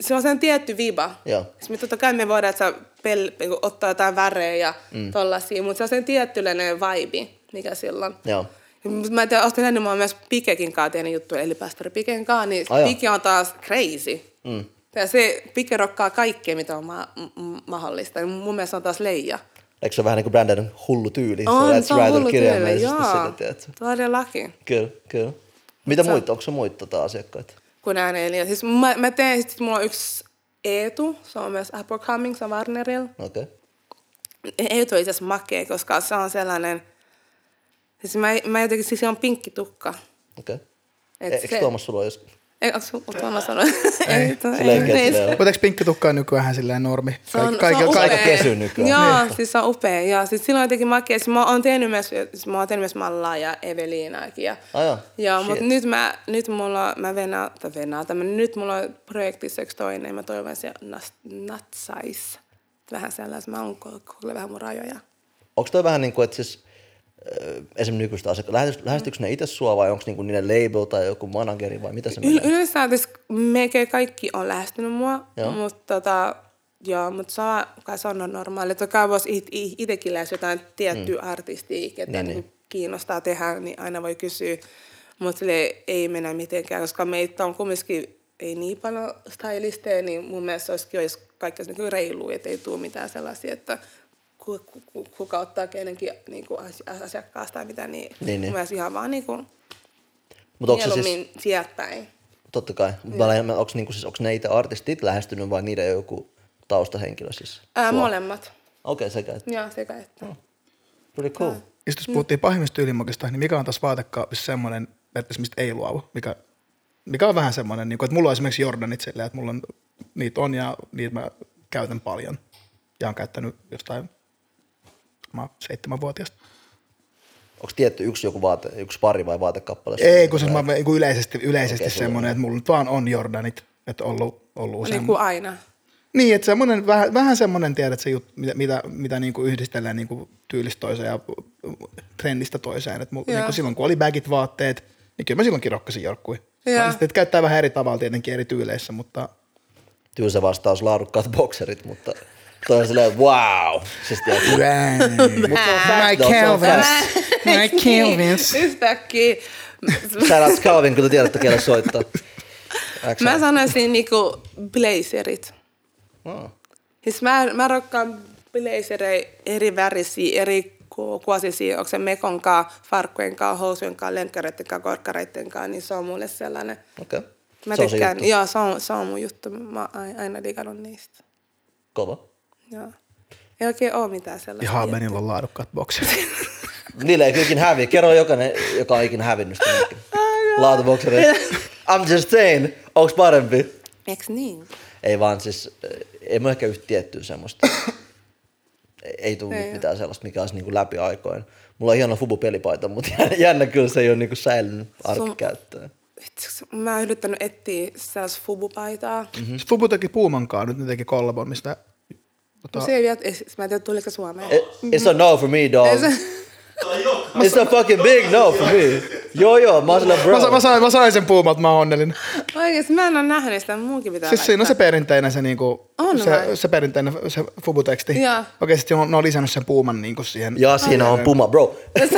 se on sen tietty viba.
Joo.
Siis me totta kai me voidaan että sä pel, niinku ottaa jotain värejä ja mm. tollasia, mutta se on sen tiettyläinen vibe, mikä sillä on.
Joo.
Mut Mä en tiedä, oletko nähnyt, mä oon myös Pikekin kanssa tehnyt juttuja, eli pastori Piken kanssa, niin
Ai joo.
Pike on taas crazy. Mm. Ja se Pike rokkaa kaikkea, mitä on ma- m- m- mahdollista. Mun mielestä se on taas leija.
Eikö se ole vähän niin kuin Brandon hullu tyyli?
On, se on
Rider
hullu tyyli,
kirjaimellisesti
joo.
sille, tiedätkö?
Todellakin.
Kyllä, kyllä. Mitä muita? Onko se muita tota asiakkaita?
kun ääneen. Ja siis mä, mä teen, sit mulla on yksi Eetu, se on myös upcoming, se on Warnerilla.
No Okei. Okay.
E- Eetu on itse asiassa makea, koska se on sellainen, siis mä, mä jotenkin, siis se on pinkki tukka.
Okei. Okay.
Et
Eikö
se-
Tuomas sulla ole jos...
Ei, onko sun Tuomas sanonut?
Ei,
Eetu,
sillä ei oikein silleen ole.
Mutta eikö pinkkitukka on nykyään ihan silleen normi?
Se on,
Kaik- kaikilla-
se on
kaikilla-
aika
upea.
kesy nykyään.
Joo, niin. siis se on upea. Ja siis silloin jotenkin makea. Siis mä oon tehnyt myös, siis mä oon tehnyt myös Mallaa ja Eveliinaakin. Ja,
Ai joo,
Joo, mutta
shit.
nyt mä, nyt mulla, mä venaan, tai venaan, tai mä- nyt mulla on projektissa yksi toinen, mä toivon, että se nas- natsais. Vähän sellaista, mä oon ko- kokeillut vähän mun rajoja.
Onko toi vähän niin kuin, että siis äh, esimerkiksi nykyistä asiakkaita, lähesty- lähestyykö ne itse sua vai onko niinku niiden label tai joku manageri vai mitä se
Yl-
menee?
yleensä siis melkein kaikki on lähestynyt mua,
Joo.
mutta tota, joo, mutta se on, kai se on no-, normaali. Totta kai voisi itsekin lähestyä jotain tiettyä mm. artistia, ketä
Niin,
niin,
niin.
niin. kiinnostaa tehdä, niin aina voi kysyä. Mutta ei mennä mitenkään, koska meitä on kumminkin ei niin paljon stylisteja, niin mun mielestä se olisikin olisi kaikki olisi niin reilu, että ei tule mitään sellaisia, että ku, ku, ku, kuka ottaa kenenkin niin kuin asiakkaasta tai mitä, niin,
Niin, niin.
mun mielestä ihan vaan niin kuin,
Mutta onko se siis,
mieluummin siis... sieltä päin.
totta kai, onko niinku, siis, onks ne itse artistit lähestynyt vai niiden joku taustahenkilö siis?
Ää,
sua? Oh,
molemmat.
Okei, okay, sekä. että-
Joo, sekä että. Niin
Pretty cool.
Ja sit Siis jos puhuttiin pahimmista tyylimakista, niin mikä on taas vaatekaapissa semmoinen, että mistä ei luovu? Mikä, mikä on vähän semmoinen, niin kuin, että mulla on esimerkiksi Jordanit silleen, että mulla on, niitä on ja niitä mä käytän paljon. Ja on käyttänyt jostain mä oon seitsemänvuotiaasta.
Onko tietty yksi joku vaate, yksi pari vai vaatekappale?
Ei, kun siis mä, kun yleisesti, yleisesti
Okei,
okay,
sulla on.
semmoinen, että mulla nyt vaan on Jordanit. Että ollut, ollut
On
useamman.
niin kuin aina.
Niin, että semmoinen, vähän, vähän semmoinen tiedät se juttu, mitä, mitä, mitä niin kuin yhdistellään niin kuin tyylistä toiseen ja trendistä toiseen. Et mul,
Joo.
niin kuin silloin kun oli bagit vaatteet, niin kyllä mä silloinkin rokkasin jorkkuja.
Joo.
Sitten että käyttää vähän eri tavalla tietenkin eri tyyleissä, mutta
Tylsä vastaus, laadukkaat bokserit, mutta toi on silleen, wow. Siis tiedät,
My
No, se on
Calvins.
fact.
My Calvins.
Niin, Yhtäkkiä.
Shout out Calvin, kun te tiedätte, kelle soittaa.
Mä sanoisin niinku blazerit.
Oh.
Siis mä, mä rokkaan blazerei eri värisiä, eri ku- kuosisia, onko se mekon kaa, farkkujen kaa, housujen kaa, lenkkareiden kaa, korkkareiden kaa, niin se on mulle sellainen.
Okei. Okay.
Mä
se on se
tykkään,
juttu.
joo, se on, se on mun juttu. Mä oon ai- aina digannut niistä.
Kova.
Joo. Ei oikein oo mitään sellaista.
Ihan menillä on laadukkaat bokserit.
Niillä ei kyllä häviä. Kerro jokainen, joka on ikinä hävinnyt sitä merkkiä. Laatuboksereita. I'm just saying, onks parempi?
Eiks niin?
Ei vaan siis, eh, ei mä ehkä yhtä tiettyä semmoista. Ei- ei tuu
Ei
ei
oo.
mitään sellaista, mikä olisi niinku läpi aikoin. Mulla on hieno fubu-pelipaita, mutta jännä kyllä se ei ole niinku säilynyt arkikäyttöön.
Vitsi, Mä oon yrittänyt etsiä sellaista fubupaitaa. Mm-hmm.
Mm-hmm. Fubu teki Puumankaan, nyt ne teki kollabon, mistä... Tota,
Se ei vielä, ei- siis mä en tiedä tuliko Suomeen.
It- It's a no for me, dog.
Ei se-
Tai joka.
It's a fucking big no for me. Joo, joo, mä oon sillä
mä, sa-
bro.
mä, sain, mä sain sen Puumat, mä oon onnellinen.
Oikeesti mä en oo nähnyt sitä, munkin pitää
Siis siinä on se
laittaa.
perinteinen se, niinku,
On
se,
vai?
se perinteinen se fubuteksti.
Joo.
Okei, sitten on- ne on lisännyt sen puuman niinku siihen.
Ja siinä on puma, bro.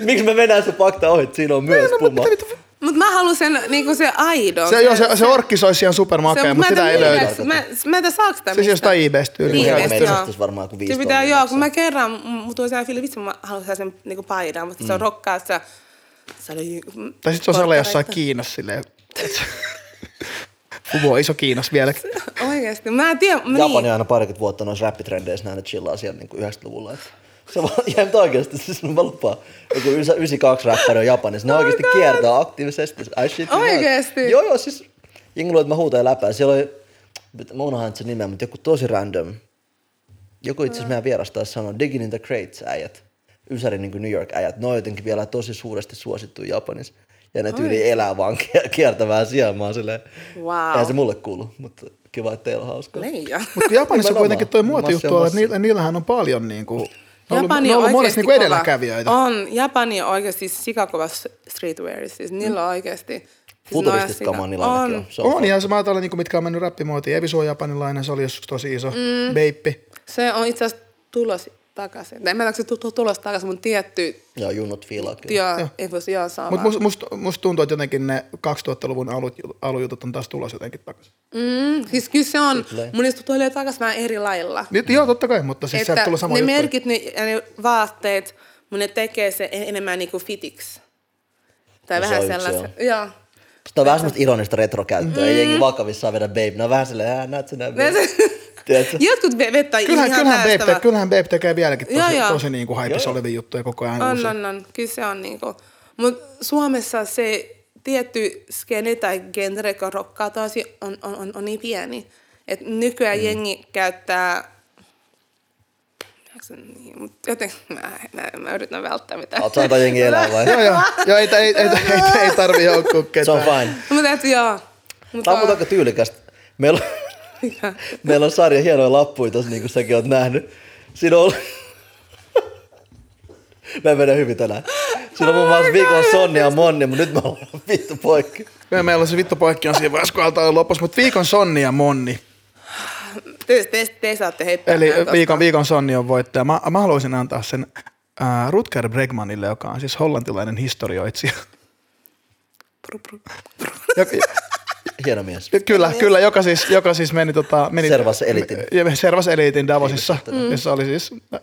Miksi me mennään se fakta ohi, että siinä on myös
No,
puma?
mutta mitä vittu?
Mut mä haluan sen, niinku se
No,
aidon.
Se, joo, se, se orkkis olisi ihan supermakea, mutta sitä ei löydy.
löydy.
Mä, mä en tiedä saaks sitä
Siis jostain eBaystä
Niin,
tyyliin.
Meillä
Niin,
meillä
joo.
ostais varmaan kuin viisi
Se pitää,
tonnia
joo,
maksaa.
kun mä kerran, mun tuli sellainen fiilis, vitsi mä haluan sen niinku paidan, mutta se on rokkaa, se, se oli...
Mm. Tai sitten se on sellainen jossain
korkkareita.
Kiinassa silleen. Fubu on iso Kiinassa vielä.
Oikeesti, mä en tiedä, mä
Japani
niin.
aina parikymmentä vuotta noissa rappitrendeissä näin, ne chillaa siellä niin 90-luvulla. että Se vaan ihan nyt oikeasti, siis mä lupaan. Joku 92 räppäri on Japanissa, ne oikeasti
Oh God.
kiertää aktiivisesti. I shit you not.
Oikeesti?
Joo, joo, siis jengi luulee, että mä huutan läpää. Siellä oli, mä unohan sen nimen, mutta joku tosi random. Joku itse asiassa meidän vieras taas sanoi, Digging in the Crates äijät. Ysäri niin New York äijät, ne on jotenkin vielä tosi suuresti suosittu Japanissa. Ja ne tyyli elää vaan kier- kiertävää siellä. Mä oon silleen,
Wow. Niin.
eihän se mulle kuulu, mutta kiva, että teillä on hauskaa.
Leija.
Mutta kun Japanissa
Nimenomaan.
kuitenkin toi
Massi
muotijuttu
on
on,
massi.
että niillä, niillähän on paljon niinku... Ne on ollut,
Japani
ne on
on
ollut monesti
oikeasti
niinku
kova.
edelläkävijöitä.
On, Japani on oikeasti sikakova s- streetwear. Siis niillä on oikeasti... Siis
Futuristit
ne on
kamaa niillä
sika-
ainakin on.
on.
Se on,
On, ja se mä niinku, mitkä on mennyt räppimuotiin. Evisu on japanilainen, se oli joskus tosi iso. Mm. Beippi.
Se on itse asiassa tulos takaisin. En mä tiedä, onko se tu- tu- tulos takaisin, mutta tietty...
Joo, junnut fiilaa kyllä.
Joo, ei voisi ihan saa.
Mutta must, must, must tuntuu, että jotenkin ne 2000-luvun alut, alujutut on taas tulossa jotenkin takaisin.
Mm, siis kyllä se on.
Kyllä.
Mun mielestä tulee takaisin vähän eri lailla.
Niin, joo, totta kai, mutta siis sieltä tulee sama
ne
juttu.
merkit ne, ja ne vaatteet, mun ne tekee se en- enemmän niinku fitiksi. Tai
No se
vähän
on yksi,
sellaisen. Joo.
Sitä on vähän semmoista ironista retrokäyttöä. Mm. Jengi vakavissaan vedä babe. No vähän silleen, ää, näet sä nää babe. Niin. Tiedätkö?
Jotkut ve- vetää
Kyllähän,
ihan
kyllähän, Babe,
täystävä-
te, kyllähän Babe tekee vieläkin tosi,
Joo, joo.
tosi niin kuin hypeissä olevia juttuja koko ajan
On,
uusia.
on, on. Kyllä se on niinku. Mut Suomessa se tietty skene tai genre, joka rokkaa tosi, on, on, on, on niin pieni. Et nykyään mm. jengi käyttää... Onks se Niin, mut jotenkin mä, mä, mä yritän välttää mitään.
Oot sä antaa jengi elää vai?
Joo, joo. joo ei, ei, ei, ei, ei tarvii joukkua ketään.
Se on fine.
Mutta et joo. Mut
Tämä on
on-
muuten aika tyylikästä. Meillä on, meillä on sarja hienoja lappuja tossa, niin kuin säkin oot nähnyt. Siinä on ollut... Mä menen hyvin tänään. Siinä
Oh
on muun muassa viikon Sonni ja Monni, mutta nyt mä oon vittu poikki.
Kyllä meillä on se vittu poikki on siinä vaiheessa, kun altaa olla lopussa, mutta viikon sonni ja monni.
Te, te, te saatte heittää.
Eli
nää tosta.
viikon, viikon sonni on voittaja. Mä, mä haluaisin antaa sen äh, Rutger Bregmanille, joka on siis hollantilainen historioitsija.
Pru, pru.
Joka,
Hieno mies.
Niin.
kyllä, kyllä, joka siis, joka siis meni... Tota, meni
Servas Eliitin.
Ja Servas Eliitin Davosissa, missä oli siis... äh,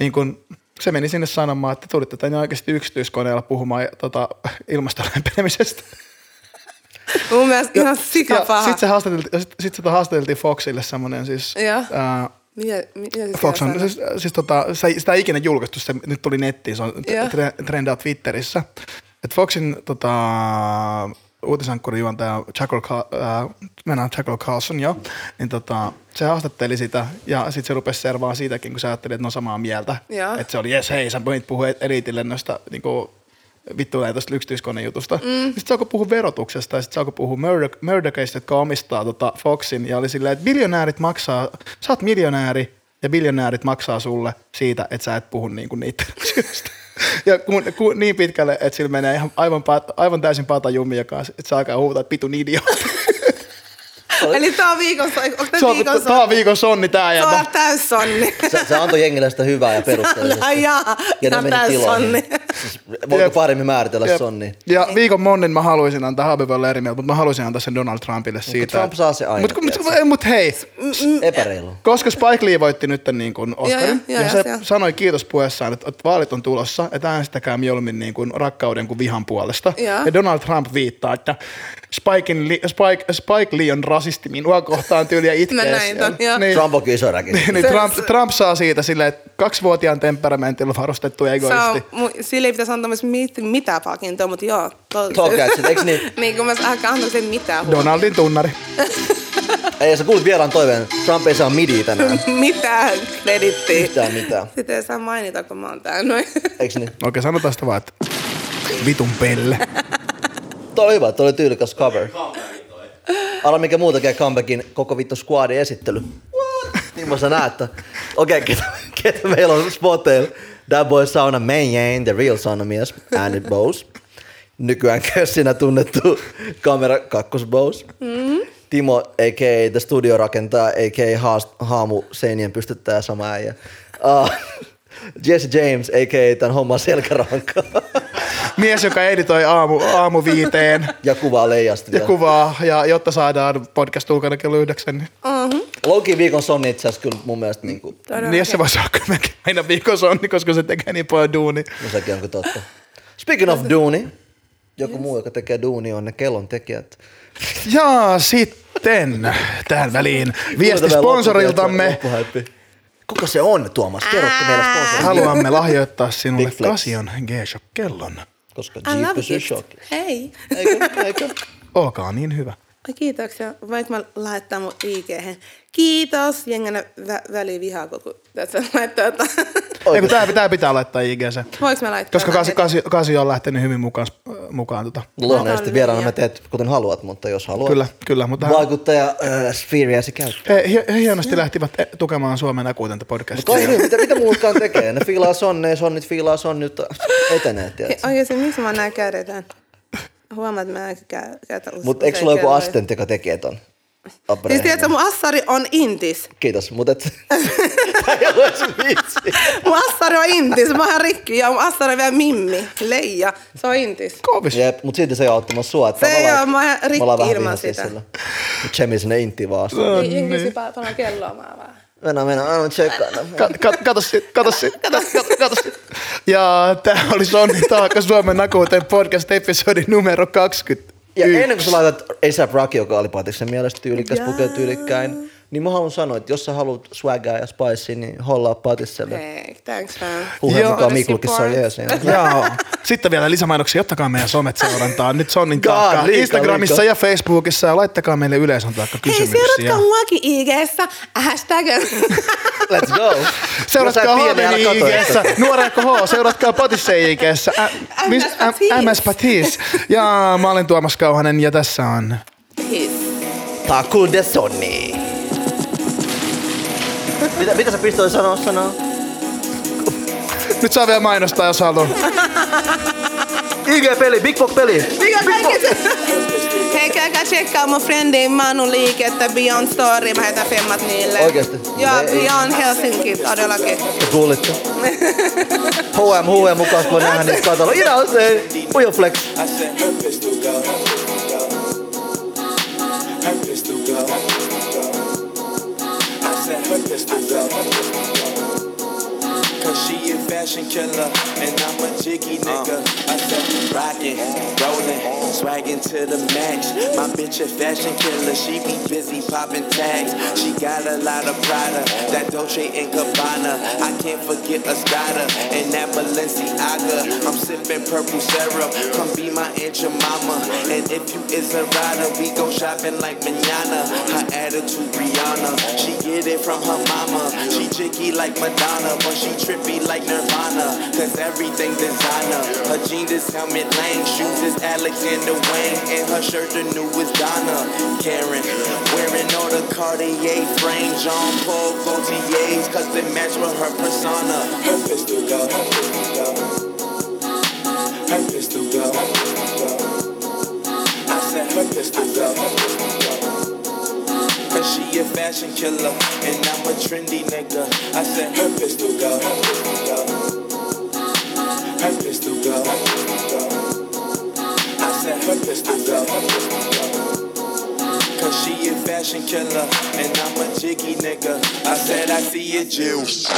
Niin kun, se meni sinne sanomaan, että tulitte tänne oikeasti yksityiskoneella puhumaan ja, tota, ilmaston lämpenemisestä.
Mun mielestä ihan
Ja
sikapaha.
sit se haastateltiin, sit, sit sitä haastateltiin Foxille semmonen siis...
Joo.
Ää,
Mitä, mitä se
Fox
siellä
on,
sanoo?
siis, siis tota, se, sitä ei ikinä julkaistu, se nyt tuli nettiin, se on
Joo.
tre- tre- trendaa Twitterissä. Et Foxin tota, uutisankkuri juontaja Jackal, Car- äh, mennään Jackal Carlson jo, niin tota, se haastatteli sitä ja sitten se rupesi servaa siitäkin, kun se ajatteli, että ne on samaa mieltä.
Joo.
Että se oli, jes hei, sä voit puhua eliitille noista niinku, vittu näitä tästä yksityiskonejutusta. Mm. Sitten se alkoi puhua verotuksesta ja sitten se alkoi puhua murder, murder caseista, jotka omistaa tota Foxin. Ja oli silleen, että miljonäärit maksaa, sä oot miljonääri ja miljonäärit maksaa sulle siitä, että sä et puhu niinku niitä asioista. Ja kun, kun, niin pitkälle, että sillä menee ihan aivan, pat- aivan täysin pata jummia kanssa, että se alkaa huutaa, että pitun idiootti.
Eli tää on viikossa, onko tää
Se on,
viikossa?
tää on viikon sonni tää
Se
jäbä.
on täys sonni.
Se, se antoi jengille sitä hyvää ja perusteellisesti.
Älä jaa,
ja
tää
ne
on
meni
täys
tiloihin.
sonni.
Siis, voiko
Jep.
paremmin määritellä
Jep.
sonni?
Ja viikon monnin mä haluaisin antaa, Habibi on eri mieltä, mutta mä haluaisin antaa sen Donald Trumpille siitä.
Trump saa se aina,
Mutta
tiedätkö?
mut hei,
Mm. Epäreilu.
koska Spike Lee voitti nyt niin kuin Oscarin,
joo, joo,
ja se
joo.
sanoi kiitos puheessaan, että että vaalit on tulossa, että äänestäkää mieluummin niin kuin rakkauden kuin vihan puolesta.
Joo.
Ja Donald Trump viittaa, että Spike, Lee, Spike, Spike Lee on rasisti minua kohtaan tyyliä itkee.
Mä No näin ton,
siellä.
joo.
Niin,
Trump on kyllä iso räkin.
niin Trump, Trump, saa siitä silleen, että kaksivuotiaan temperamentilla varustettu
Se on,
egoisti.
mu- sille ei pitäisi antaa myös mit, mitä palkintoa, mutta joo. To,
Toki, sit, eiks niin? No.
niin kuin mä ehkä antaa sen mitä huomiota.
Donaldin tunnari.
Ei, sä kuulit vieraan toiveen. Trump ei saa midiä tänään.
Mitä kredittiä?
Yhtään mitään.
Sitä ei saa mainita, kun mä oon tää noin.
Eiks niin?
Okei, sanotaan sitä vaan, että vitun pelle.
Tuo oli hyvä, tuo oli tyylikäs cover. Arvaa mikä muuta tekee comebackin koko vittu squadin esittely. What? Niin mä sä näet, että okei, okay, ketä, ketä, meillä on spoteilla. That boy sauna main the real saunamies, Andy Bowes. Nykyään kössinä tunnettu kamera kakkos Bowes. Timo, a.k.a. The Studio rakentaa, a.k.a. Haast, haamu seinien pystyttää sama äijä. Uh, Jesse James, a.k.a. tämän homman selkäranka.
Mies, joka editoi aamu, aamu viiteen
ja kuvaa leijasta.
ja
vielä.
kuvaa, ja jotta saadaan podcast ulkona kello yhdeksän, niin
Loki viikon sonni itse asiassa kyllä mun mielestä niin kuin,
Niin jos se voisi olla kylläkin aina viikon sonni, koska se tekee niin paljon duuni.
no sekin onko totta. Speaking of duuni, joku muu, joka tekee duuni, on ne kellon tekijät.
Ja sitten tähän väliin viesti
Kuuletaan loppu-
sponsoriltamme.
loppuhäppi. Kuka se on, Tuomas? Kerrotko meillä sponsorin?
Haluamme lahjoittaa sinulle
Big flex.
Kasion G-Shock kellon.
Koska
I
Jeep
love
pysyy
it.
shokki.
Hei.
Eikö, eikö?
Olkaa niin hyvä.
Ai Kiitoksia. Voinko mä laittaa mun ig Kiitos. Jengänä vä- väliin vihaa, kun tässä laittaa jotain.
Eiku, tää, tää pitää laittaa IGC.
Voinko mä laittaa?
Koska
jotain?
Kasi, Kasi, Kasi on lähtenyt hyvin mukaan, mukaan tota.
Luonnollisesti
Mä
vieraana
haluan
mä teet kuten haluat, mutta jos haluat.
Kyllä, kyllä, mutta hän-
Vaikuttaja äh, sfeeriäsi käyttää.
He, he, he hienosti lähtivät eh, tukemaan Suomen akuutinta podcastia.
Kai niin, mitä, mitä muutkaan tekee? Ne fiilaa sonne, sonnit fiilaa sonnit, etenee,
Hei,
tiedätkö?
Oikeasti, miksi mä näin käydetään? Huomaat, että mä en kä- käytä usein
Mutta eikö sulla joku
kelloja.
astentti, joka tekee ton?
Siis tiedätkö, mun assari on intis.
Kiitos, mutta et... Tää ei ole sun vitsi.
Mun assari on intis. Mä oon rikki ja mun assari on vielä mimmi. Leija. Se on intis.
Kovis.
Jep, mut silti se ei auttamassa sua. että
Se ei
tavallaan-
oo, mä oon ihan rikki
me ollaan vähän
ilman
vihaisia
sitä.
sillä. Mut Chemi sinne intti vaan.
Niin, niin. paljon kelloa mä vaan.
Mennään, mennään, aina tsekkaan.
Ka- ka- Kato sit, kato sit, kato, kato, kato sit. Ja tää oli Sonni Taakka Suomen akuuteen podcast episodi numero 20.
Ja ennen kuin sä laitat A$AP Rocky, joka oli Patriksen mielestä tyylikäs, pukee tyylikkäin, niin mä haluan sanoa, että jos sä haluat swaggaa ja spicea, niin hollaa Patrisselle.
Hei, thanks man.
Puheen
Joo.
mukaan Miklukissa on jees. niin-
Joo. Sitten vielä lisämainoksia, ottakaa meidän somet seurantaa. Nyt Sonnin
God,
taakka
liikaa,
Instagramissa
liikaa.
ja Facebookissa ja laittakaa meille yleisön taakka
Hei,
kysymyksiä.
seuratkaa muakin IG-ssä. Hashtag.
Let's go.
Seuratkaa
Jos sä et tiedä,
Haaveni
älä katso
IG-ssä,
sitä.
Nuorekko H, seuratkaa Patisse IG-ssä, ä- mis-
MS
ä- MS Patis. Ja mä olen Tuomas Kauhanen ja tässä on
Peace.
Taku de Sonni. Mitä, mitä sä pistoit sanoa sanoa?
Nyt saa vielä mainostaa, jos haluaa.
IG-peli, Big Bok-peli.
Mikä kaikki Hei, käykää tsekkaa mun friendin Manu liikettä Beyond Story. Mä heitän femmat niille.
Oikeesti?
Joo,
Ei- ei.
Beyond Helsinki, todellakin.
Te kuulitte. H&M, H&M mukaan voi nähdä niitä katolla. You know, se, Ujo Flex.
I said her pistol go. Her pistol go. I said her pistol go. Cause she a fashion killer and I'm a jiggy nigga. I said rockin', rollin', swaggin' to the max. My bitch a fashion killer, she be busy poppin' tags. She got a lot of Prada, that Dolce and Gabbana. I can't forget Escada and that Balenciaga. I'm sippin' purple syrup, come be my aunt your mama. And if you is a rider, we go shopping like manana. Her attitude Rihanna, she get get it from her mama. She jiggy like Madonna, but she trippy like Nirvana. Cause everything designer. Her jeans is helmet lane, shoes is Alexander Wang, and her shirt the newest Donna. Karen, wearing all the Cartier frame, John Paul Gaultier's, cause they match with her persona. Her pistol go. Her pistol go. I said her pistol go. Cause she a fashion killer and I'm a trendy nigga. I said her pistol go. Her pistol go. I said her pistol go. Cause she a fashion killer and I'm a jiggy nigga. I said I see it juice.